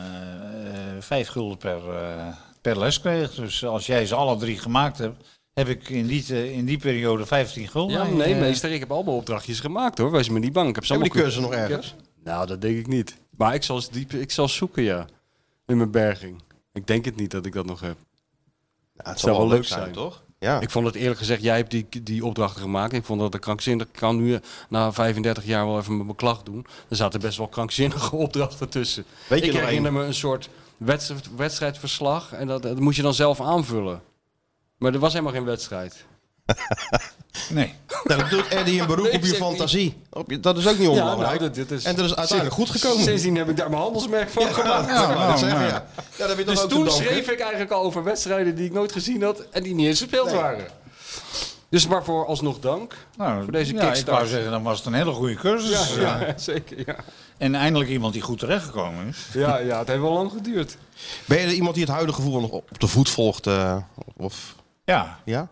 [SPEAKER 4] vijf gulden per, eh, per les kreeg. Dus als jij ze alle drie gemaakt hebt, heb ik in die, eh, in die periode 15 gulden.
[SPEAKER 6] Ja, nee,
[SPEAKER 4] Eh,
[SPEAKER 6] meester, ik heb allemaal opdrachtjes gemaakt hoor. Wees me niet bang. Ik heb ze
[SPEAKER 5] hebben
[SPEAKER 6] allemaal
[SPEAKER 5] die cursus nog
[SPEAKER 6] kunnen-
[SPEAKER 5] ergens?
[SPEAKER 6] Ik heb- Nou, dat denk ik niet. Maar ik zal, ze diep, ik zal zoeken, ja. In mijn berging. Ik denk het niet dat ik dat nog heb.
[SPEAKER 5] Ja, het
[SPEAKER 6] Zou
[SPEAKER 5] zou
[SPEAKER 6] wel
[SPEAKER 5] wel
[SPEAKER 6] leuk
[SPEAKER 5] leuk zijn,
[SPEAKER 6] zijn.
[SPEAKER 5] toch? Ja.
[SPEAKER 6] Ik vond het eerlijk gezegd, jij hebt die, die opdrachten gemaakt. Ik vond dat een krankzinnig. Ik kan nu eh, na 35 jaar wel even mijn beklag doen. Er zaten best wel krankzinnige opdrachten tussen.
[SPEAKER 5] Weet je
[SPEAKER 6] ik
[SPEAKER 5] nog
[SPEAKER 6] herinner me een soort wedstrijd, wedstrijdverslag. En dat, dat moest je dan zelf aanvullen. Maar er was helemaal geen wedstrijd.
[SPEAKER 4] nee.
[SPEAKER 5] Nou, dat doet Eddie een beroep
[SPEAKER 6] Nee,
[SPEAKER 5] op je
[SPEAKER 6] zeg niet.
[SPEAKER 5] fantasie. Op je, dat is ook niet onbelangrijk.
[SPEAKER 6] nou, dat- dit is-
[SPEAKER 5] En dat is uiteindelijk goed gekomen.
[SPEAKER 6] Sindsdien heb ik daar mijn handelsmerk van gemaakt.
[SPEAKER 5] Ja, ik wou dat
[SPEAKER 4] nou,
[SPEAKER 5] zeggen,
[SPEAKER 4] nou.
[SPEAKER 5] ja. Ja, dat heb je toch
[SPEAKER 6] Dus
[SPEAKER 5] ook te
[SPEAKER 6] toen
[SPEAKER 5] danken?
[SPEAKER 6] schreef ik eigenlijk al over wedstrijden die ik nooit gezien had en die niet eens gespeeld waren. Dus waarvoor alsnog dank.
[SPEAKER 4] Nou,
[SPEAKER 6] Voor deze
[SPEAKER 4] ja, ik
[SPEAKER 6] kickstart.
[SPEAKER 4] wou zeggen, dan was het een hele goede cursus. Ja.
[SPEAKER 6] zeker. Ja.
[SPEAKER 4] En eindelijk iemand die goed terechtgekomen is.
[SPEAKER 6] Ja, ja, het heeft wel lang geduurd.
[SPEAKER 5] Ben je er iemand die het huidige gevoel nog op de voet volgt? eh, of,
[SPEAKER 4] Ja,
[SPEAKER 5] ja?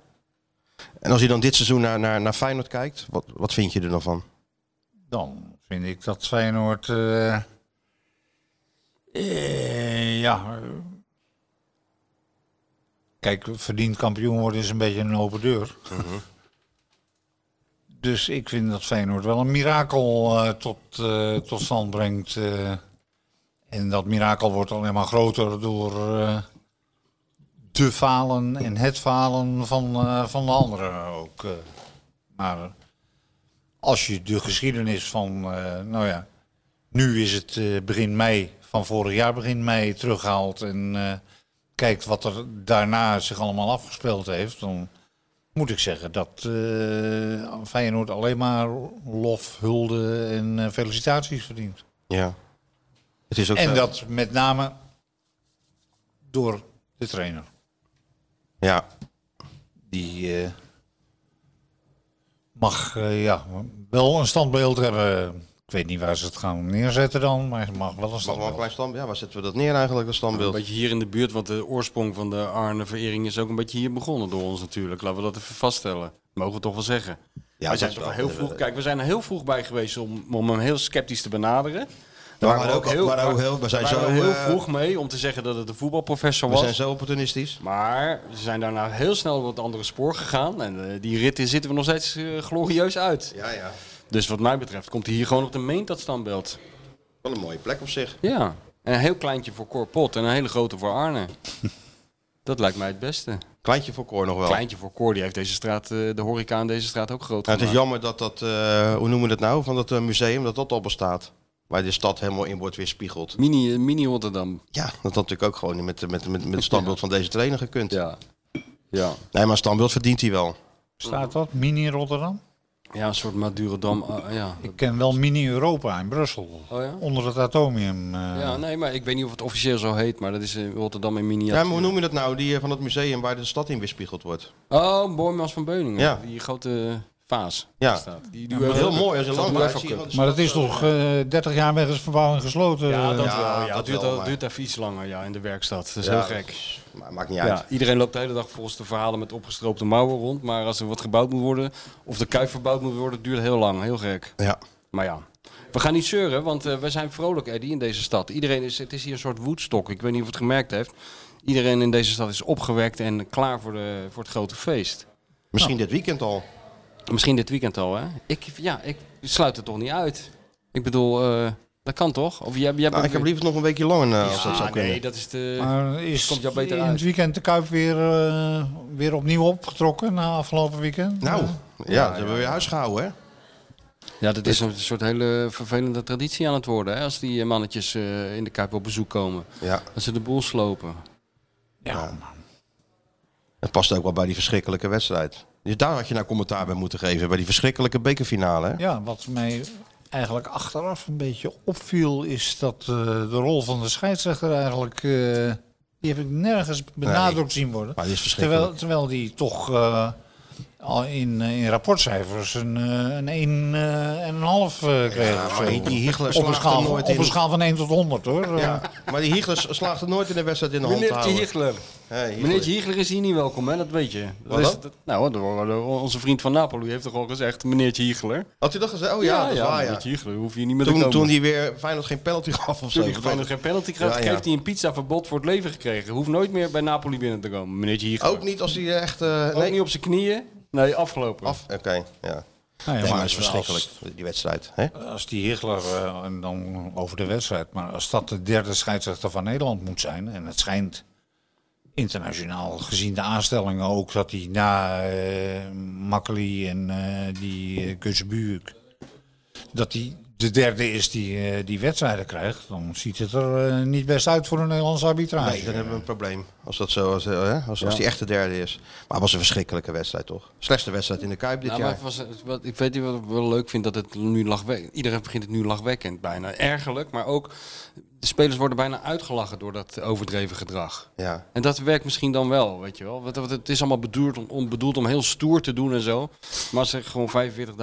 [SPEAKER 5] En als je dan dit seizoen naar, naar, naar Feyenoord kijkt, wat, wat vind je er dan van?
[SPEAKER 4] dan vind ik dat Feyenoord... eh, eh, ja... eh, Kijk, verdiend kampioen worden is een beetje een open deur. Dus ik vind dat Feyenoord wel een mirakel eh, tot, eh, tot stand brengt. eh. en dat mirakel wordt alleen maar groter door eh, de falen en het falen van, eh, van de anderen ook. eh. Maar als je de geschiedenis van, eh, nou ja, nu is het eh, begin mei, van vorig jaar begin mei terughaalt en eh, kijkt wat er daarna zich allemaal afgespeeld heeft, dan moet ik zeggen dat eh Feyenoord alleen maar lof, hulde en eh, felicitaties verdient.
[SPEAKER 5] Ja. Het is ook
[SPEAKER 4] En
[SPEAKER 5] zo.
[SPEAKER 4] dat met name door de trainer.
[SPEAKER 5] Ja.
[SPEAKER 4] Die eh, mag eh, ja, wel een standbeeld hebben. Ik weet niet waar ze het gaan neerzetten dan, maar het mag wel een
[SPEAKER 5] Maar wel een
[SPEAKER 4] standbeeld.
[SPEAKER 5] klein standbeeld. Ja, waar zetten we dat neer eigenlijk, dat
[SPEAKER 6] Een
[SPEAKER 5] standbeeld?
[SPEAKER 6] beetje hier in de buurt, want de oorsprong van de Arne-verering is ook een beetje hier begonnen door ons natuurlijk. Laten we dat even vaststellen. Mogen we toch wel zeggen.
[SPEAKER 5] Ja,
[SPEAKER 6] we
[SPEAKER 5] dat
[SPEAKER 6] zijn
[SPEAKER 5] is
[SPEAKER 6] toch
[SPEAKER 5] wel- eh,
[SPEAKER 6] heel vroeg, kijk, we zijn er heel vroeg bij geweest om, om hem heel sceptisch te benaderen.
[SPEAKER 5] we waren ook- waren ook heel- we zijn
[SPEAKER 6] waren
[SPEAKER 5] zo,
[SPEAKER 6] er heel
[SPEAKER 5] eh,
[SPEAKER 6] vroeg mee om te zeggen dat het een voetbalprofessor
[SPEAKER 5] We
[SPEAKER 6] was.
[SPEAKER 5] zijn zo opportunistisch.
[SPEAKER 6] Maar ze zijn daarna heel snel op het andere spoor gegaan. En eh, die rit in zitten we nog steeds eh, glorieus uit.
[SPEAKER 5] Ja, ja.
[SPEAKER 6] Dus wat mij betreft komt hij hier gewoon op de main dat standbeeld.
[SPEAKER 5] Wel een mooie plek op zich.
[SPEAKER 6] Ja. En een heel kleintje voor Corpot en een hele grote voor Arne. dat lijkt mij het beste.
[SPEAKER 5] Kleintje voor Koor nog wel.
[SPEAKER 6] Kleintje voor Cor, die heeft deze straat, eh, de horeca in deze straat ook groot
[SPEAKER 5] Nou,
[SPEAKER 6] gemaakt.
[SPEAKER 5] het is jammer dat dat, eh, hoe noemen we dat nou, van dat eh, museum, dat dat al bestaat. Waar de stad helemaal in wordt weerspiegeld.
[SPEAKER 6] Mini, eh, mini Rotterdam.
[SPEAKER 5] Ja, dat had natuurlijk ook gewoon met, met, met, met het standbeeld van deze trainer gekund.
[SPEAKER 6] Ja. Ja.
[SPEAKER 5] Nee, maar standbeeld verdient hij wel.
[SPEAKER 4] Staat dat? Mini Rotterdam?
[SPEAKER 6] ja, een soort Madurodam. eh, ja.
[SPEAKER 4] Ik ken wel Mini Europa in Brussel.
[SPEAKER 6] Oh ja?
[SPEAKER 4] Onder het atomium. eh.
[SPEAKER 6] ja, nee, maar ik weet niet of het officieel zo heet, maar dat is in Rotterdam in miniatuur.
[SPEAKER 5] Ja, maar hoe noem je dat nou, die eh, van het museum waar de stad in weerspiegeld wordt?
[SPEAKER 6] Oh, Boymans van Beuningen.
[SPEAKER 5] Ja.
[SPEAKER 6] Die grote vaas.
[SPEAKER 5] Ja.
[SPEAKER 6] die staat. Die, die
[SPEAKER 5] Dat is
[SPEAKER 6] heel
[SPEAKER 5] heel mooi als je
[SPEAKER 6] dat
[SPEAKER 5] lang
[SPEAKER 6] moet
[SPEAKER 5] blijft
[SPEAKER 6] even
[SPEAKER 5] zie je gewoon
[SPEAKER 6] kunnen.
[SPEAKER 5] de
[SPEAKER 4] Maar dat
[SPEAKER 5] stad,
[SPEAKER 4] is
[SPEAKER 5] eh,
[SPEAKER 4] toch eh 30 jaar wegens verbouwing gesloten?
[SPEAKER 6] Ja, dat
[SPEAKER 4] eh.
[SPEAKER 6] wel. Ja,
[SPEAKER 5] dat
[SPEAKER 6] dat duurt,
[SPEAKER 5] wel,
[SPEAKER 6] al-
[SPEAKER 5] maar-
[SPEAKER 6] duurt even iets langer ja, in de werkstad. Dat is
[SPEAKER 5] ja,
[SPEAKER 6] heel
[SPEAKER 5] dat
[SPEAKER 6] gek.
[SPEAKER 5] is- Maar maakt niet
[SPEAKER 6] Ja,
[SPEAKER 5] uit.
[SPEAKER 6] iedereen loopt de hele dag volgens de verhalen met opgestroopte mouwen rond. Maar als er wat gebouwd moet worden, of de kuif verbouwd moet worden, duurt heel lang. Heel gek.
[SPEAKER 5] Ja.
[SPEAKER 6] Maar ja, we gaan niet zeuren, want eh, we zijn vrolijk, Eddie, in deze stad. Iedereen is, het is hier een soort woedstok. Ik weet niet of het gemerkt heeft. Iedereen in deze stad is opgewekt en klaar voor, de, voor het grote feest.
[SPEAKER 5] Misschien dit weekend al.
[SPEAKER 6] Misschien dit weekend al, hè? Ik, ja, ik sluit het toch niet uit. Ik bedoel, eh, dat kan toch? Of jij, jij
[SPEAKER 5] Nou, ik heb liever nog een weekje langer eh, als dat
[SPEAKER 6] Ah,
[SPEAKER 5] zou kunnen.
[SPEAKER 6] nee, dat is de...
[SPEAKER 4] Maar is
[SPEAKER 6] Komt jou beter
[SPEAKER 4] in
[SPEAKER 6] uit.
[SPEAKER 4] het weekend de Kuip weer, eh, weer opnieuw opgetrokken na afgelopen weekend?
[SPEAKER 5] Nou,
[SPEAKER 4] Eh,
[SPEAKER 5] ja, dat hebben we weer huis gehouden, hè?
[SPEAKER 6] Ja, dat is een soort hele vervelende traditie aan het worden. Hè? Als die eh, mannetjes eh, in de Kuip op bezoek komen.
[SPEAKER 5] Ja.
[SPEAKER 6] Dat ze de boel slopen.
[SPEAKER 5] Het past ook wel bij die verschrikkelijke wedstrijd. Dus daar had je nou commentaar bij moeten geven, bij die verschrikkelijke bekerfinale. hè?
[SPEAKER 4] Ja, wat mij eigenlijk achteraf een beetje opviel, is dat eh, de rol van de scheidsrechter eigenlijk. eh, die heb ik nergens benadrukt zien worden.
[SPEAKER 5] Maar die is verschrikkelijk.
[SPEAKER 4] Terwijl, terwijl die toch eh, al in, eh, in rapportcijfers een, eh, een 1 en een half eh, kreeg.
[SPEAKER 5] Ja,
[SPEAKER 4] of
[SPEAKER 5] maar
[SPEAKER 4] zo.
[SPEAKER 5] die- die Hiegler
[SPEAKER 4] op, een
[SPEAKER 5] slaagt er
[SPEAKER 4] schaal,
[SPEAKER 5] nooit
[SPEAKER 4] op
[SPEAKER 5] in.
[SPEAKER 4] een schaal van 1 tot 100 hoor. Eh,
[SPEAKER 5] Ja, maar die Hiegler slaagt er nooit in de wedstrijd in de hand te houden.
[SPEAKER 6] Hiegler.
[SPEAKER 5] Hey, Hiegler.
[SPEAKER 6] Meneertje Hiegler is hier niet welkom, hè? dat weet je. Dat
[SPEAKER 5] Waarom?
[SPEAKER 6] is- dat- nou, dat- dat- onze vriend van Napoli heeft toch al gezegd, meneertje Hiegler.
[SPEAKER 5] Had hij dat gezegd? Oh ja, dat is waar, ja.
[SPEAKER 6] meneertje Hiegler, hoef je niet meer te
[SPEAKER 5] Toen,
[SPEAKER 6] komen.
[SPEAKER 5] toen hij weer Feyenoord geen penalty gaf of zo.
[SPEAKER 6] Toen hij gewoon nog geen penalty kreeg,
[SPEAKER 5] Ja, ja.
[SPEAKER 6] heeft hij een pizzaverbod voor het leven gekregen. Hoeft nooit meer bij Napoli binnen te komen, meneertje Hiegler.
[SPEAKER 5] Ook niet als hij echt... eh,
[SPEAKER 6] Ook niet op zijn knieën. Nee, afgelopen.
[SPEAKER 5] Af, oké, Ah ja.
[SPEAKER 4] nou ja,
[SPEAKER 5] Nee, maar
[SPEAKER 4] maar
[SPEAKER 5] het is verschrikkelijk, die wedstrijd. Hè?
[SPEAKER 4] Als die Higgler, eh, en dan over de wedstrijd, maar als dat de derde scheidsrechter van Nederland moet zijn, en het schijnt internationaal gezien de aanstellingen ook dat hij na eh Makkely en eh, die uh, dat hij de derde is die eh, die wedstrijden krijgt, dan ziet het er eh, niet best uit voor een Nederlandse arbitrage.
[SPEAKER 5] Nee, dan hebben we een probleem. Als dat zo, als, eh, hè? als, als die echt de derde is. Maar het was een verschrikkelijke wedstrijd, toch? Slechtste wedstrijd in de Kuip dit
[SPEAKER 6] Nou, maar
[SPEAKER 5] jaar.
[SPEAKER 6] het was, het- wat, ik weet niet wat ik wel leuk vind, dat het nu lachwekkend... Iedereen begint het nu lachwekkend bijna. Ergerlijk, maar ook... De spelers worden bijna uitgelachen door dat overdreven gedrag.
[SPEAKER 5] Ja.
[SPEAKER 6] En dat werkt misschien dan wel, weet je wel. Want, want het is allemaal bedoeld om, om, bedoeld om heel stoer te doen en zo. Maar als er gewoon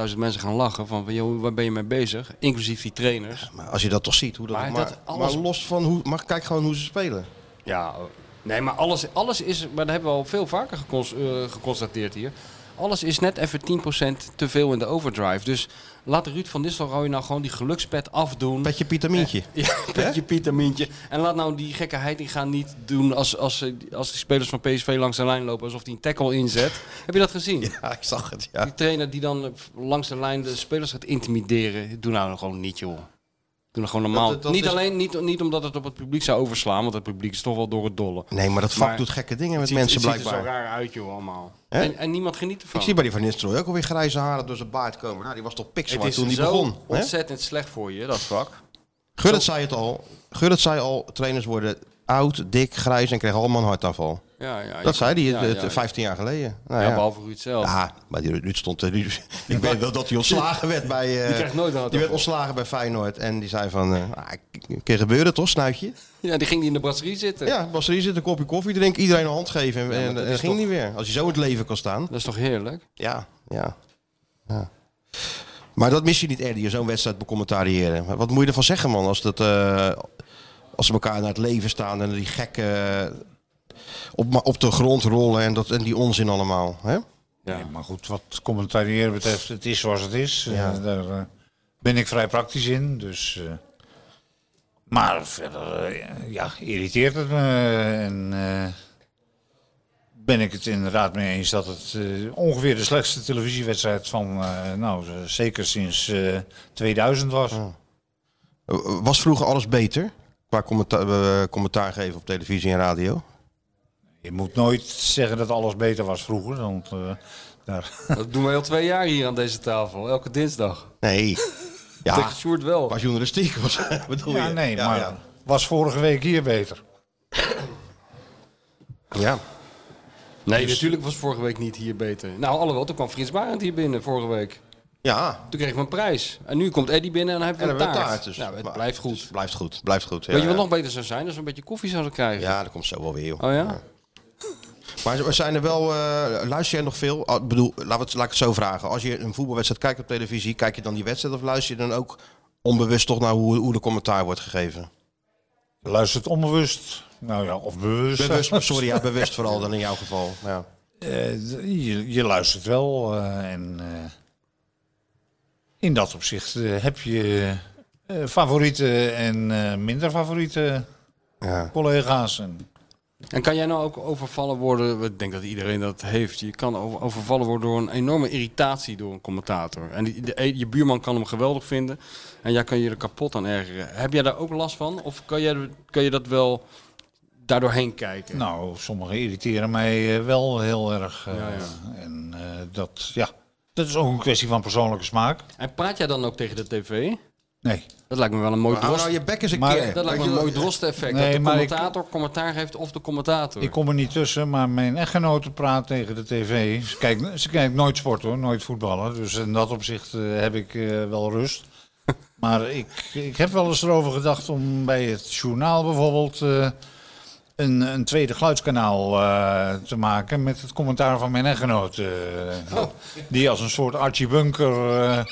[SPEAKER 6] 45.000 mensen gaan lachen van... Joh, waar ben je mee bezig? Inclusief die trainers.
[SPEAKER 5] Maar als je dat toch ziet, hoe dat...
[SPEAKER 6] Maar
[SPEAKER 5] Maar,
[SPEAKER 6] dat alles-
[SPEAKER 5] maar los van hoe... Maar kijk gewoon hoe ze spelen.
[SPEAKER 6] Ja, nee, maar alles, alles is... Maar dat hebben we al veel vaker gecons- eh, geconstateerd hier. Alles is net even 10% te veel in de overdrive. Dus laat Ruud van Nistelrooy nou gewoon die gelukspet afdoen.
[SPEAKER 5] Petje Pietamientje.
[SPEAKER 6] Ja, petje Pietermientje. En laat nou die gekke gaan niet doen als, als, eh, als die spelers van PSV langs de lijn lopen alsof die een tackle inzet. Heb je dat gezien?
[SPEAKER 5] Ja, ik zag het, ja.
[SPEAKER 6] Die trainer die dan eh, langs de lijn de spelers gaat intimideren. Doe nou gewoon niet, joh. Doe nou gewoon normaal.
[SPEAKER 5] Dat- dat
[SPEAKER 6] niet
[SPEAKER 5] is-
[SPEAKER 6] alleen niet, niet omdat het op het publiek zou overslaan, want het publiek is toch wel door het dolle.
[SPEAKER 5] Nee, maar dat vak
[SPEAKER 6] Maar
[SPEAKER 5] doet gekke dingen met
[SPEAKER 6] Het ziet-
[SPEAKER 5] mensen
[SPEAKER 6] het ziet er
[SPEAKER 5] blijkbaar.
[SPEAKER 6] zo raar uit, joh, allemaal.
[SPEAKER 5] Hè?
[SPEAKER 6] En, en niemand geniet ervan.
[SPEAKER 5] Ik zie bij die Van Nistelrooy ook alweer grijze haren door zijn baard komen. Nou, die was toch pikzwart
[SPEAKER 6] het
[SPEAKER 5] toen
[SPEAKER 6] is
[SPEAKER 5] die
[SPEAKER 6] zo
[SPEAKER 5] begon. hè?
[SPEAKER 6] ontzettend slecht voor je, dat vak.
[SPEAKER 5] Gullit zei het al. Gullit zei al, trainers worden oud, dik, grijs en krijgen allemaal een hartaanval.
[SPEAKER 6] Ja, ja,
[SPEAKER 5] Dat zei hij
[SPEAKER 6] ja,
[SPEAKER 5] het- het-
[SPEAKER 6] ja,
[SPEAKER 5] 15 jaar geleden. Nou,
[SPEAKER 6] ja,
[SPEAKER 5] ja,
[SPEAKER 6] behalve Ruud zelf.
[SPEAKER 5] Ja, maar die Ruud stond... eh, die- ik weet wel dat hij ontslagen werd bij... eh,
[SPEAKER 6] Die krijgt nooit een hartaanval.
[SPEAKER 5] Die werd ontslagen bij Feyenoord. En die zei van... eh ah, k- kan gebeuren toch, snuitje?
[SPEAKER 6] Ja, die ging die in de brasserie zitten.
[SPEAKER 5] Ja, was er hier zit een kopje koffie drinken, iedereen een hand geven. En, en, en ging niet weer. Als je zo in het leven kan staan.
[SPEAKER 6] Dat is toch heerlijk?
[SPEAKER 5] Ja, ja. ja. Maar dat mis je niet, Eddie, zo'n wedstrijd becommentariëren. Maar Wat moet je ervan zeggen, man? Als, dat, eh, als ze elkaar naar het leven staan en die gekken eh, op, ma- op de grond rollen en, dat, en die onzin allemaal. Hè?
[SPEAKER 6] Ja.
[SPEAKER 4] Nee, maar goed, wat commentariëren betreft, het is zoals het is. Eh,
[SPEAKER 5] Ja.
[SPEAKER 4] daar eh, ben ik vrij praktisch in. Dus, eh, maar verder eh, ja, irriteert het me. En eh, ben ik het inderdaad mee eens dat het eh, ongeveer de slechtste televisiewedstrijd van, eh, nou, z- zeker sinds eh, 2000 was.
[SPEAKER 5] Oh. Eh, Was vroeger alles beter? Qua commenta- eh, commentaar geven op televisie en radio?
[SPEAKER 4] Je moet nooit zeggen dat alles beter was vroeger. Want eh, daar,
[SPEAKER 6] Dat doen we al twee jaar hier aan deze tafel. Elke dinsdag.
[SPEAKER 5] Nee. Ja,
[SPEAKER 6] Tegen Sjoerd wel.
[SPEAKER 5] qua journalistiek was bedoel
[SPEAKER 4] ja,
[SPEAKER 5] je?
[SPEAKER 4] nee,
[SPEAKER 5] Ja,
[SPEAKER 4] maar
[SPEAKER 5] ja.
[SPEAKER 4] was vorige week hier beter.
[SPEAKER 5] ja.
[SPEAKER 6] Nee,
[SPEAKER 5] Dus-
[SPEAKER 6] natuurlijk was vorige week niet hier beter. Nou, alhoewel, toen kwam Frits Barend hier binnen vorige week.
[SPEAKER 5] ja.
[SPEAKER 6] Toen kregen we een prijs. En nu komt Eddy binnen en dan hebben
[SPEAKER 5] En
[SPEAKER 6] we
[SPEAKER 5] dan
[SPEAKER 6] een
[SPEAKER 5] hebben
[SPEAKER 6] taart.
[SPEAKER 5] we taart. Dus,
[SPEAKER 6] nou, het
[SPEAKER 5] maar
[SPEAKER 6] blijft goed.
[SPEAKER 5] is- blijft goed, blijft goed. Ja,
[SPEAKER 6] Weet je wat
[SPEAKER 5] ja.
[SPEAKER 6] nog beter zou zijn? Als we een beetje koffie zouden krijgen.
[SPEAKER 5] Ja, dat komt zo wel weer. Joh.
[SPEAKER 6] Oh ja?
[SPEAKER 5] Maar z- zijn er wel, eh, luister jij nog veel? Ah, ik bedoel, laat, het, laat ik het zo vragen. Als je een voetbalwedstrijd kijkt op televisie, kijk je dan die wedstrijd of luister je dan ook onbewust toch naar hoe, hoe de commentaar wordt gegeven?
[SPEAKER 4] Luistert onbewust. Nou ja, of bewust.
[SPEAKER 5] Bewust, sorry, ja, bewust vooral dan in jouw geval. Ja.
[SPEAKER 4] Eh, d- je, je luistert wel eh, en eh, in dat opzicht eh, heb je eh, favoriete en eh, minder favoriete
[SPEAKER 5] Ja.
[SPEAKER 4] collega's. En,
[SPEAKER 6] En kan jij nou ook overvallen worden? Ik denk dat iedereen dat heeft. Je kan over- overvallen worden door een enorme irritatie door een commentator. En die- de- eh, je buurman kan hem geweldig vinden. En jij kan je er kapot aan ergeren. Heb jij daar ook last van? Of kan, jij, kan je dat wel daardoorheen kijken?
[SPEAKER 4] nou, sommigen irriteren mij eh, wel heel erg. eh,
[SPEAKER 6] Ja, ja.
[SPEAKER 4] En eh, dat, ja, Dat is ook een kwestie van persoonlijke smaak.
[SPEAKER 6] En praat jij dan ook tegen de tv?
[SPEAKER 4] Nee.
[SPEAKER 6] Dat lijkt me wel een mooi
[SPEAKER 5] Hou nou
[SPEAKER 6] drost.
[SPEAKER 5] je bek eens een
[SPEAKER 4] Maar- eh,
[SPEAKER 5] keer.
[SPEAKER 6] Dat lijkt me een mooi drost-effect.
[SPEAKER 4] Nee,
[SPEAKER 6] dat de
[SPEAKER 4] maar ik-
[SPEAKER 6] commentator commentaar geeft of de commentator.
[SPEAKER 4] Ik kom er niet tussen, maar mijn echtgenote praat tegen de tv. Ze kijkt, ze kijkt nooit sport hoor, nooit voetballen. Dus in dat opzicht eh, heb ik eh, wel rust. Maar ik, ik heb wel eens erover gedacht om bij het journaal bijvoorbeeld eh, een, een tweede geluidskanaal eh, te maken met het commentaar van mijn echtgenoot. eh,
[SPEAKER 6] Oh.
[SPEAKER 4] Die als een soort Archie Bunker eh,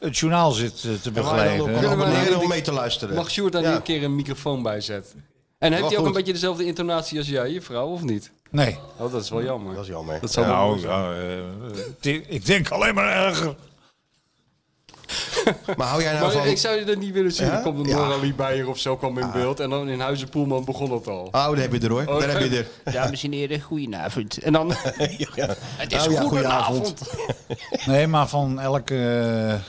[SPEAKER 4] het journaal zit eh, te begeleiden.
[SPEAKER 5] Kunnen we
[SPEAKER 6] maar-
[SPEAKER 5] leren om mee te luisteren?
[SPEAKER 6] Mag Sjoerd daar
[SPEAKER 5] Ja.
[SPEAKER 6] niet een keer een microfoon bij zetten? En heeft
[SPEAKER 5] Wel
[SPEAKER 6] hij ook
[SPEAKER 5] goed.
[SPEAKER 6] een beetje dezelfde intonatie als jij, je vrouw, of niet?
[SPEAKER 4] Nee.
[SPEAKER 6] Oh, dat is wel jammer.
[SPEAKER 5] Dat is jammer.
[SPEAKER 6] Dat zou wel
[SPEAKER 4] Nou,
[SPEAKER 6] mooi zijn.
[SPEAKER 4] ja, eh, het is- ik denk alleen maar erger.
[SPEAKER 5] Maar hou jij nou
[SPEAKER 6] Maar
[SPEAKER 5] van...
[SPEAKER 6] ik zou je dat niet willen zien.
[SPEAKER 5] Ja?
[SPEAKER 6] Er komt een
[SPEAKER 5] Ja.
[SPEAKER 6] Nora Liebeyer of zo kwam in beeld. En dan in Huizen Poelman begon het al.
[SPEAKER 5] Oh, daar heb je er hoor. Daar heb je er.
[SPEAKER 7] Dames en heren, goedenavond. En dan,
[SPEAKER 5] Nou Het is goed
[SPEAKER 4] Nee, maar van elke eh, eh,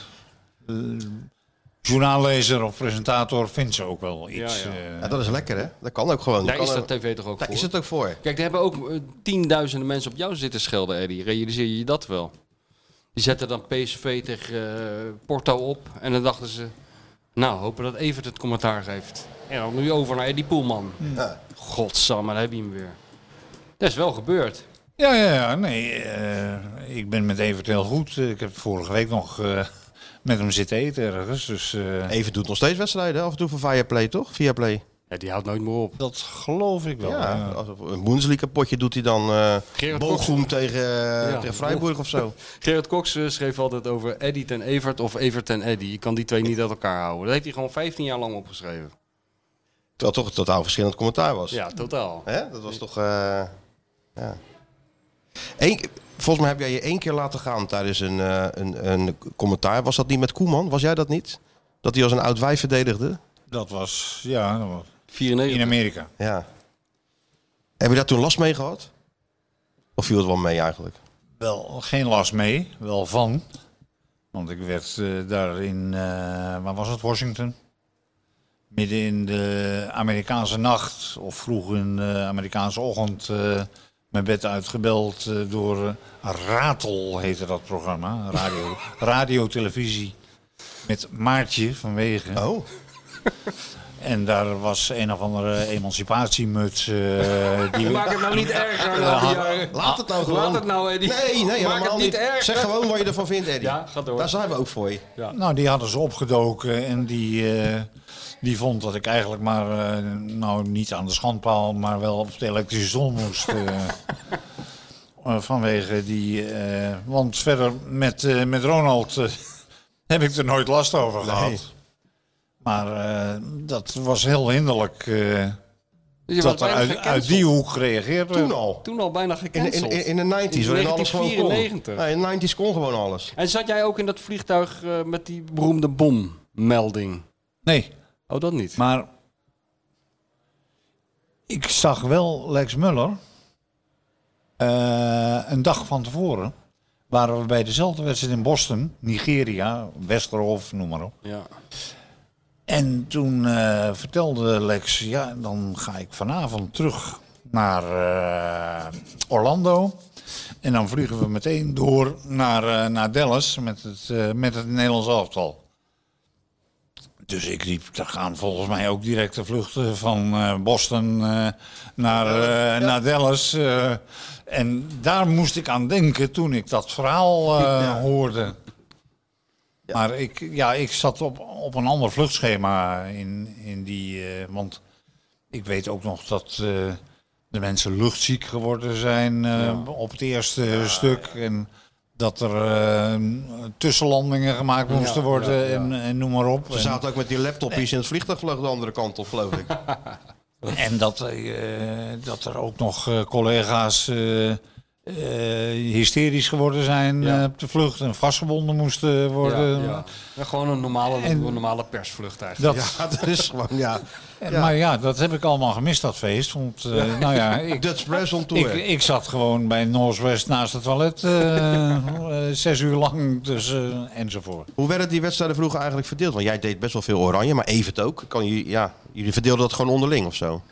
[SPEAKER 4] journaallezer of presentator vindt ze ook wel iets. eh.
[SPEAKER 6] Ja,
[SPEAKER 4] Ja,
[SPEAKER 6] ja.
[SPEAKER 5] dat is lekker hè. Dat kan ook gewoon.
[SPEAKER 6] Daar
[SPEAKER 5] kan
[SPEAKER 6] is
[SPEAKER 5] er-
[SPEAKER 6] dat tv toch ook
[SPEAKER 5] Daar
[SPEAKER 6] voor?
[SPEAKER 5] is het ook voor.
[SPEAKER 6] Kijk, er hebben ook eh, tienduizenden mensen op jou zitten schelden, Eddie. Realiseer je dat wel? Die zetten dan PSV tegen eh, Porto op. En dan dachten ze, nou, hopen dat Evert het commentaar geeft. En dan nu over naar Eddie Poelman.
[SPEAKER 5] Ja.
[SPEAKER 6] Godsamme, daar heb je hem weer. Dat is wel gebeurd.
[SPEAKER 4] ja, ja, nee. eh, ik ben met Evert heel goed. Eh, ik heb vorige week nog eh, met hem zitten eten ergens. Dus eh,
[SPEAKER 5] Even doet nog steeds wedstrijden. Af en toe voor Viaplay toch? Viaplay.
[SPEAKER 6] Ja, die houdt nooit meer op.
[SPEAKER 4] dat geloof ik wel.
[SPEAKER 5] Ja.
[SPEAKER 4] Ja.
[SPEAKER 5] als- Een Bundesliga potje doet hij dan. eh
[SPEAKER 6] Gerard
[SPEAKER 5] Bochum tegen, eh,
[SPEAKER 6] Ja.
[SPEAKER 5] tegen Freiburg of zo.
[SPEAKER 6] Gerard Cox eh, schreef altijd over Eddie ten Evert of Evert en Eddie. Je kan die twee niet uit elkaar houden. Dat heeft hij gewoon 15 jaar lang opgeschreven.
[SPEAKER 5] Terwijl toch een totaal verschillend commentaar was.
[SPEAKER 6] Ja, totaal.
[SPEAKER 5] Hè? Dat was toch. eh, ja. Eén- volgens mij heb jij je één keer laten gaan tijdens een, eh, een, een commentaar. Was dat niet met Koeman? Was jij dat niet? Dat hij als een oud wijf verdedigde?
[SPEAKER 4] Dat was, ja, dat was in
[SPEAKER 6] 94.
[SPEAKER 4] Amerika.
[SPEAKER 5] Ja. Heb je daar toen last mee gehad? Of viel het wel mee eigenlijk?
[SPEAKER 4] Wel geen last mee, wel van. Want ik werd eh, daar in, eh, waar was het, Washington? Midden in de Amerikaanse nacht of vroeg in de Amerikaanse ochtend eh, mijn bed uitgebeld eh, door eh, Ratel heette dat programma, radio, radiotelevisie. Met Maartje van Wegen.
[SPEAKER 5] Oh.
[SPEAKER 4] En daar was een of andere emancipatiemuts. eh, die, Eh,
[SPEAKER 6] Maak het nou niet erger na die jaren.
[SPEAKER 5] Laat het nou gewoon.
[SPEAKER 6] Laat het nou, Eddie.
[SPEAKER 5] Nee, nee,
[SPEAKER 6] Maak
[SPEAKER 5] helemaal
[SPEAKER 6] het
[SPEAKER 5] niet.
[SPEAKER 6] niet erg.
[SPEAKER 5] Zeg gewoon wat je ervan vindt, Eddie.
[SPEAKER 6] Ja, ga door.
[SPEAKER 5] Daar zijn we ook voor je.
[SPEAKER 4] Nou, die hadden ze opgedoken en die, eh, die vond dat ik eigenlijk maar, eh, nou niet aan de schandpaal, maar wel op de elektrische zon moest. eh. Eh, vanwege die, eh, want verder met, eh, met Ronald eh, heb ik er nooit last over gehad. Maar eh, dat was heel hinderlijk eh,
[SPEAKER 6] Dus je was
[SPEAKER 4] dat er
[SPEAKER 6] bijna
[SPEAKER 4] uit, uit
[SPEAKER 6] gecanceld.
[SPEAKER 4] die hoek gereageerd werd.
[SPEAKER 5] Toen al.
[SPEAKER 6] Toen al bijna
[SPEAKER 5] In, in,
[SPEAKER 6] gecanceld.
[SPEAKER 5] in, in de 90s, waarin alles gewoon kon.
[SPEAKER 6] 1994.
[SPEAKER 5] Nee, in de 90s kon gewoon alles.
[SPEAKER 6] En zat jij ook in dat vliegtuig eh, met die beroemde bommelding?
[SPEAKER 4] Nee,
[SPEAKER 6] Oh, dat niet.
[SPEAKER 4] maar ik zag wel Lex Muller eh, een dag van tevoren. Waren we bij dezelfde wedstrijd in Boston, Nigeria, Westerhof, noem maar op.
[SPEAKER 6] Ja.
[SPEAKER 4] En toen eh, vertelde Lex, ja, dan ga ik vanavond terug naar eh, Orlando. En dan vliegen we meteen door naar, eh, naar Dallas met het, eh, met het Nederlands elftal. Dus ik riep, daar gaan volgens mij ook directe vluchten van eh, Boston eh, naar, eh, naar Dallas. eh. en daar moest ik aan denken toen ik dat verhaal eh, hoorde. Maar ik, ja, ik zat op, op een ander vluchtschema in, in die. eh, want ik weet ook nog dat eh, de mensen luchtziek geworden zijn eh, op het eerste stuk. En dat er eh, tussenlandingen gemaakt moesten worden En, en noem maar op.
[SPEAKER 5] Ze
[SPEAKER 4] En-
[SPEAKER 5] zaten ook met die laptopjes in het vliegtuig vloog de andere kant op, geloof ik.
[SPEAKER 4] En dat, eh, eh, dat er ook nog eh, collega's eh, eh, hysterisch geworden zijn
[SPEAKER 6] Ja.
[SPEAKER 4] eh, op de vlucht en vastgebonden moesten
[SPEAKER 6] Ja,
[SPEAKER 4] worden.
[SPEAKER 6] ja. Ja, gewoon een normale,
[SPEAKER 4] En-
[SPEAKER 6] een normale persvlucht eigenlijk.
[SPEAKER 4] Dat,
[SPEAKER 5] Ja, dat is gewoon, ja.
[SPEAKER 4] en- Maar ja, dat heb ik allemaal gemist, dat feest. Want eh, nou ja, ik,
[SPEAKER 5] Dutch Press on
[SPEAKER 4] ik,
[SPEAKER 5] tour.
[SPEAKER 4] ik zat gewoon bij Northwest naast het toilet eh, eh, zes uur lang dus, eh, enzovoort.
[SPEAKER 5] Hoe werden die wedstrijden vroeger eigenlijk verdeeld? Want jij deed best wel veel oranje, maar even het ook. Kan je, ja, jullie verdeelden dat gewoon onderling of zo?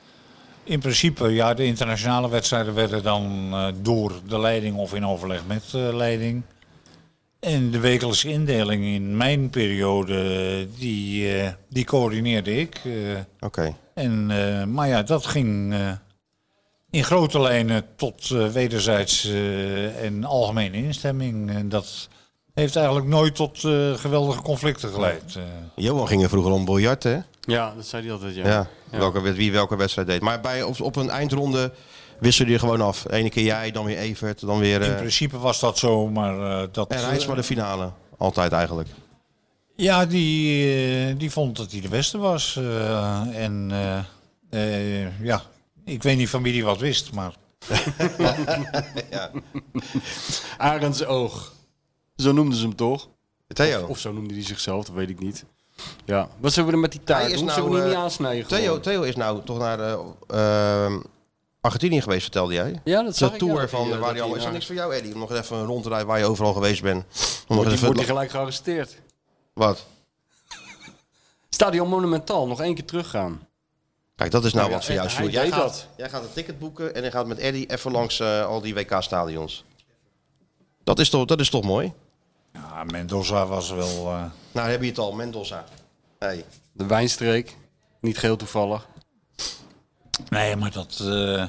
[SPEAKER 4] In principe, ja, de internationale wedstrijden werden dan eh, door de leiding of in overleg met eh, leiding. En de wekelijkse indeling in mijn periode, die, eh, die coördineerde ik. eh,
[SPEAKER 5] Oké.
[SPEAKER 4] en, eh, maar ja, dat ging eh, in grote lijnen tot eh, wederzijds eh, en algemene instemming. En dat heeft eigenlijk nooit tot eh, geweldige conflicten geleid. eh.
[SPEAKER 5] Johan ging er vroeger om biljarten, hè?
[SPEAKER 6] Ja, dat zei hij altijd, ja.
[SPEAKER 5] Ja, Welke, wed- wie welke wedstrijd deed. Maar bij, op, op een eindronde wisselde je gewoon af. Eén keer jij, dan weer Evert, dan weer... eh,
[SPEAKER 4] in principe was dat zo, maar eh, dat...
[SPEAKER 5] en Rijns maar de finale. Altijd eigenlijk.
[SPEAKER 4] Ja, die, eh, die vond dat hij de beste was. eh, en eh, eh, ja, ik weet niet van wie die wat wist, maar
[SPEAKER 6] Arends Oog. Zo noemden ze hem toch?
[SPEAKER 5] Theo.
[SPEAKER 6] Of zo noemde hij zichzelf, dat weet ik niet. Ja. Wat zullen we er met die taart
[SPEAKER 5] Hij is
[SPEAKER 6] doen? zullen we
[SPEAKER 5] nou,
[SPEAKER 6] die niet
[SPEAKER 5] eh,
[SPEAKER 6] aansnijden?
[SPEAKER 5] Theo,
[SPEAKER 6] gewoon?
[SPEAKER 5] Theo is nou toch naar eh, ehm, Argentinië geweest, vertelde jij.
[SPEAKER 6] Ja, dat zag
[SPEAKER 5] Dat
[SPEAKER 6] ik,
[SPEAKER 5] tour
[SPEAKER 6] ja, dat
[SPEAKER 5] van
[SPEAKER 6] hij,
[SPEAKER 5] eh,
[SPEAKER 6] eh,
[SPEAKER 5] waar
[SPEAKER 6] dat
[SPEAKER 5] hij al...
[SPEAKER 6] hij
[SPEAKER 5] Is
[SPEAKER 6] naar-
[SPEAKER 5] er niks voor jou, Eddie? Om nog even een rond te rijden waar je overal geweest bent. Om nog
[SPEAKER 6] Wordt hij-
[SPEAKER 5] even...
[SPEAKER 6] wordt hij gelijk gearresteerd.
[SPEAKER 5] Wat?
[SPEAKER 6] Stadion Monumental, nog één keer teruggaan.
[SPEAKER 5] Kijk, dat is nou
[SPEAKER 6] Ja,
[SPEAKER 5] wat voor
[SPEAKER 6] en
[SPEAKER 5] jou,
[SPEAKER 6] hij
[SPEAKER 5] Sjoerd. Jij
[SPEAKER 6] deed
[SPEAKER 5] gaat,
[SPEAKER 6] dat.
[SPEAKER 5] jij gaat een ticket boeken en hij gaat met Eddie even langs eh, al die WK-stadions. Dat is, toch, dat is toch mooi?
[SPEAKER 4] ja, ah, Mendoza was wel... eh,
[SPEAKER 5] Nou, heb je het al, Mendoza. Hey.
[SPEAKER 6] De wijnstreek. Niet geheel toevallig.
[SPEAKER 4] nee, maar dat... eh,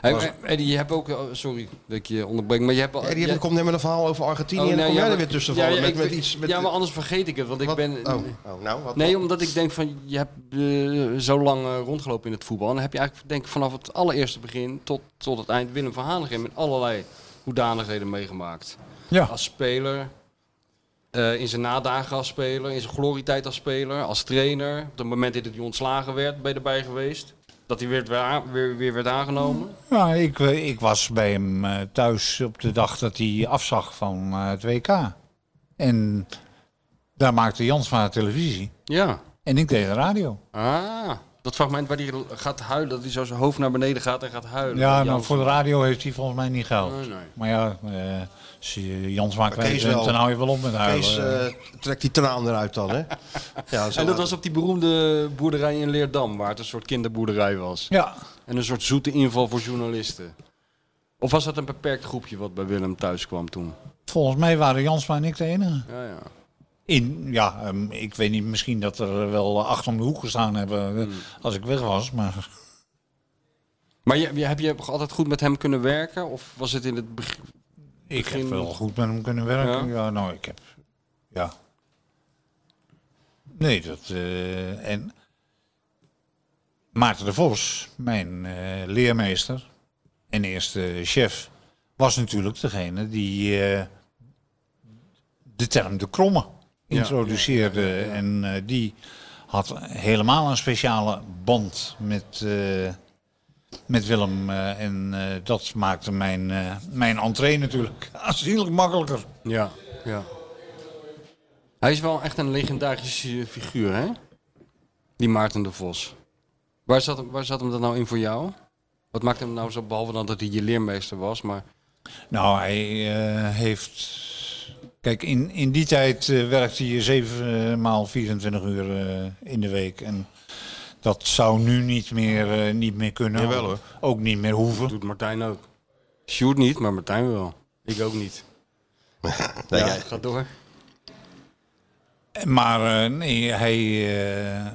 [SPEAKER 6] Hey, maar, Eddie, je hebt ook... oh, sorry dat ik je onderbreek, maar je hebt... al-
[SPEAKER 5] Eddie,
[SPEAKER 6] je-
[SPEAKER 5] er komt net met een verhaal over Argentinië
[SPEAKER 6] Oh,
[SPEAKER 5] en dan
[SPEAKER 6] nee,
[SPEAKER 5] kom
[SPEAKER 6] ja,
[SPEAKER 5] jij er
[SPEAKER 6] maar-
[SPEAKER 5] weer tussen vallen
[SPEAKER 6] ja, ja,
[SPEAKER 5] met,
[SPEAKER 6] ik
[SPEAKER 5] met
[SPEAKER 6] weet-
[SPEAKER 5] iets... Met,
[SPEAKER 6] ja, maar anders vergeet ik het, want ik
[SPEAKER 5] wat-
[SPEAKER 6] ben...
[SPEAKER 5] Oh, oh, nou, wat?
[SPEAKER 6] Nee, omdat ik denk van, je hebt eh, zo lang eh, rondgelopen in het voetbal. En dan heb je eigenlijk, denk ik, vanaf het allereerste begin tot, tot het eind Willem van Hanegem met allerlei hoedanigheden meegemaakt.
[SPEAKER 4] ja.
[SPEAKER 6] Als speler, eh, in zijn nadagen als speler, in zijn glorietijd als speler, als trainer. Op het moment dat hij ontslagen werd, ben je erbij geweest. Dat hij weer, werd a- weer, weer werd aangenomen.
[SPEAKER 4] Ja, ik, eh, ik was bij hem eh, thuis op de dag dat hij afzag van eh, het WK. En daar maakte Jansma televisie.
[SPEAKER 6] Ja.
[SPEAKER 4] En ik deed de radio.
[SPEAKER 6] Ah, dat fragment waar hij gaat huilen, dat hij zo zijn hoofd naar beneden gaat en gaat huilen.
[SPEAKER 4] Ja,
[SPEAKER 6] Jan-
[SPEAKER 4] nou, voor de radio heeft hij volgens mij niet gehaald.
[SPEAKER 6] Nee, nee.
[SPEAKER 4] Maar ja, eh als je Jansma kwijt
[SPEAKER 5] Kees
[SPEAKER 4] bent,
[SPEAKER 5] wel.
[SPEAKER 4] dan hou je wel op met huilen.
[SPEAKER 5] Kees eh, trekt die traan eruit dan, hè? ja, zo
[SPEAKER 6] En dat
[SPEAKER 5] laat-
[SPEAKER 6] was op die beroemde boerderij in Leerdam, waar het een soort kinderboerderij was.
[SPEAKER 4] ja.
[SPEAKER 6] En een soort zoete inval voor journalisten. Of was dat een beperkt groepje wat bij Willem thuis kwam toen?
[SPEAKER 4] Volgens mij waren Jansma en ik de enige.
[SPEAKER 6] Ja, ja.
[SPEAKER 4] In, ja, ehm, ik weet niet, misschien dat er wel acht om de hoek gestaan hebben eh, als ik weg was. Maar
[SPEAKER 6] Maar je, je- heb je altijd goed met hem kunnen werken? Of was het in het begin...
[SPEAKER 4] ik
[SPEAKER 6] Begin-
[SPEAKER 4] heb wel goed met hem kunnen werken. Ja, nou, ik heb... Ja. Nee, dat... eh, en Maarten de Vos, mijn eh, leermeester en eerste chef, was natuurlijk degene die eh, de term de kromme introduceerde. En eh, die had helemaal een speciale band met... eh, met Willem. eh, en eh, dat maakte mijn, eh mijn entree natuurlijk aanzienlijk makkelijker.
[SPEAKER 6] Ja, ja. Hij is wel echt een legendarische figuur, hè? Die Maarten de Vos. Waar zat, hem- waar zat hem dat nou in voor jou? Wat maakt hem nou zo, behalve dan dat hij je leermeester was, maar...
[SPEAKER 4] Nou, hij eh, heeft. Kijk, in, in die tijd eh, werkte je 7 maal 24 uur eh, in de week. En dat zou nu niet meer, eh, niet meer kunnen.
[SPEAKER 5] Jawel, hoor.
[SPEAKER 4] Ook niet meer hoeven.
[SPEAKER 6] Doet Martijn ook. Sjoerd niet, maar Martijn wel. Ik ook niet.
[SPEAKER 5] Nee,
[SPEAKER 6] ja,
[SPEAKER 5] jij-
[SPEAKER 6] gaat door.
[SPEAKER 4] Maar eh, nee, hij, eh,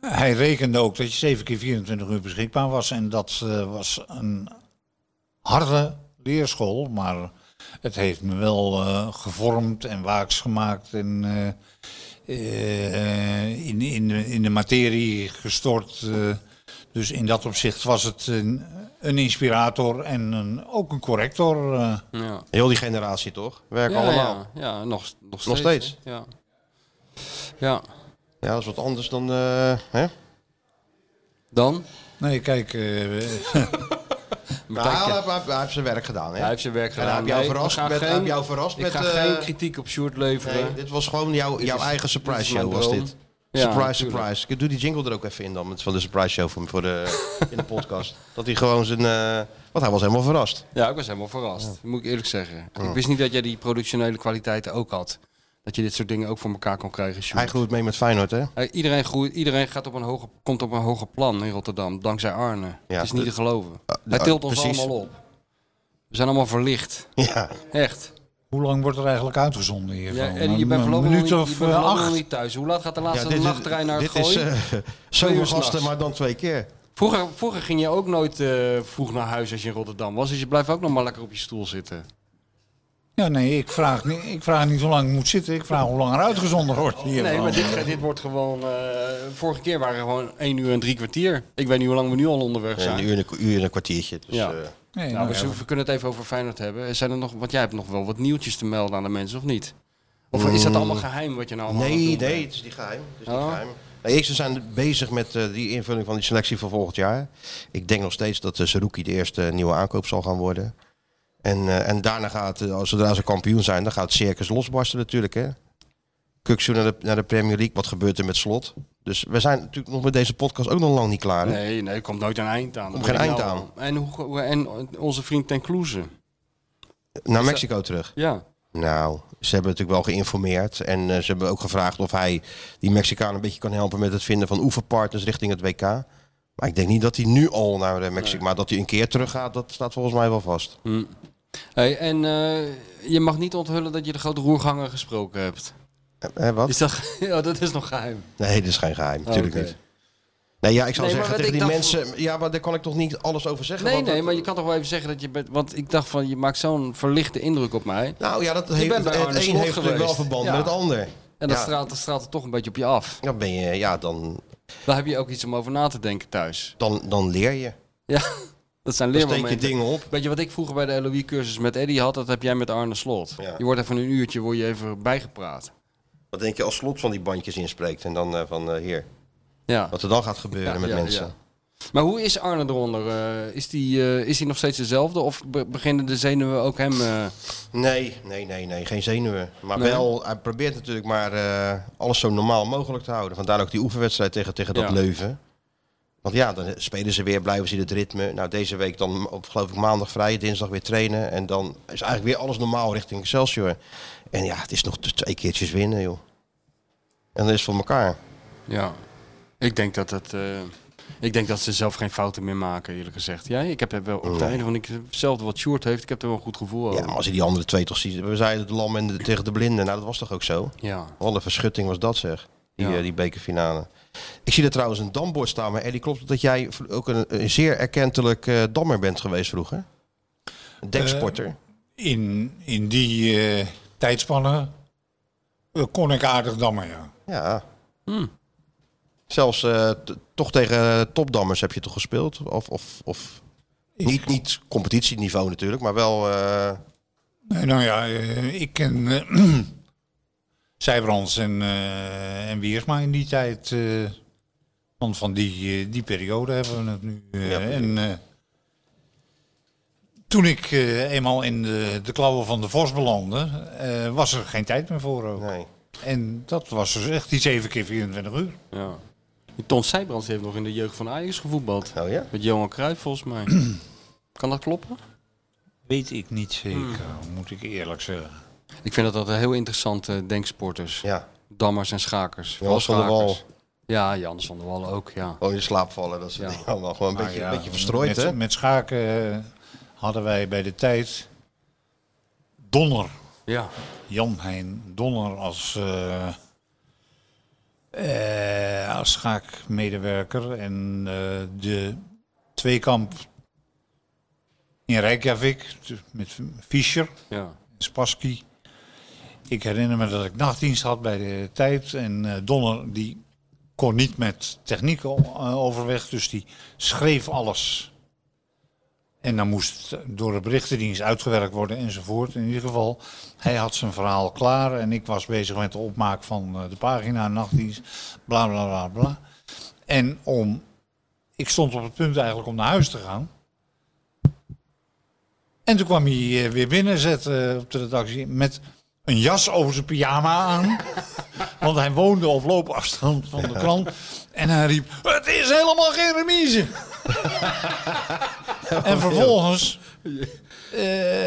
[SPEAKER 4] hij rekende ook dat je 7 keer 24 uur beschikbaar was. En dat eh, was een harde leerschool, maar het heeft me wel eh, gevormd en waaks gemaakt. En eh, eh, in, in, de- in de materie gestort. eh. dus in dat opzicht was het een, een inspirator en een, ook een corrector. eh.
[SPEAKER 6] Ja.
[SPEAKER 5] Heel die generatie, toch? Werken
[SPEAKER 6] ja,
[SPEAKER 5] allemaal.
[SPEAKER 6] Ja, ja, nog, nog steeds.
[SPEAKER 5] Nog steeds.
[SPEAKER 6] hè? Ja. ja.
[SPEAKER 5] Ja, dat is wat anders dan... eh, hè?
[SPEAKER 6] Dan?
[SPEAKER 4] Nee, kijk, eh,
[SPEAKER 5] Maar
[SPEAKER 6] Martijn,
[SPEAKER 5] hij, Nou, hij-
[SPEAKER 6] kent-
[SPEAKER 5] hij- hij heeft zijn werk gedaan, hè?
[SPEAKER 6] hij heeft zijn werk gedaan.
[SPEAKER 5] hij heeft jou
[SPEAKER 6] Nee,
[SPEAKER 5] verrast
[SPEAKER 6] ik ga
[SPEAKER 5] met- hij
[SPEAKER 6] geen-
[SPEAKER 5] heeft jou verrast
[SPEAKER 6] ik
[SPEAKER 5] met,
[SPEAKER 6] ga
[SPEAKER 5] eh,
[SPEAKER 6] geen kritiek op Sjoerd leveren.
[SPEAKER 5] Nee, dit was gewoon jouw, jouw
[SPEAKER 6] is-
[SPEAKER 5] eigen
[SPEAKER 6] dit
[SPEAKER 5] surprise
[SPEAKER 6] is mijn
[SPEAKER 5] show, was
[SPEAKER 6] droom.
[SPEAKER 5] dit.
[SPEAKER 6] Ja,
[SPEAKER 5] surprise,
[SPEAKER 6] natuurlijk.
[SPEAKER 5] surprise. Ik doe die jingle er ook even in dan, met- van de surprise show voor, voor de, in de podcast. Dat hij gewoon zijn... eh, want hij was helemaal verrast.
[SPEAKER 6] Ja, ik was helemaal verrast. Moet ik eerlijk zeggen. Ik wist niet dat jij die productionele kwaliteiten ook had. Dat je dit soort dingen ook voor elkaar kon krijgen, Sjoerd.
[SPEAKER 5] Hij groeit mee met Feyenoord, hè?
[SPEAKER 6] Hey, iedereen, groeit, iedereen gaat op een hoger, komt op een hoger plan in Rotterdam, dankzij Arne.
[SPEAKER 5] Ja,
[SPEAKER 6] het is niet
[SPEAKER 5] de-
[SPEAKER 6] te geloven.
[SPEAKER 5] de-
[SPEAKER 6] Hij tilt ons
[SPEAKER 5] precies.
[SPEAKER 6] allemaal op. We zijn allemaal verlicht.
[SPEAKER 5] Ja.
[SPEAKER 6] Echt.
[SPEAKER 4] Hoe lang wordt er eigenlijk uitgezonden hiervan?
[SPEAKER 6] Ja, en je
[SPEAKER 4] Een-
[SPEAKER 6] bent
[SPEAKER 4] een
[SPEAKER 6] voorlopig, nog
[SPEAKER 4] minuut
[SPEAKER 6] niet, je
[SPEAKER 4] of
[SPEAKER 6] bent
[SPEAKER 4] eh,
[SPEAKER 6] voorlopig nog
[SPEAKER 4] acht.
[SPEAKER 6] niet thuis. Hoe laat gaat de laatste
[SPEAKER 5] dit is-
[SPEAKER 6] nachttrein naar het
[SPEAKER 5] Dit is
[SPEAKER 6] gooien?
[SPEAKER 5] eh
[SPEAKER 6] Twee
[SPEAKER 5] zoveel
[SPEAKER 6] uur s'nachts.
[SPEAKER 5] gasten, maar dan twee keer.
[SPEAKER 6] vroeger, vroeger ging je ook nooit eh, vroeg naar huis als je in Rotterdam was. Dus je blijft ook nog maar lekker op je stoel zitten.
[SPEAKER 4] Ja, nee, ik vraag, niet- ik vraag niet hoe lang ik moet zitten. Ik vraag hoe lang er uitgezonden wordt hiervan.
[SPEAKER 6] Nee, maar dit, dit wordt gewoon... eh, vorige keer waren we gewoon 1 uur en drie kwartier. Ik weet niet hoe lang we nu al onderweg zijn.
[SPEAKER 5] Een uur, en een uur en een kwartiertje. Dus,
[SPEAKER 6] Ja.
[SPEAKER 5] eh,
[SPEAKER 4] Nee,
[SPEAKER 6] Nou,
[SPEAKER 4] nou
[SPEAKER 6] we,
[SPEAKER 4] ja,
[SPEAKER 6] zullen- we kunnen het even over Feyenoord hebben. Zijn er nog, want jij hebt nog wel wat nieuwtjes te melden aan de mensen, of niet? Of is dat allemaal geheim wat je nou allemaal aan het
[SPEAKER 5] Mm. nee,
[SPEAKER 6] doen bent?
[SPEAKER 5] nee, het is niet geheim. Het is niet
[SPEAKER 6] Oh.
[SPEAKER 5] geheim. Nee, ik- ze zijn bezig met eh, die invulling van die selectie voor volgend jaar. Ik denk nog steeds dat eh Saruki de eerste nieuwe aankoop zal gaan worden. En, eh, en daarna gaat, eh, als zodra ze kampioen zijn, dan gaat het circus losbarsten natuurlijk. Hè? Kuksu naar de, naar de Premier League, wat gebeurt er met slot? Dus we zijn natuurlijk nog met deze podcast ook nog lang niet klaar. hè?
[SPEAKER 6] Nee, nee, er komt nooit een eind aan. Dat
[SPEAKER 5] Komt geen
[SPEAKER 6] weet ik
[SPEAKER 5] eind
[SPEAKER 6] wel.
[SPEAKER 5] aan.
[SPEAKER 6] En, hoe- hoe, en onze vriend Ten Kloeze.
[SPEAKER 5] Naar Mexico terug.
[SPEAKER 6] Ja.
[SPEAKER 5] Nou, ze hebben natuurlijk wel geïnformeerd. En eh, ze hebben ook gevraagd of hij die Mexicaan een beetje kan helpen met het vinden van oefenpartners richting het WK. Maar ik denk niet dat hij nu al naar eh, Mexico. Maar dat hij een keer terug gaat, dat staat volgens mij wel vast.
[SPEAKER 6] Hey, en eh, je mag niet onthullen dat je de grote roerganger gesproken hebt.
[SPEAKER 5] Eh, Hè, wat?
[SPEAKER 6] Is dat, ja, dat is nog geheim. Oh,
[SPEAKER 5] Nee, dat is geen geheim. Natuurlijk
[SPEAKER 6] oké.
[SPEAKER 5] niet. Nee, ja, ik zou
[SPEAKER 6] Nee, maar
[SPEAKER 5] zeggen
[SPEAKER 6] wat
[SPEAKER 5] tegen die
[SPEAKER 6] ik dacht-
[SPEAKER 5] mensen. Ja, maar daar kan ik toch niet alles over zeggen.
[SPEAKER 6] Nee,
[SPEAKER 5] want
[SPEAKER 6] nee,
[SPEAKER 5] dat-
[SPEAKER 6] maar je kan toch wel even zeggen dat je bent... Want ik dacht van, je maakt zo'n verlichte indruk op mij.
[SPEAKER 5] Nou ja, dat heeft,
[SPEAKER 6] bent
[SPEAKER 5] het
[SPEAKER 6] bij
[SPEAKER 5] een
[SPEAKER 6] Arne
[SPEAKER 5] heeft
[SPEAKER 6] Slot
[SPEAKER 5] natuurlijk wel
[SPEAKER 6] geweest.
[SPEAKER 5] verband
[SPEAKER 6] Ja.
[SPEAKER 5] met het ander.
[SPEAKER 6] En dat,
[SPEAKER 5] Ja.
[SPEAKER 6] straalt, dat straalt er toch een beetje op je af.
[SPEAKER 5] Dan ben je, ja, dan,
[SPEAKER 6] Dan heb je ook iets om over na te denken thuis.
[SPEAKER 5] dan, dan leer je.
[SPEAKER 6] Ja, dat zijn
[SPEAKER 5] Dan steek
[SPEAKER 6] leermomenten.
[SPEAKER 5] je dingen op.
[SPEAKER 6] Weet je wat ik vroeger bij de LOE-cursus met Eddy had? Dat heb jij met Arne Slot.
[SPEAKER 5] Ja.
[SPEAKER 6] Je wordt even een uurtje word je even bijgepraat.
[SPEAKER 5] Wat denk je als slot van die bandjes inspreekt en dan eh, van eh, hier.
[SPEAKER 6] Ja.
[SPEAKER 5] Wat er dan gaat gebeuren
[SPEAKER 6] Ja,
[SPEAKER 5] met
[SPEAKER 6] ja,
[SPEAKER 5] mensen.
[SPEAKER 6] ja. Maar hoe is Arne eronder? Eh, is, die, eh, is die nog steeds dezelfde? Of be- beginnen de zenuwen ook hem... eh,
[SPEAKER 5] Nee, nee, nee, nee, geen zenuwen. Maar
[SPEAKER 6] Nee.
[SPEAKER 5] wel, hij probeert natuurlijk maar eh, alles zo normaal mogelijk te houden. Vandaar ook die oefenwedstrijd tegen, tegen dat
[SPEAKER 6] Ja.
[SPEAKER 5] Leuven. Want ja, dan spelen ze weer, blijven ze in het ritme. Nou, deze week dan op geloof ik maandag vrij, dinsdag weer trainen. En dan is eigenlijk weer alles normaal richting Excelsior. En ja, het is nog t- twee keertjes winnen, joh. En dat is voor elkaar.
[SPEAKER 6] ja. Ik denk dat het... eh, ik denk dat ze zelf geen fouten meer maken, eerlijk gezegd. Jij? Ik heb er wel op het einde van ik hetzelfde wat Short heeft. Ik heb er wel een goed gevoel over.
[SPEAKER 5] Oh. Ja, maar als je die andere twee toch ziet. We zeiden de lam en de, tegen de blinden. Nou, dat was toch ook zo?
[SPEAKER 6] Ja.
[SPEAKER 5] Wat een verschutting was dat zeg, die,
[SPEAKER 6] Ja.
[SPEAKER 5] eh, die bekerfinale. Ik zie er trouwens een dambord staan, maar Eddie, klopt het dat jij v- ook een, een zeer erkentelijk eh, dammer bent geweest vroeger? Een deksporter.
[SPEAKER 4] Eh. in, in die eh, tijdspannen eh, kon ik aardig dammen, ja.
[SPEAKER 5] ja.
[SPEAKER 6] Hm.
[SPEAKER 5] Zelfs eh, t- toch tegen eh, topdammers heb je toch gespeeld? Of, of, of
[SPEAKER 4] Ik-
[SPEAKER 5] niet, niet competitieniveau natuurlijk, maar wel... eh,
[SPEAKER 4] Nee, nou ja, eh, ik ken eh, Zijbrands en, eh en Wiersma in die tijd. eh, want van die, eh, die periode hebben we het nu. eh,
[SPEAKER 5] Ja, precies.
[SPEAKER 4] en eh, toen ik eh, eenmaal in de, de klauwen van de Vos belandde, eh, was er geen tijd meer voor ook.
[SPEAKER 5] nee.
[SPEAKER 4] En dat was dus echt die 7 keer 24 uur.
[SPEAKER 6] ja. Die Ton Sijbrands heeft nog in de jeugd van Ajax gevoetbald.
[SPEAKER 5] Oh ja?
[SPEAKER 6] Met Johan Cruijff volgens mij. kan dat kloppen?
[SPEAKER 4] Weet ik niet zeker, Mm. moet ik eerlijk zeggen.
[SPEAKER 6] Ik vind dat altijd heel interessante denksporters.
[SPEAKER 5] Ja,
[SPEAKER 6] Dammers en schakers. Vooral
[SPEAKER 5] Jans van der Wal.
[SPEAKER 6] schakers. Ja, Jans van der Wal ook, ja.
[SPEAKER 5] gewoon in slaap vallen. Dat soort
[SPEAKER 6] Ja.
[SPEAKER 5] dingen allemaal. Gewoon een
[SPEAKER 4] Maar
[SPEAKER 5] beetje,
[SPEAKER 4] Nou ja,
[SPEAKER 5] een beetje verstrooid,
[SPEAKER 4] met,
[SPEAKER 5] hè?
[SPEAKER 4] Met schaken eh, hadden wij bij de tijd Donner.
[SPEAKER 6] Ja.
[SPEAKER 4] Jan Hein Donner als, eh eh, als schaakmedewerker. En eh, de tweekamp in Reykjavik t- met Fischer,
[SPEAKER 6] ja.
[SPEAKER 4] Spassky. Ik herinner me dat ik nachtdienst had bij de tijd. En eh, Donner die kon niet met techniek o- eh, overweg, dus die schreef alles. En dan moest het door de berichtendienst uitgewerkt worden enzovoort. In ieder geval, hij had zijn verhaal klaar en ik was bezig met de opmaak van eh, de pagina, nachtdienst, bla bla bla bla. En om, ik stond op het punt eigenlijk om naar huis te gaan. En toen kwam hij eh, weer binnen, zette eh, op de redactie met een jas over zijn pyjama aan. Want hij woonde op loopafstand van de krant. En hij riep, het is helemaal geen remise. en vervolgens eh,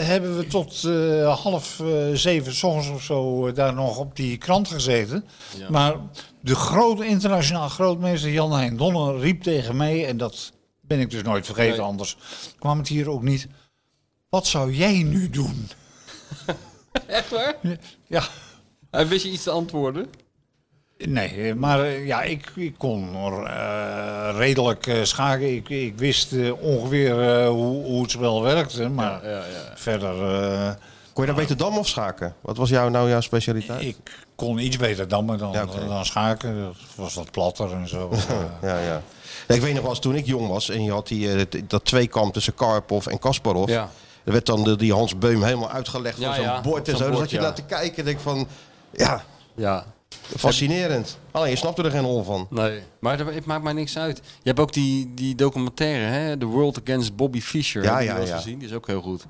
[SPEAKER 4] hebben we tot eh, half eh, zeven s ochtends of zo eh, daar nog op die krant gezeten. Maar de grote internationaal grootmeester Jan Hein Donner riep tegen mij... en dat ben ik dus nooit vergeten,
[SPEAKER 6] Nee.
[SPEAKER 4] anders kwam het hier ook niet... wat zou jij nu doen?
[SPEAKER 6] Echt waar?
[SPEAKER 4] Ja.
[SPEAKER 6] Hij Eh, wist je iets te antwoorden?
[SPEAKER 4] Nee, eh, maar eh, ja, ik, ik kon eh, redelijk eh, schaken. Ik, ik wist eh, ongeveer eh, hoe, hoe het spel werkte, maar verder... eh,
[SPEAKER 5] Kon je daar beter dam of schaken? Wat was jou nou jouw specialiteit?
[SPEAKER 4] ik kon iets beter dammen dan,
[SPEAKER 5] Ja, oké.
[SPEAKER 4] dan schaken. Dat was wat platter en zo. Eh,
[SPEAKER 5] Ja, ja. Ja, ik weet nog wel eens toen ik jong was en je had die, eh, dat- dat tweekamp tussen Karpov en Kasparov.
[SPEAKER 6] Ja.
[SPEAKER 5] Er werd dan de, die Hans Beum helemaal uitgelegd
[SPEAKER 6] Ja,
[SPEAKER 5] van zo'n
[SPEAKER 6] ja, op
[SPEAKER 5] bord en
[SPEAKER 6] zo'n
[SPEAKER 5] zo. Dus
[SPEAKER 6] bord,
[SPEAKER 5] had je
[SPEAKER 6] ja.
[SPEAKER 5] laten kijken en denk van, ja,
[SPEAKER 6] Ja.
[SPEAKER 5] fascinerend. Alleen je snapte er geen hol van.
[SPEAKER 6] Nee. Maar dat- het maakt mij niks uit. Je hebt ook die, die documentaire, hè? The World Against Bobby Fischer.
[SPEAKER 5] Ja,
[SPEAKER 6] heb je
[SPEAKER 5] ja,
[SPEAKER 6] die wel eens
[SPEAKER 5] ja.
[SPEAKER 6] gezien? Die is ook heel goed.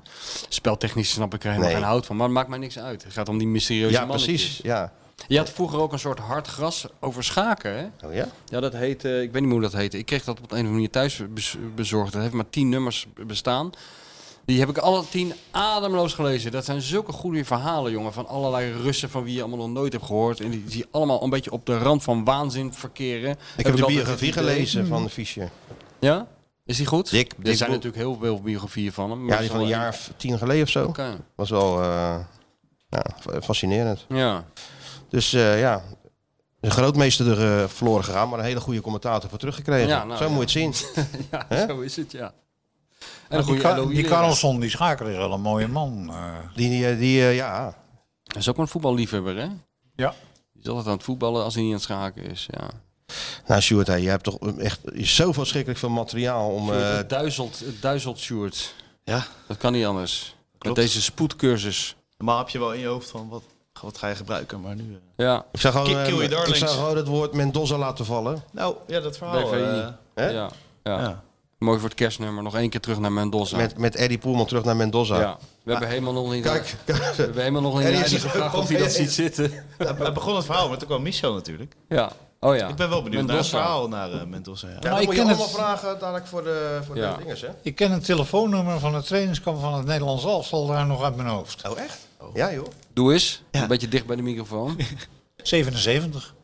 [SPEAKER 6] Speltechnisch snap ik er helemaal
[SPEAKER 5] Nee.
[SPEAKER 6] geen hout van. Maar het maakt mij niks uit. Het gaat om die mysterieuze
[SPEAKER 5] Ja,
[SPEAKER 6] mannetjes.
[SPEAKER 5] precies. Ja.
[SPEAKER 6] Je had vroeger ook een soort hard gras over schaken, hè?
[SPEAKER 5] Oh, ja?
[SPEAKER 6] Ja, dat heet, eh, ik weet niet hoe dat heet. Ik kreeg dat op een of andere manier thuis bes- bezorgd. Dat heeft maar tien nummers bestaan. Die heb ik alle tien ademloos gelezen. Dat zijn zulke goede verhalen, jongen. Van allerlei Russen van wie je allemaal nog nooit hebt gehoord. En die, die allemaal een beetje op de rand van waanzin verkeren.
[SPEAKER 5] Ik heb de
[SPEAKER 6] altijd
[SPEAKER 5] biografie
[SPEAKER 6] het idee- Hmm.
[SPEAKER 5] gelezen van Fischer.
[SPEAKER 6] Ja? Is die goed?
[SPEAKER 5] Dik-
[SPEAKER 6] er
[SPEAKER 5] dik
[SPEAKER 6] zijn
[SPEAKER 5] boek.
[SPEAKER 6] natuurlijk heel veel biografieën van hem. maar
[SPEAKER 5] Ja,
[SPEAKER 6] er
[SPEAKER 5] die
[SPEAKER 6] is
[SPEAKER 5] van een
[SPEAKER 6] wel
[SPEAKER 5] jaar of tien geleden of zo.
[SPEAKER 6] één- Oké.
[SPEAKER 5] Was wel eh, ja, f- fascinerend.
[SPEAKER 6] Ja.
[SPEAKER 5] Dus eh, ja, een grootmeester er eh, verloren gegaan, maar een hele goede commentator voor teruggekregen.
[SPEAKER 6] Ja, nou,
[SPEAKER 5] zo
[SPEAKER 6] ja.
[SPEAKER 5] moet je het zien.
[SPEAKER 6] ja,
[SPEAKER 5] Hè?
[SPEAKER 6] zo is het, ja. En een
[SPEAKER 4] die,
[SPEAKER 6] goede
[SPEAKER 4] Ka-
[SPEAKER 6] LOI
[SPEAKER 4] die
[SPEAKER 6] leraar.
[SPEAKER 4] Carlson, die schaker, is wel een mooie man. eh.
[SPEAKER 5] Die, eh, die eh, ja,
[SPEAKER 6] Dat is ook wel een voetballiefhebber, hè?
[SPEAKER 4] Ja.
[SPEAKER 6] Die is altijd aan het voetballen als hij niet aan het schaken is, ja.
[SPEAKER 5] Nou, Sjoerd, hè, je hebt toch echt zoveel schrikkelijk veel materiaal om. eh,
[SPEAKER 6] het duizelt, het duizelt Sjoerd.
[SPEAKER 1] Ja.
[SPEAKER 6] Dat kan niet anders.
[SPEAKER 1] Klopt.
[SPEAKER 6] Met deze spoedcursus.
[SPEAKER 1] Normaal heb je wel in je hoofd van, wat, wat ga je gebruiken? Maar nu... eh,
[SPEAKER 6] Ja,
[SPEAKER 5] ik zag gewoon,
[SPEAKER 1] Kill-
[SPEAKER 5] eh,
[SPEAKER 1] kill your
[SPEAKER 5] ik
[SPEAKER 1] darlings.
[SPEAKER 5] zag gewoon het woord Mendoza laten vallen.
[SPEAKER 1] Nou, ja, dat verhaal...
[SPEAKER 6] BVI.
[SPEAKER 1] eh,
[SPEAKER 5] Hè?
[SPEAKER 6] ja, ja.
[SPEAKER 1] ja.
[SPEAKER 6] Mooi voor het kerstnummer. Nog één keer terug naar Mendoza.
[SPEAKER 5] Met, met Eddie Poelman terug naar Mendoza.
[SPEAKER 6] ja. We hebben helemaal nog niet...
[SPEAKER 5] Kijk,
[SPEAKER 6] We hebben helemaal nog niet
[SPEAKER 5] En
[SPEAKER 6] aan
[SPEAKER 5] die
[SPEAKER 6] Eddie
[SPEAKER 5] is-
[SPEAKER 6] gevraagd of hij dat ziet zitten.
[SPEAKER 1] Hij begon eh, het verhaal, maar toen kwam Michel natuurlijk.
[SPEAKER 6] Ja. Oh ja.
[SPEAKER 1] Ik ben wel benieuwd naar het
[SPEAKER 6] Mendoza.
[SPEAKER 1] verhaal, naar eh Mendoza. Ja.
[SPEAKER 5] Ja,
[SPEAKER 4] Maar
[SPEAKER 5] dan
[SPEAKER 4] ik
[SPEAKER 5] moet je
[SPEAKER 4] ken het-
[SPEAKER 5] allemaal vragen dadelijk voor de, voor
[SPEAKER 6] Ja.
[SPEAKER 5] de dinges, hè?
[SPEAKER 4] Ik ken het telefoonnummer van de trainingskamp van het Nederlands elftal daar nog uit mijn hoofd.
[SPEAKER 5] Oh, echt? Ja, joh.
[SPEAKER 6] Doe eens.
[SPEAKER 1] Ja.
[SPEAKER 6] Een beetje dicht bij de microfoon.
[SPEAKER 4] 77.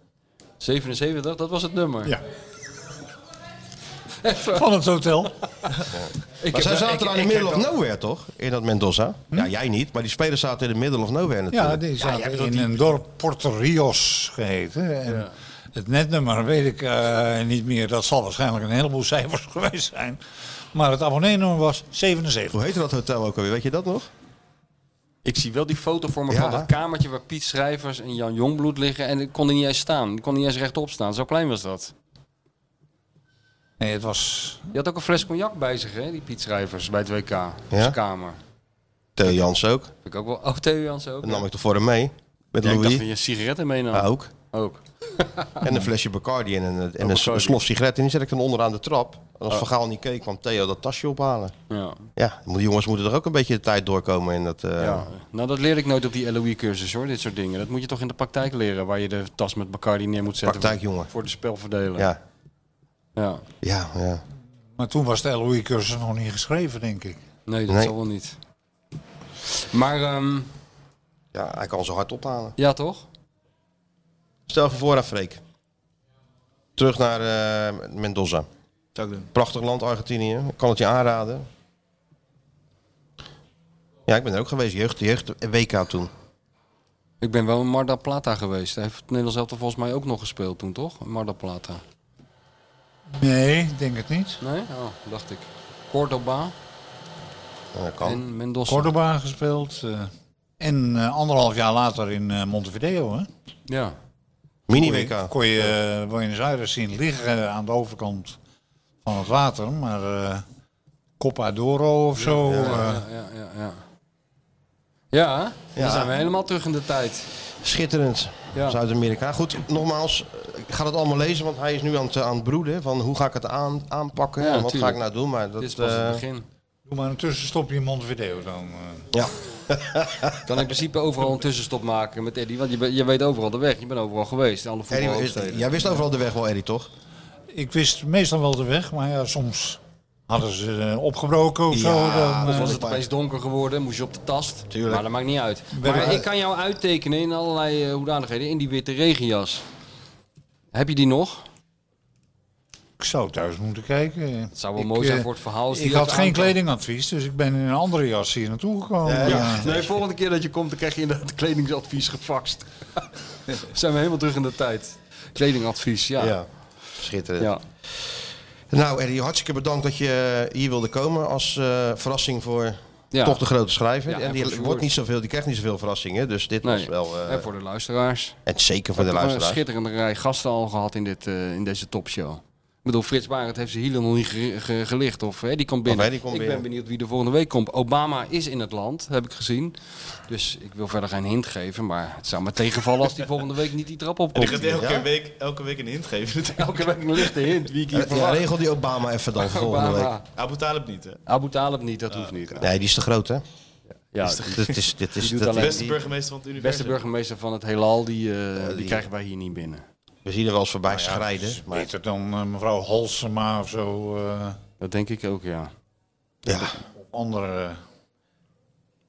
[SPEAKER 6] 77, dat was het nummer.
[SPEAKER 4] Ja.
[SPEAKER 6] Echt waar.
[SPEAKER 4] Van het hotel.
[SPEAKER 6] Ik
[SPEAKER 5] Maar zij
[SPEAKER 6] heb-
[SPEAKER 5] zaten
[SPEAKER 6] ik-
[SPEAKER 5] daar in
[SPEAKER 6] ik
[SPEAKER 5] the middle
[SPEAKER 6] heb Hm?
[SPEAKER 5] of
[SPEAKER 6] dat-
[SPEAKER 5] nowhere, toch? In dat Mendoza. Ja, jij niet, maar die spelers zaten in the middle of nowhere natuurlijk.
[SPEAKER 4] Ja, die
[SPEAKER 1] jij
[SPEAKER 4] zaten
[SPEAKER 1] bedoelt
[SPEAKER 4] in
[SPEAKER 1] die-
[SPEAKER 4] een dorp Porto Rios geheten. En Het netnummer weet ik eh, niet meer. Dat zal waarschijnlijk een heleboel cijfers geweest zijn. Maar het abonneenummer was 77.
[SPEAKER 5] Hoe heette dat hotel ook alweer? Weet je dat nog?
[SPEAKER 6] Ik zie wel die foto voor me
[SPEAKER 5] Ja.
[SPEAKER 6] van dat kamertje waar Piet Schrijvers en Jan Jongbloed liggen. En ik kon er niet eens staan. Ik kon niet eens rechtop staan. Zo klein was dat.
[SPEAKER 4] Nee, het was...
[SPEAKER 6] Je had ook een fles cognac bij zich, hè? Die Piet Schrijvers bij het WK. Ja?
[SPEAKER 5] Ja.
[SPEAKER 6] kamer.
[SPEAKER 5] Theo Jans ook.
[SPEAKER 6] Heb ik ook wel. Oh, Theo Jans ook.
[SPEAKER 5] Dat nam ik toch voor hem mee. Met
[SPEAKER 6] Ja, ik dacht
[SPEAKER 5] Louis.
[SPEAKER 6] dat je sigaretten meenam.
[SPEAKER 5] Ja, ook.
[SPEAKER 6] Ook.
[SPEAKER 5] En een flesje Bacardi en een, en een
[SPEAKER 6] Bacardi.
[SPEAKER 5] slof sigaret. En die zet ik dan onderaan de trap. En als Van Gaal niet keek, kwam Theo dat tasje ophalen.
[SPEAKER 6] Ja.
[SPEAKER 5] Ja, die jongens moeten er ook een beetje de tijd doorkomen in dat... eh,
[SPEAKER 6] ja. Nou, dat leer ik nooit op die LOE-cursus, hoor. Dit soort dingen. Dat moet je toch in de praktijk leren. Waar je de tas met Bacardi neer moet zetten.
[SPEAKER 5] Praktijkjongen.
[SPEAKER 6] Voor de spelverdeler.
[SPEAKER 5] Ja,
[SPEAKER 6] ja.
[SPEAKER 5] ja, ja.
[SPEAKER 4] Maar toen was de LOE-cursus nog niet geschreven, denk ik.
[SPEAKER 6] Nee, dat
[SPEAKER 5] Nee.
[SPEAKER 6] zal wel niet. Maar, ehm,
[SPEAKER 5] Ja, hij kan zo hard ophalen.
[SPEAKER 6] ja toch?
[SPEAKER 5] Stel je voor aan Freek. Terug naar eh, Mendoza.
[SPEAKER 1] Zou ik doen.
[SPEAKER 5] Prachtig land, Argentinië. Ik kan het je aanraden. Ja, ik ben er ook geweest. Jeugd, jeugd WK toen.
[SPEAKER 6] Ik ben wel in Mar del Plata geweest. Daar heeft het Nederlands elftal volgens mij ook nog gespeeld toen, toch? In Mar del Plata.
[SPEAKER 4] Nee, ik denk het niet.
[SPEAKER 6] Nee? Oh, dacht ik. Cordoba
[SPEAKER 5] Ja, dat kan.
[SPEAKER 6] en Mendoza.
[SPEAKER 4] Cordoba gespeeld. eh, en eh, anderhalf jaar later in eh, Montevideo, hè?
[SPEAKER 6] Ja.
[SPEAKER 4] Kon je,
[SPEAKER 5] Mini-WK.
[SPEAKER 4] kon je eh, Buenos Aires zien liggen aan de overkant van het water, maar eh Copa d'Oro of zo. eh,
[SPEAKER 6] Ja, ja, ja. Ja, ja, hè? dan
[SPEAKER 5] Ja.
[SPEAKER 6] zijn we helemaal terug in de tijd.
[SPEAKER 5] Schitterend.
[SPEAKER 6] Ja.
[SPEAKER 5] Zuid-Amerika. Goed, nogmaals, ik ga het allemaal lezen, want hij is nu aan het, eh, aan het broeden. Van hoe ga ik het aan, aanpakken
[SPEAKER 6] Ja,
[SPEAKER 5] en wat
[SPEAKER 6] tuurlijk.
[SPEAKER 5] ga ik nou doen? Maar dat,
[SPEAKER 6] Dit was
[SPEAKER 5] eh,
[SPEAKER 6] het begin.
[SPEAKER 4] Doe maar een tussenstopje in Montevideo dan. eh.
[SPEAKER 5] Ja,
[SPEAKER 6] Kan in principe overal een tussenstop maken met Eddie, want je, be- je weet overal de weg. Je bent overal geweest. Alle
[SPEAKER 5] Eddie,
[SPEAKER 6] voetbalhoofdsteden.
[SPEAKER 5] jij wist overal de weg wel, Eddie, toch?
[SPEAKER 4] Ik wist meestal wel de weg, maar ja, soms hadden ze eh, opgebroken of zo. Dan,
[SPEAKER 6] Of
[SPEAKER 4] eh,
[SPEAKER 6] was het opeens donker geworden, moest je op de tast.
[SPEAKER 5] Tuurlijk.
[SPEAKER 6] Maar dat maakt niet uit. Maar ik kan jou uittekenen in allerlei eh, hoedanigheden in die witte regenjas. Heb je die nog?
[SPEAKER 4] Ik zou thuis moeten kijken.
[SPEAKER 6] Het zou wel
[SPEAKER 4] Ik,
[SPEAKER 6] mooi zijn
[SPEAKER 4] eh,
[SPEAKER 6] voor het verhaal. als die
[SPEAKER 4] Ik had
[SPEAKER 6] dat
[SPEAKER 4] geen
[SPEAKER 6] aanpakt.
[SPEAKER 4] kledingadvies, dus ik ben in een andere jas hier naartoe gekomen.
[SPEAKER 6] Ja.
[SPEAKER 4] Ja.
[SPEAKER 6] Nee, volgende keer dat je komt, dan krijg je inderdaad kledingsadvies gefaxt. Zijn we helemaal terug in de tijd. Kledingadvies, ja. ja.
[SPEAKER 5] Ja. Schitterend. Nou, Eddie, hartstikke bedankt dat je eh, hier wilde komen als eh, verrassing voor
[SPEAKER 6] Ja.
[SPEAKER 5] toch de grote schrijver.
[SPEAKER 6] Ja, en
[SPEAKER 5] en
[SPEAKER 6] voor
[SPEAKER 5] die,
[SPEAKER 6] de
[SPEAKER 5] wordt niet zoveel, die krijgt niet zoveel verrassingen, dus dit
[SPEAKER 6] Nee.
[SPEAKER 5] was wel... eh,
[SPEAKER 6] En voor de luisteraars.
[SPEAKER 5] En zeker voor de
[SPEAKER 6] Een
[SPEAKER 5] luisteraars.
[SPEAKER 6] schitterende rij gasten al gehad in, dit, eh, in deze topshow. Ik bedoel, Frits Barend heeft zijn hielen nog niet ge- ge- gelicht. Of hè, die komt binnen.
[SPEAKER 5] hè, die komt
[SPEAKER 6] ik ben
[SPEAKER 5] binnen.
[SPEAKER 6] benieuwd wie er volgende week komt. Obama is in het land, heb ik gezien. Dus ik wil verder geen hint geven. Maar het zou me tegenvallen als die volgende week niet die trap
[SPEAKER 1] En
[SPEAKER 6] opkomt.
[SPEAKER 1] ik ga elke,
[SPEAKER 5] Ja?
[SPEAKER 1] week, elke week een hint geven.
[SPEAKER 6] Elke week een lichte hint. Wie ik hier
[SPEAKER 5] Ja,
[SPEAKER 6] verwacht.
[SPEAKER 5] regel die Obama even dan volgende week.
[SPEAKER 6] Obama.
[SPEAKER 1] Abu Talib niet, hè?
[SPEAKER 6] Abu Talib niet, dat hoeft niet.
[SPEAKER 5] Nee, die is te groot, hè? Nou,
[SPEAKER 6] Ja,
[SPEAKER 5] Dit is, dit is,
[SPEAKER 6] doet
[SPEAKER 5] dat
[SPEAKER 6] alleen-
[SPEAKER 5] is-
[SPEAKER 1] Beste burgemeester van het
[SPEAKER 6] de beste
[SPEAKER 1] universum.
[SPEAKER 6] burgemeester van het heelal, die, eh, die
[SPEAKER 5] die-
[SPEAKER 6] krijgen wij hier niet binnen.
[SPEAKER 5] we zien er wel eens voorbij
[SPEAKER 6] Nou
[SPEAKER 5] schrijden.
[SPEAKER 4] is
[SPEAKER 5] Maar
[SPEAKER 4] Beter dan eh, mevrouw Halsema of zo. eh,
[SPEAKER 6] Dat denk ik ook, ja.
[SPEAKER 5] ja,
[SPEAKER 4] of andere. eh,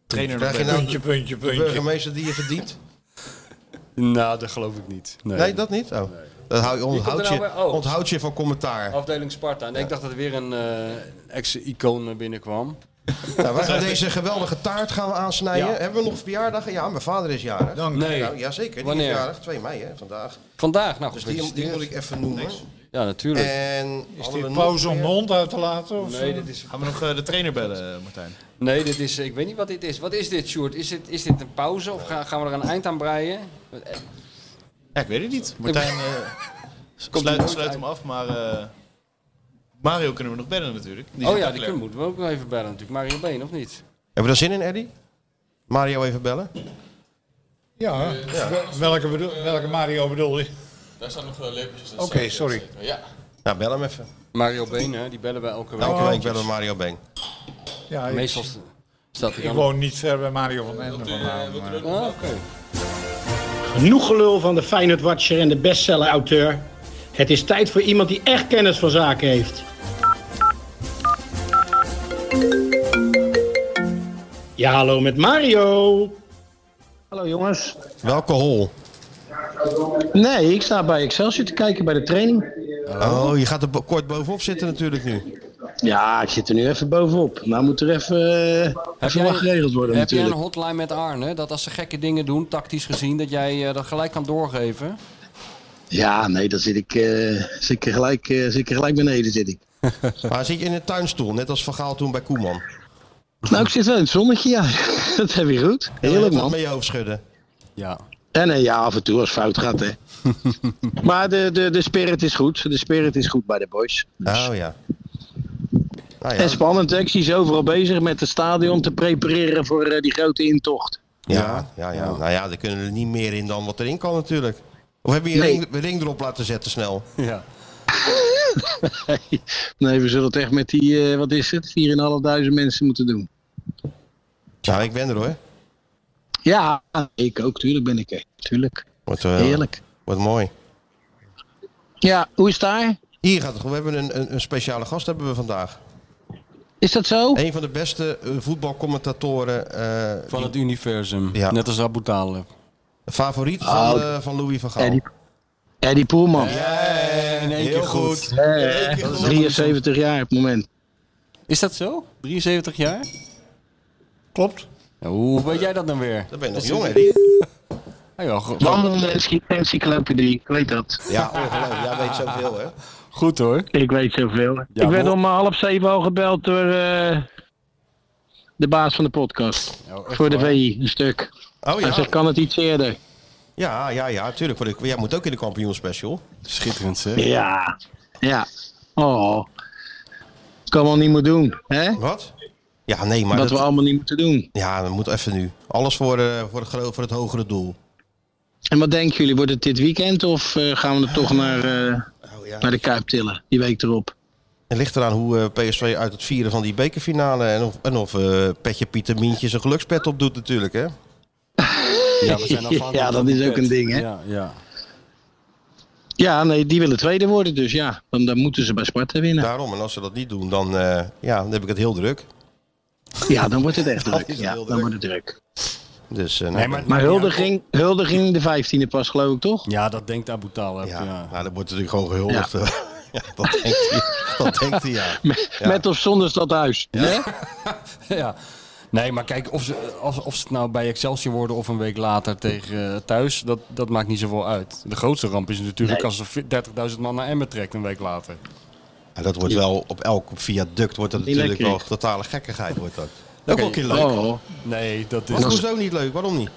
[SPEAKER 1] Trainer
[SPEAKER 5] krijg je
[SPEAKER 1] nog
[SPEAKER 5] nou
[SPEAKER 4] puntje, puntje,
[SPEAKER 5] de
[SPEAKER 4] puntje.
[SPEAKER 5] burgemeester die je verdient?
[SPEAKER 6] Nou, dat geloof ik niet.
[SPEAKER 5] Nee, dat niet? Oh. Dat hou je,
[SPEAKER 6] komt er
[SPEAKER 5] onthoud,
[SPEAKER 6] nou Oh.
[SPEAKER 5] je,
[SPEAKER 6] bij- oh.
[SPEAKER 5] onthoud je van commentaar.
[SPEAKER 6] Afdeling Sparta. En ik dacht dat er weer een eh, ex-icoon binnenkwam.
[SPEAKER 5] Nou, wij gaan deze geweldige taart gaan we aansnijden.
[SPEAKER 6] Ja.
[SPEAKER 5] Hebben we nog verjaardag? Ja, mijn vader is jarig.
[SPEAKER 4] Dank.
[SPEAKER 6] Nee.
[SPEAKER 5] Nou, jazeker, die
[SPEAKER 6] Wanneer?
[SPEAKER 5] is jarig. 2 mei, hè, vandaag.
[SPEAKER 6] Vandaag, nou,
[SPEAKER 5] Dus die, die Eh, moet ik even noemen.
[SPEAKER 6] Ja, natuurlijk.
[SPEAKER 5] En
[SPEAKER 4] Is
[SPEAKER 5] hadden we
[SPEAKER 4] dit
[SPEAKER 5] nog
[SPEAKER 4] pauze om
[SPEAKER 5] meer?
[SPEAKER 4] de hond uit te laten? Of
[SPEAKER 6] nee, dit is,
[SPEAKER 1] Gaan we nog eh, de trainer bellen, eh, Martijn?
[SPEAKER 6] nee, dit is... Ik weet niet wat dit is. Wat is dit, Sjoerd? Is dit, is dit een pauze of gaan, gaan we er een eind aan breien? Eh, oh
[SPEAKER 1] Ja, ik weet het niet. Martijn eh, sluit,
[SPEAKER 6] nooit
[SPEAKER 1] sluit
[SPEAKER 6] uit.
[SPEAKER 1] hem af, maar eh, Mario kunnen we nog bellen natuurlijk. Die
[SPEAKER 6] oh
[SPEAKER 1] zit
[SPEAKER 6] ja,
[SPEAKER 1] ook
[SPEAKER 6] die
[SPEAKER 1] lekker.
[SPEAKER 6] kunnen, moeten we ook nog even bellen natuurlijk. Mario Been, of niet?
[SPEAKER 5] Hebben we daar zin in, Eddie? Mario even bellen?
[SPEAKER 4] Ja, wel- Welke, bedoel- welke Mario bedoel je?
[SPEAKER 8] Daar staan nog eh, lepeltjes.
[SPEAKER 4] Oké, sorry.
[SPEAKER 8] Ja.
[SPEAKER 5] Nou, bel hem even.
[SPEAKER 6] Mario Been, hè? Die bellen we elke week.
[SPEAKER 1] Nou,
[SPEAKER 5] Elke
[SPEAKER 4] Oh.
[SPEAKER 5] week bellen we Mario Beng.
[SPEAKER 4] Ja, ik,
[SPEAKER 6] Meestal st- staat hij
[SPEAKER 4] ik
[SPEAKER 6] dan...
[SPEAKER 4] woon niet ver bij Mario van den Ende vandaan. maar-
[SPEAKER 6] Ah, oké.
[SPEAKER 2] Genoeg gelul van de Feyenoord Watcher en de bestseller-auteur. Het is tijd voor iemand die echt kennis van zaken heeft. Ja, hallo met Mario. Hallo jongens.
[SPEAKER 5] Welke hol?
[SPEAKER 2] Nee, ik sta bij Excelsior te kijken bij de training.
[SPEAKER 5] Oh, je gaat er bo- kort bovenop zitten natuurlijk nu.
[SPEAKER 2] Ja, ik zit er nu even bovenop. Nou moet er even, eh, even
[SPEAKER 6] jij-
[SPEAKER 2] wat geregeld worden
[SPEAKER 6] Heb jij een
[SPEAKER 2] natuurlijk.
[SPEAKER 6] hotline met Arne? Dat als ze gekke dingen doen, tactisch gezien, dat jij eh, dat gelijk kan doorgeven?
[SPEAKER 2] Ja, nee, dan zit ik, eh, zit ik, er gelijk, eh, zit ik er gelijk beneden. Zit ik.
[SPEAKER 5] Maar zit je in een tuinstoel, net als Van Gaal toen bij Koeman.
[SPEAKER 2] Nou, ik zit wel in het zonnetje, ja. Dat heb je goed. Heerlijk
[SPEAKER 5] dat
[SPEAKER 2] man.
[SPEAKER 5] met je hoofd schudden.
[SPEAKER 6] Ja.
[SPEAKER 2] En eh, ja, af en toe als het fout gaat, hè. maar de, de, de spirit is goed. De spirit is goed bij de boys.
[SPEAKER 5] Oh ja. Nou ja.
[SPEAKER 2] En spannend, hè. Ik zie ze overal bezig met het stadion te prepareren voor eh, die grote intocht.
[SPEAKER 5] Ja, ja, ja. Nou ja, daar kunnen we er niet meer in dan wat erin kan natuurlijk. Of heb je een
[SPEAKER 2] Nee.
[SPEAKER 5] ring, ring erop laten zetten snel?
[SPEAKER 6] ja.
[SPEAKER 2] Nee, we zullen het echt met die, eh, wat is het, 4.500 mensen moeten doen.
[SPEAKER 5] Nou, ik ben er hoor.
[SPEAKER 2] Ja, ik ook, tuurlijk ben ik er. Tuurlijk,
[SPEAKER 5] Wordt, eh,
[SPEAKER 2] heerlijk.
[SPEAKER 5] Wordt mooi.
[SPEAKER 2] Ja, hoe is het daar?
[SPEAKER 5] Hier gaat het goed. We hebben een, een, een speciale gast hebben we vandaag.
[SPEAKER 2] Is dat zo?
[SPEAKER 5] Een van de beste eh, voetbalcommentatoren. eh,
[SPEAKER 6] Van het universum.
[SPEAKER 5] Ja.
[SPEAKER 6] Net als Abu Talib.
[SPEAKER 5] favoriet
[SPEAKER 2] Oh.
[SPEAKER 5] van, eh, van Louis van Gaal.
[SPEAKER 2] Eddie, Eddie Poelman,
[SPEAKER 6] in één
[SPEAKER 5] Heel
[SPEAKER 6] keer goed.
[SPEAKER 5] goed.
[SPEAKER 2] Eh,
[SPEAKER 5] keer goed.
[SPEAKER 2] 73 jaar op het moment.
[SPEAKER 6] Is dat zo? 73 jaar?
[SPEAKER 4] Klopt.
[SPEAKER 6] Hoe weet jij dat dan weer?
[SPEAKER 5] Dat ben je nog jong, Eddie.
[SPEAKER 6] Ah, ja, go-
[SPEAKER 2] Wandelen, encyclopedie, ik weet dat.
[SPEAKER 5] Ja, ongelooflijk. Jij weet zoveel, hè?
[SPEAKER 6] goed hoor.
[SPEAKER 2] Ik weet zoveel.
[SPEAKER 6] Ja,
[SPEAKER 2] ik werd
[SPEAKER 6] maar-
[SPEAKER 2] om half zeven al gebeld door eh, de baas van de podcast.
[SPEAKER 6] Oh, echt
[SPEAKER 2] voor de
[SPEAKER 6] waar?
[SPEAKER 2] VI, een stuk.
[SPEAKER 5] Oh
[SPEAKER 2] Hij
[SPEAKER 5] ja.
[SPEAKER 2] zegt, kan het iets eerder?
[SPEAKER 5] Ja, ja, ja, tuurlijk. Want ik- Jij moet ook in de kampioenspecial.
[SPEAKER 6] Schitterend zeg.
[SPEAKER 2] Ja. Ja. Oh. Kan wel niet meer doen, hè?
[SPEAKER 5] Wat? Ja, nee, maar.
[SPEAKER 2] dat,
[SPEAKER 5] dat-
[SPEAKER 2] we allemaal niet moeten doen.
[SPEAKER 5] Ja, we moeten even nu. Alles voor, eh, voor, het, gro- voor het hogere doel.
[SPEAKER 2] En wat denken jullie? Wordt het dit weekend of eh, gaan we het toch naar, eh,
[SPEAKER 5] Oh, ja.
[SPEAKER 2] naar de Kuip tillen? Die week erop.
[SPEAKER 5] Het ligt eraan hoe eh, PSV uit het vieren van die bekerfinale. En of, en of eh, Petje Pieter Mientje zijn gelukspet op doet natuurlijk. Hè?
[SPEAKER 6] Ja, we zijn afhankelijk
[SPEAKER 2] Ja, dat
[SPEAKER 6] van de
[SPEAKER 2] is ook
[SPEAKER 6] pet.
[SPEAKER 2] een ding, hè?
[SPEAKER 6] Ja, ja.
[SPEAKER 2] Ja, nee, die willen tweede worden. Dus ja, dan, dan moeten ze bij Sparta winnen.
[SPEAKER 5] Daarom. En als ze dat niet doen, dan, eh, ja, dan heb ik het heel druk.
[SPEAKER 2] Ja, dan wordt het echt druk.
[SPEAKER 5] is
[SPEAKER 2] Ja,
[SPEAKER 5] heel
[SPEAKER 2] dan
[SPEAKER 5] druk.
[SPEAKER 2] wordt het druk.
[SPEAKER 5] Dus, eh,
[SPEAKER 6] Nee,
[SPEAKER 5] nou,
[SPEAKER 6] maar,
[SPEAKER 2] Maar Huldiging, Huldiging de 15e pas, geloof ik, toch?
[SPEAKER 6] Ja, dat denkt Abu Talib.
[SPEAKER 5] ja,
[SPEAKER 6] Ja.
[SPEAKER 5] Nou, dat wordt natuurlijk gewoon gehuldigd. eh. Dat denkt hij, dat denkt hij ja. Ja.
[SPEAKER 2] Met of zonder stadhuis. hè?
[SPEAKER 6] ja. Nee, maar kijk, of ze, of, of ze het nou bij Excelsior worden of een week later tegen eh, thuis, dat, dat maakt niet zoveel uit. De grootste ramp is natuurlijk als er vi- 30.000 man naar Emmen trekt een week later.
[SPEAKER 5] Ja, dat wordt wel op elk viaduct wordt dat
[SPEAKER 2] Niet
[SPEAKER 5] natuurlijk wel
[SPEAKER 2] lekker.
[SPEAKER 5] totale gekkigheid. Wordt dat.
[SPEAKER 6] Oké.
[SPEAKER 5] Ook wel een keer leuk.
[SPEAKER 2] Oh.
[SPEAKER 6] Nee, dat
[SPEAKER 5] Dat
[SPEAKER 6] is...
[SPEAKER 5] is ook niet leuk, waarom niet?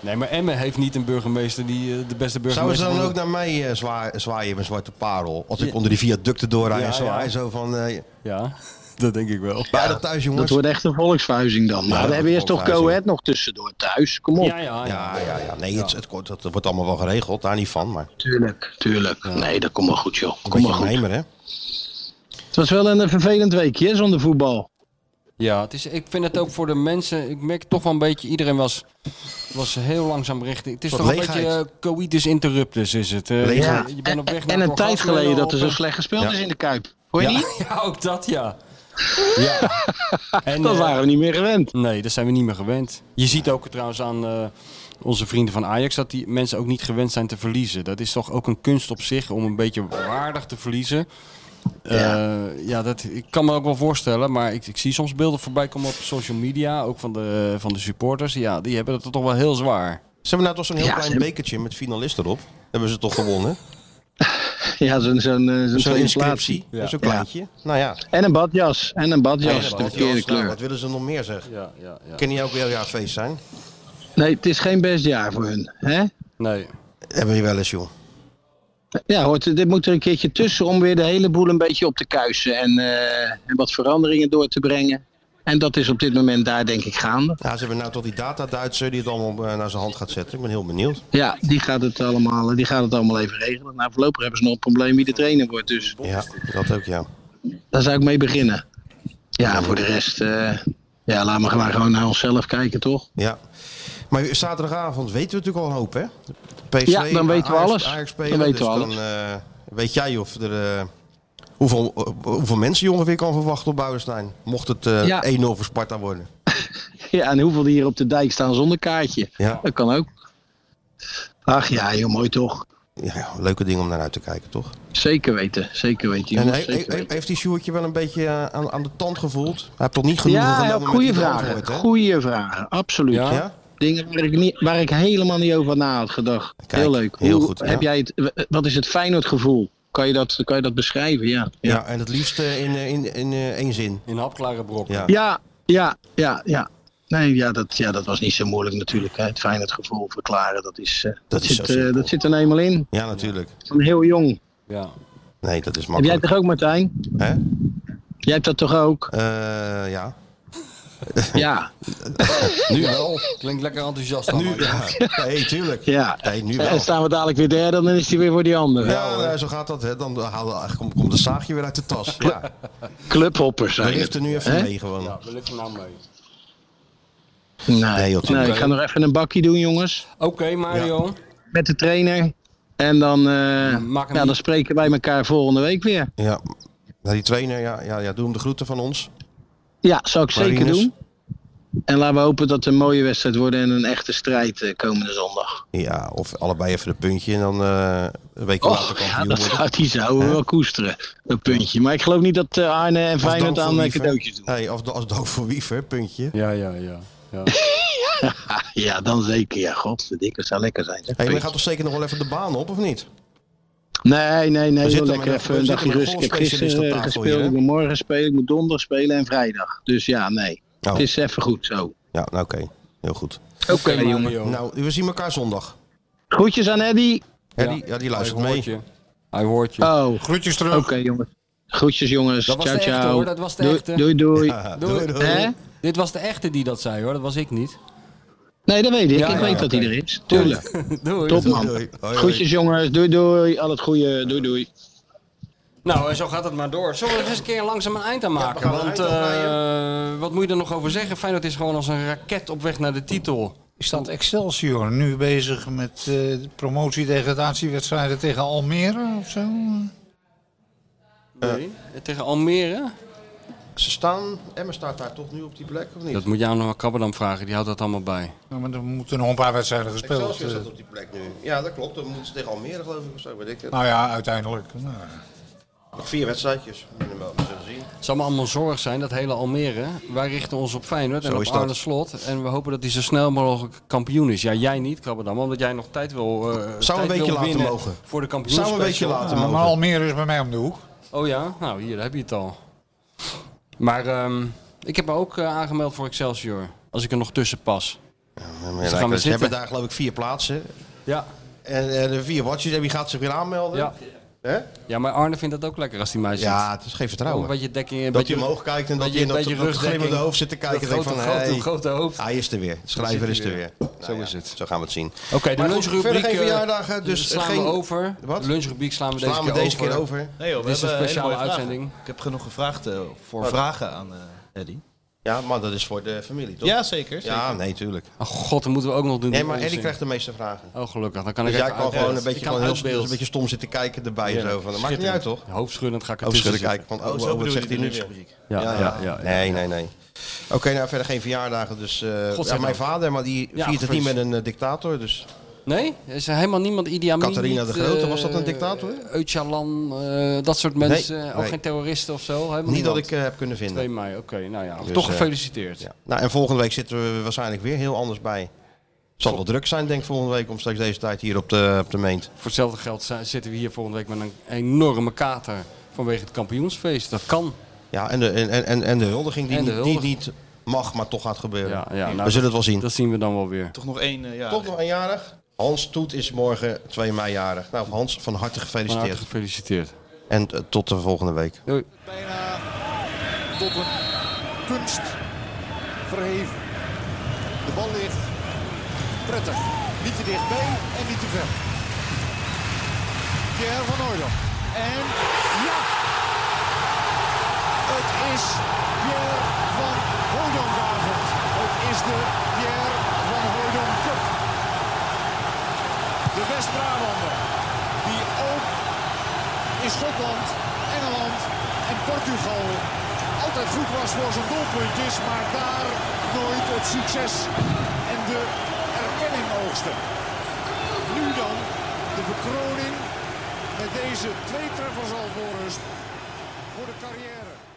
[SPEAKER 6] Nee, maar Emmen heeft niet een burgemeester die eh, de beste
[SPEAKER 5] Zouden
[SPEAKER 6] burgemeester...
[SPEAKER 5] ze dan
[SPEAKER 6] van-
[SPEAKER 5] ook naar mij eh, zwa- zwaaien met zwarte parel? Als ik onder die viaducten doorrijd en
[SPEAKER 6] Ja,
[SPEAKER 5] zwaai
[SPEAKER 6] ja.
[SPEAKER 5] zo van... eh
[SPEAKER 6] Ja, dat denk ik wel.
[SPEAKER 5] bij dat thuis jongens.
[SPEAKER 2] Dat wordt echt een volksverhuizing dan. Maar we
[SPEAKER 5] dat
[SPEAKER 2] hebben
[SPEAKER 5] wordt
[SPEAKER 2] eerst toch
[SPEAKER 5] volksverhuizing.
[SPEAKER 2] Go Ahead nog tussendoor thuis. Kom op.
[SPEAKER 6] Ja, ja, ja.
[SPEAKER 5] Ja, ja, ja. Nee, het, het, wordt- dat wordt allemaal wel geregeld. Daar niet van, maar...
[SPEAKER 2] Tuurlijk, tuurlijk. Nee, dat komt wel goed joh.
[SPEAKER 5] Een
[SPEAKER 2] Kom maar
[SPEAKER 5] beetje
[SPEAKER 2] goed.
[SPEAKER 5] mijmer, hè?
[SPEAKER 2] Het was wel een eh, vervelend weekje hè, zonder voetbal.
[SPEAKER 6] Ja, het is, ik vind het ook voor de mensen. Ik merk toch wel een beetje. Iedereen was, was heel langzaam richting. Het is
[SPEAKER 5] Wat
[SPEAKER 6] toch een
[SPEAKER 5] leegheid.
[SPEAKER 6] beetje eh, coitus interruptus, is het? Eh,
[SPEAKER 5] Leegheid.
[SPEAKER 6] je, je bent
[SPEAKER 2] En,
[SPEAKER 6] op weg naar
[SPEAKER 2] en een
[SPEAKER 6] het
[SPEAKER 2] tijd
[SPEAKER 6] orgasme
[SPEAKER 2] geleden
[SPEAKER 6] en
[SPEAKER 2] dat er
[SPEAKER 6] op-
[SPEAKER 2] zo slecht gespeeld
[SPEAKER 5] Ja.
[SPEAKER 2] is in de Kuip. Hoor je
[SPEAKER 6] Ja,
[SPEAKER 2] niet?
[SPEAKER 6] ja, ook dat ja. En,
[SPEAKER 2] Dat
[SPEAKER 6] eh,
[SPEAKER 2] waren we niet meer gewend.
[SPEAKER 6] Nee, dat zijn we niet meer gewend. Je ziet ook trouwens aan eh, onze vrienden van Ajax dat die mensen ook niet gewend zijn te verliezen. Dat is toch ook een kunst op zich om een beetje waardig te verliezen. Ja, Eh, ja dat, ik kan me ook wel voorstellen, maar ik, ik zie soms beelden voorbij komen op social media, ook van de, van de supporters. Ja, die hebben het toch wel heel zwaar.
[SPEAKER 5] Ze hebben nou toch zo'n heel
[SPEAKER 2] Ja, ze-
[SPEAKER 5] klein bekertje met finalist erop. Hebben ze toch gewonnen?
[SPEAKER 2] Ja, zo'n zo'n eh, zo'n
[SPEAKER 5] Zo'n
[SPEAKER 2] tweede
[SPEAKER 5] inscriptie.
[SPEAKER 2] plaats.
[SPEAKER 6] Ja.
[SPEAKER 5] Zo'n kleintje. Nou ja.
[SPEAKER 2] En een badjas. En een badjas.
[SPEAKER 5] Ja,
[SPEAKER 2] de
[SPEAKER 5] wat-
[SPEAKER 2] verkeerde
[SPEAKER 5] nou,
[SPEAKER 2] kleur.
[SPEAKER 5] Wat willen ze nog meer zeggen?
[SPEAKER 6] Ja, ja, ja.
[SPEAKER 5] Kan niet elk jaar feest zijn?
[SPEAKER 2] Nee, het is geen best jaar voor hun. Hè?
[SPEAKER 6] Nee.
[SPEAKER 5] Hebben we wel eens, joh.
[SPEAKER 2] Ja, hoort, dit moet er een keertje tussen om weer de hele boel een beetje op te kuisen. En, eh, en wat veranderingen door te brengen. En dat is op dit moment daar denk ik gaande.
[SPEAKER 5] Ja, ze hebben nou tot die data-Duitser die het allemaal eh, naar zijn hand gaat zetten. Ik ben heel benieuwd.
[SPEAKER 2] Ja, die gaat het allemaal, eh, die gaat het allemaal even regelen. Nou, voorlopig hebben ze nog een probleem wie de trainer wordt. Dus
[SPEAKER 5] Ja, dat ook, ja.
[SPEAKER 2] daar zou ik mee beginnen. Ja, voor de rest, eh, ja, laat maar maar gewoon naar onszelf kijken, toch?
[SPEAKER 5] ja. Maar zaterdagavond weten we natuurlijk al een hoop, hè? PSV,
[SPEAKER 2] Ja, dan weten we
[SPEAKER 5] Ajax-
[SPEAKER 2] alles.
[SPEAKER 5] Ajax
[SPEAKER 2] Dan
[SPEAKER 5] spelen,
[SPEAKER 2] weten
[SPEAKER 5] dus
[SPEAKER 2] we
[SPEAKER 5] dan, eh, weet jij of er, eh, hoeveel, eh, hoeveel mensen je ongeveer kan verwachten op Bouwenstein? Mocht het eh,
[SPEAKER 2] Ja.
[SPEAKER 5] 1-0 voor Sparta worden.
[SPEAKER 2] Ja, en hoeveel die hier op de dijk staan zonder kaartje.
[SPEAKER 5] Ja.
[SPEAKER 2] Dat kan ook. Ach ja, heel mooi toch?
[SPEAKER 5] Ja, leuke ding om naar uit te kijken, toch?
[SPEAKER 2] Zeker weten, zeker weten.
[SPEAKER 5] En eh,
[SPEAKER 2] jongens,
[SPEAKER 5] he-
[SPEAKER 2] zeker
[SPEAKER 5] he-
[SPEAKER 2] weten.
[SPEAKER 5] heeft die Sjoerdje wel een beetje eh, aan, aan de tand gevoeld? Hij heeft toch niet genoeg
[SPEAKER 2] Ja,
[SPEAKER 5] genomen
[SPEAKER 2] ja,
[SPEAKER 5] met
[SPEAKER 2] goede
[SPEAKER 5] die
[SPEAKER 2] vragen.
[SPEAKER 5] antwoord, hè?
[SPEAKER 2] Goede vragen, absoluut.
[SPEAKER 6] Ja?
[SPEAKER 5] Ja?
[SPEAKER 2] Dingen waar ik, niet, waar ik helemaal niet over na had gedacht.
[SPEAKER 5] Kijk,
[SPEAKER 2] heel leuk.
[SPEAKER 5] heel goed,
[SPEAKER 2] heb
[SPEAKER 5] ja.
[SPEAKER 2] jij het, w- wat is het Feyenoord gevoel? Kan je dat, kan je dat beschrijven? Ja.
[SPEAKER 5] Ja.
[SPEAKER 2] Ja.
[SPEAKER 5] en het liefst eh, in, eh, in, in eh, één zin.
[SPEAKER 6] In hapklare brok.
[SPEAKER 5] Ja.
[SPEAKER 2] ja, ja, ja, ja. Nee, ja dat, ja, dat was niet zo moeilijk natuurlijk. Hè. Het Feyenoord gevoel verklaren, dat, is, eh,
[SPEAKER 5] Dat is zo
[SPEAKER 2] zit, eh,
[SPEAKER 5] simpel.
[SPEAKER 2] dat zit er eenmaal in.
[SPEAKER 5] Ja, natuurlijk.
[SPEAKER 2] Van heel jong.
[SPEAKER 6] Ja.
[SPEAKER 5] Nee, dat is
[SPEAKER 2] Heb jij het
[SPEAKER 5] makkelijk.
[SPEAKER 2] toch ook, Martijn?
[SPEAKER 5] Hè?
[SPEAKER 2] Jij hebt dat toch ook?
[SPEAKER 5] Eh, ja.
[SPEAKER 2] Ja,
[SPEAKER 5] Nu wel.
[SPEAKER 6] Klinkt lekker enthousiast. allemaal,
[SPEAKER 5] Nu, Oh, ja. Nee, tuurlijk.
[SPEAKER 2] ja.
[SPEAKER 5] Nee, nu wel.
[SPEAKER 2] En staan we dadelijk weer derde, dan is die weer voor die andere.
[SPEAKER 5] Ja, nou, zo gaat dat. Hè. Dan halen- komt komt de zaagje weer uit de tas. Ja,
[SPEAKER 2] Clubhoppers
[SPEAKER 5] we
[SPEAKER 2] zijn het.
[SPEAKER 5] liften nu even
[SPEAKER 2] Hè?
[SPEAKER 5] mee gewoon.
[SPEAKER 6] Ja, we liften nou mee.
[SPEAKER 2] Nee,
[SPEAKER 5] joh,
[SPEAKER 2] nee, ik ga nog even een bakkie doen, jongens.
[SPEAKER 6] Oké, Mario.
[SPEAKER 2] Met de trainer. En dan, eh,
[SPEAKER 6] Maak hem
[SPEAKER 2] ja, dan
[SPEAKER 6] niet-
[SPEAKER 2] spreken wij elkaar volgende week weer.
[SPEAKER 5] Ja. Nou, die trainer, ja, ja, ja, doe hem de groeten van ons.
[SPEAKER 2] Ja, zal ik zeker
[SPEAKER 5] Marinus.
[SPEAKER 2] doen. En laten we hopen dat het een mooie wedstrijd wordt en een echte strijd eh, komende zondag.
[SPEAKER 5] Ja, of allebei even een puntje en dan eh, een week later
[SPEAKER 2] Och, Oh, ja,
[SPEAKER 5] kampioen
[SPEAKER 2] dat
[SPEAKER 5] worden.
[SPEAKER 2] zou, die zouden we wel koesteren, een puntje. Maar ik geloof niet dat eh, Arne en
[SPEAKER 5] Als
[SPEAKER 2] Feyenoord
[SPEAKER 5] dank voor
[SPEAKER 2] aan eh,
[SPEAKER 5] Wiever.
[SPEAKER 2] cadeautjes doen.
[SPEAKER 5] Hey, of da- als dank voor Wiever, puntje.
[SPEAKER 6] Ja, ja, ja. ja.
[SPEAKER 2] Ah, ja, dan zeker. Ja, godverdikke, het zou lekker zijn. zeg.
[SPEAKER 5] Hey, maar je gaat toch zeker nog wel even de baan op, of niet?
[SPEAKER 2] Nee, nee, nee.
[SPEAKER 5] We
[SPEAKER 2] Heel
[SPEAKER 5] zitten
[SPEAKER 2] lekker
[SPEAKER 5] met een-
[SPEAKER 2] even
[SPEAKER 5] we
[SPEAKER 2] een
[SPEAKER 5] zitten
[SPEAKER 2] dagje
[SPEAKER 5] met
[SPEAKER 2] rust.
[SPEAKER 5] een
[SPEAKER 2] Ik heb
[SPEAKER 5] golfspecialist
[SPEAKER 2] gisteren
[SPEAKER 5] op
[SPEAKER 2] eh,
[SPEAKER 5] tafel
[SPEAKER 2] gespeeld,
[SPEAKER 5] hier, hè?
[SPEAKER 2] ik moet morgen spelen, ik moet donderdag spelen en vrijdag. Dus ja, nee.
[SPEAKER 5] Oh.
[SPEAKER 2] Het is even goed zo.
[SPEAKER 5] Ja, nou oké. Heel goed.
[SPEAKER 2] Oké, jongen.
[SPEAKER 6] Mario.
[SPEAKER 5] Nou, we zien elkaar zondag.
[SPEAKER 2] Groetjes aan Eddy.
[SPEAKER 5] Ja, die, ja, die luistert
[SPEAKER 6] Hij
[SPEAKER 5] mee.
[SPEAKER 6] hoort je. Hij hoort je.
[SPEAKER 2] Oh, oké
[SPEAKER 4] Groetjes terug.
[SPEAKER 2] jongens. Groetjes jongens.
[SPEAKER 6] Dat was
[SPEAKER 2] ciao,
[SPEAKER 6] de echte,
[SPEAKER 2] ciao.
[SPEAKER 6] hoor. Dat was de
[SPEAKER 2] doei,
[SPEAKER 6] echte.
[SPEAKER 2] doei, doei.
[SPEAKER 5] Ja,
[SPEAKER 6] Doei.
[SPEAKER 2] Hè?
[SPEAKER 6] Dit was de echte die dat zei hoor, dat was ik niet.
[SPEAKER 2] Nee, dat weet ik.
[SPEAKER 6] Ja,
[SPEAKER 2] ik
[SPEAKER 6] ja,
[SPEAKER 2] weet
[SPEAKER 6] ja,
[SPEAKER 2] dat hij er is. Tuurlijk.
[SPEAKER 6] Doei.
[SPEAKER 2] Top
[SPEAKER 5] Doei,
[SPEAKER 2] man.
[SPEAKER 5] doei. Hoi, hoi.
[SPEAKER 2] Groetjes jongens. Doei, doei. Al het goede. Doei, doei.
[SPEAKER 6] Nou, en zo gaat het maar door. Zullen we er eens een keer langzaam een eind aan maken?
[SPEAKER 5] gaan er
[SPEAKER 6] want
[SPEAKER 5] een eind aan
[SPEAKER 6] eh, wat moet je er nog over zeggen? Feyenoord is gewoon als een raket op weg naar de titel.
[SPEAKER 4] Staat Excelsior nu bezig met eh promotie-degradatiewedstrijden tegen Almere of zo?
[SPEAKER 6] Nee. Tegen Almere?
[SPEAKER 5] Ze staan, Emma staat daar toch nu op die plek, of niet?
[SPEAKER 6] Dat moet je aan Noah Kabberdam vragen, die houdt dat allemaal bij.
[SPEAKER 4] Nou, maar er moeten nog een paar wedstrijden gespeeld
[SPEAKER 6] eh,
[SPEAKER 4] eh.
[SPEAKER 5] Excelsior staat
[SPEAKER 4] worden.
[SPEAKER 5] op
[SPEAKER 6] Nou.
[SPEAKER 5] die plek nu. Ja, dat klopt. Dan moeten ze tegen Almere, geloof ik, of zo, weet ik het.
[SPEAKER 4] Nou ja, uiteindelijk. Nou,
[SPEAKER 5] Nog vier wedstrijdjes. Minimaal, we zullen zien.
[SPEAKER 6] Het zal me allemaal zorg zijn, dat hele Almere. Wij richten ons op Feyenoord en
[SPEAKER 5] Zo
[SPEAKER 6] op
[SPEAKER 5] is dat.
[SPEAKER 6] Arne Slot. En we hopen dat hij zo snel mogelijk kampioen is. Ja, jij niet, Krabberdam, omdat jij nog tijd wil eh tijd
[SPEAKER 5] een beetje
[SPEAKER 6] wil
[SPEAKER 5] laten
[SPEAKER 6] winnen
[SPEAKER 5] mogen.
[SPEAKER 6] Voor de kampioenschap.
[SPEAKER 5] Zou een beetje laten
[SPEAKER 4] Ja, Nou, maar
[SPEAKER 5] mogen.
[SPEAKER 4] Almere is bij mij om de hoek.
[SPEAKER 6] Oh ja, nou hier daar heb je het al. Maar ehm, ik heb me ook eh, aangemeld voor Excelsior. Als ik er nog tussen pas.
[SPEAKER 5] Ja, maar
[SPEAKER 6] gaan
[SPEAKER 5] ja,
[SPEAKER 6] we
[SPEAKER 5] Ze hebben
[SPEAKER 6] zitten.
[SPEAKER 5] daar geloof ik vier plaatsen.
[SPEAKER 6] Ja.
[SPEAKER 5] En eh, de vier watjes, en wie gaat zich weer aanmelden?
[SPEAKER 6] Ja.
[SPEAKER 5] Hè?
[SPEAKER 6] ja, maar Arne vindt dat ook lekker als hij mij ziet.
[SPEAKER 5] Oh, ja het is geen
[SPEAKER 6] Ook
[SPEAKER 5] vertrouwen.
[SPEAKER 6] een beetje dekking. Een
[SPEAKER 5] dat
[SPEAKER 6] beetje,
[SPEAKER 5] je omhoog kijkt en dat
[SPEAKER 6] beetje-
[SPEAKER 5] je in dat,
[SPEAKER 6] beetje
[SPEAKER 5] dat glimmende
[SPEAKER 6] rugdekking.
[SPEAKER 5] hoofd zit te kijken.
[SPEAKER 6] Dat
[SPEAKER 5] en denkt
[SPEAKER 6] grote,
[SPEAKER 5] van,
[SPEAKER 6] grote,
[SPEAKER 5] hey,
[SPEAKER 6] grote hoofd.
[SPEAKER 5] Hij is er weer. De schrijver is er weer. zo is het. Zo gaan we het zien.
[SPEAKER 6] Oké, de
[SPEAKER 5] Maar goed,
[SPEAKER 6] lunchrubriek
[SPEAKER 5] verder geen
[SPEAKER 6] eh,
[SPEAKER 5] verjaardagen, dus
[SPEAKER 6] slaan
[SPEAKER 5] geen-
[SPEAKER 6] we over.
[SPEAKER 5] Wat?
[SPEAKER 6] De lunchrubriek slaan we deze,
[SPEAKER 5] Slaan we
[SPEAKER 6] keer,
[SPEAKER 5] deze
[SPEAKER 6] over.
[SPEAKER 5] keer over.
[SPEAKER 1] Nee joh, we
[SPEAKER 6] Dit is
[SPEAKER 1] hebben
[SPEAKER 6] een
[SPEAKER 1] hele
[SPEAKER 6] speciale
[SPEAKER 1] mooie vragen.
[SPEAKER 6] uitzending.
[SPEAKER 1] Ik heb genoeg gevraagd eh, voor vragen aan eh Eddie.
[SPEAKER 5] Ja, maar dat is voor de familie, toch?
[SPEAKER 1] Ja, zeker. zeker.
[SPEAKER 5] Ja, nee, tuurlijk.
[SPEAKER 6] Oh god, dat moeten we ook nog doen.
[SPEAKER 5] Nee,
[SPEAKER 6] die
[SPEAKER 5] maar Eddie
[SPEAKER 6] onzin.
[SPEAKER 5] krijgt de meeste vragen.
[SPEAKER 6] Oh gelukkig, dan kan
[SPEAKER 5] Dus
[SPEAKER 6] ik
[SPEAKER 5] jij
[SPEAKER 6] even
[SPEAKER 5] kan
[SPEAKER 6] uit-
[SPEAKER 5] gewoon
[SPEAKER 6] uit-
[SPEAKER 5] een
[SPEAKER 6] eh, ik
[SPEAKER 5] beetje,
[SPEAKER 6] kan
[SPEAKER 5] gewoon heel,
[SPEAKER 6] uitbeeld.
[SPEAKER 5] een beetje stom zitten kijken erbij. Zo. Van, dat maakt niet uit, toch?
[SPEAKER 6] Hoofdschudden gaat
[SPEAKER 5] Oh,
[SPEAKER 6] ik ertussen
[SPEAKER 5] schudden kijken. Van, oh,
[SPEAKER 1] Zo
[SPEAKER 5] oh, wat
[SPEAKER 1] bedoel je
[SPEAKER 5] zegt hij
[SPEAKER 1] de
[SPEAKER 5] nu?
[SPEAKER 1] lunchrubriek.
[SPEAKER 6] zitten. Ja, ja, ja. ja.
[SPEAKER 5] Nee, nee, nee. Oké, nou verder geen verjaardagen. Dus eh, ja,
[SPEAKER 6] Godzijdank.
[SPEAKER 5] mijn vader, maar die
[SPEAKER 6] Ja,
[SPEAKER 5] viert het
[SPEAKER 6] fris.
[SPEAKER 5] niet met een eh, dictator. Dus
[SPEAKER 6] Nee? Is er helemaal niemand Idi Amin?
[SPEAKER 5] Catharina
[SPEAKER 6] niet,
[SPEAKER 5] de Grote,
[SPEAKER 6] eh,
[SPEAKER 5] was dat een dictator?
[SPEAKER 6] Öcalan, eh, dat soort mensen.
[SPEAKER 5] Nee,
[SPEAKER 6] ook
[SPEAKER 5] nee.
[SPEAKER 6] geen terroristen of zo? Helemaal
[SPEAKER 5] niet dat
[SPEAKER 6] niemand.
[SPEAKER 5] ik eh, heb kunnen
[SPEAKER 6] 2
[SPEAKER 5] vinden.
[SPEAKER 6] mei, oké. nou ja,
[SPEAKER 5] Dus,
[SPEAKER 6] toch
[SPEAKER 5] eh,
[SPEAKER 6] gefeliciteerd.
[SPEAKER 5] Ja. Nou, en volgende week zitten we waarschijnlijk weer heel anders bij. Het zal wel druk zijn, denk ik, volgende week om straks deze tijd hier op de, op de meent.
[SPEAKER 6] Voor hetzelfde geld zi- zitten we hier volgende week met een enorme kater vanwege het kampioensfeest. Dat kan.
[SPEAKER 5] Ja, en de, en, en, en de huldiging die,
[SPEAKER 6] En de
[SPEAKER 5] niet- die niet mag, maar toch gaat gebeuren.
[SPEAKER 6] Ja, ja, nou,
[SPEAKER 5] we zullen het wel zien.
[SPEAKER 6] Dat zien we dan wel weer.
[SPEAKER 1] Toch nog één eh, ja.
[SPEAKER 5] Toch nog een jarig? Hans Toet is morgen 2 mei jarig. Nou, Hans, van harte
[SPEAKER 6] Van
[SPEAKER 5] gefeliciteerd.
[SPEAKER 6] harte gefeliciteerd.
[SPEAKER 5] En eh, tot de volgende week.
[SPEAKER 6] Doei.
[SPEAKER 8] Bijna tot een kunst verheven. De bal ligt prettig. Niet te dichtbij en niet te ver. Pierre van Hooydonk. En ja! Het is Pierre van Hooydonkavond. Het is de Pierre van Hooydonk Cup. De West-Brabander. Die ook in Schotland, Engeland en Portugal altijd goed was voor zijn doelpuntjes, maar daar nooit het succes en de erkenning oogsten. Nu dan de bekroning met deze twee treffers al voor rust voor de carrière.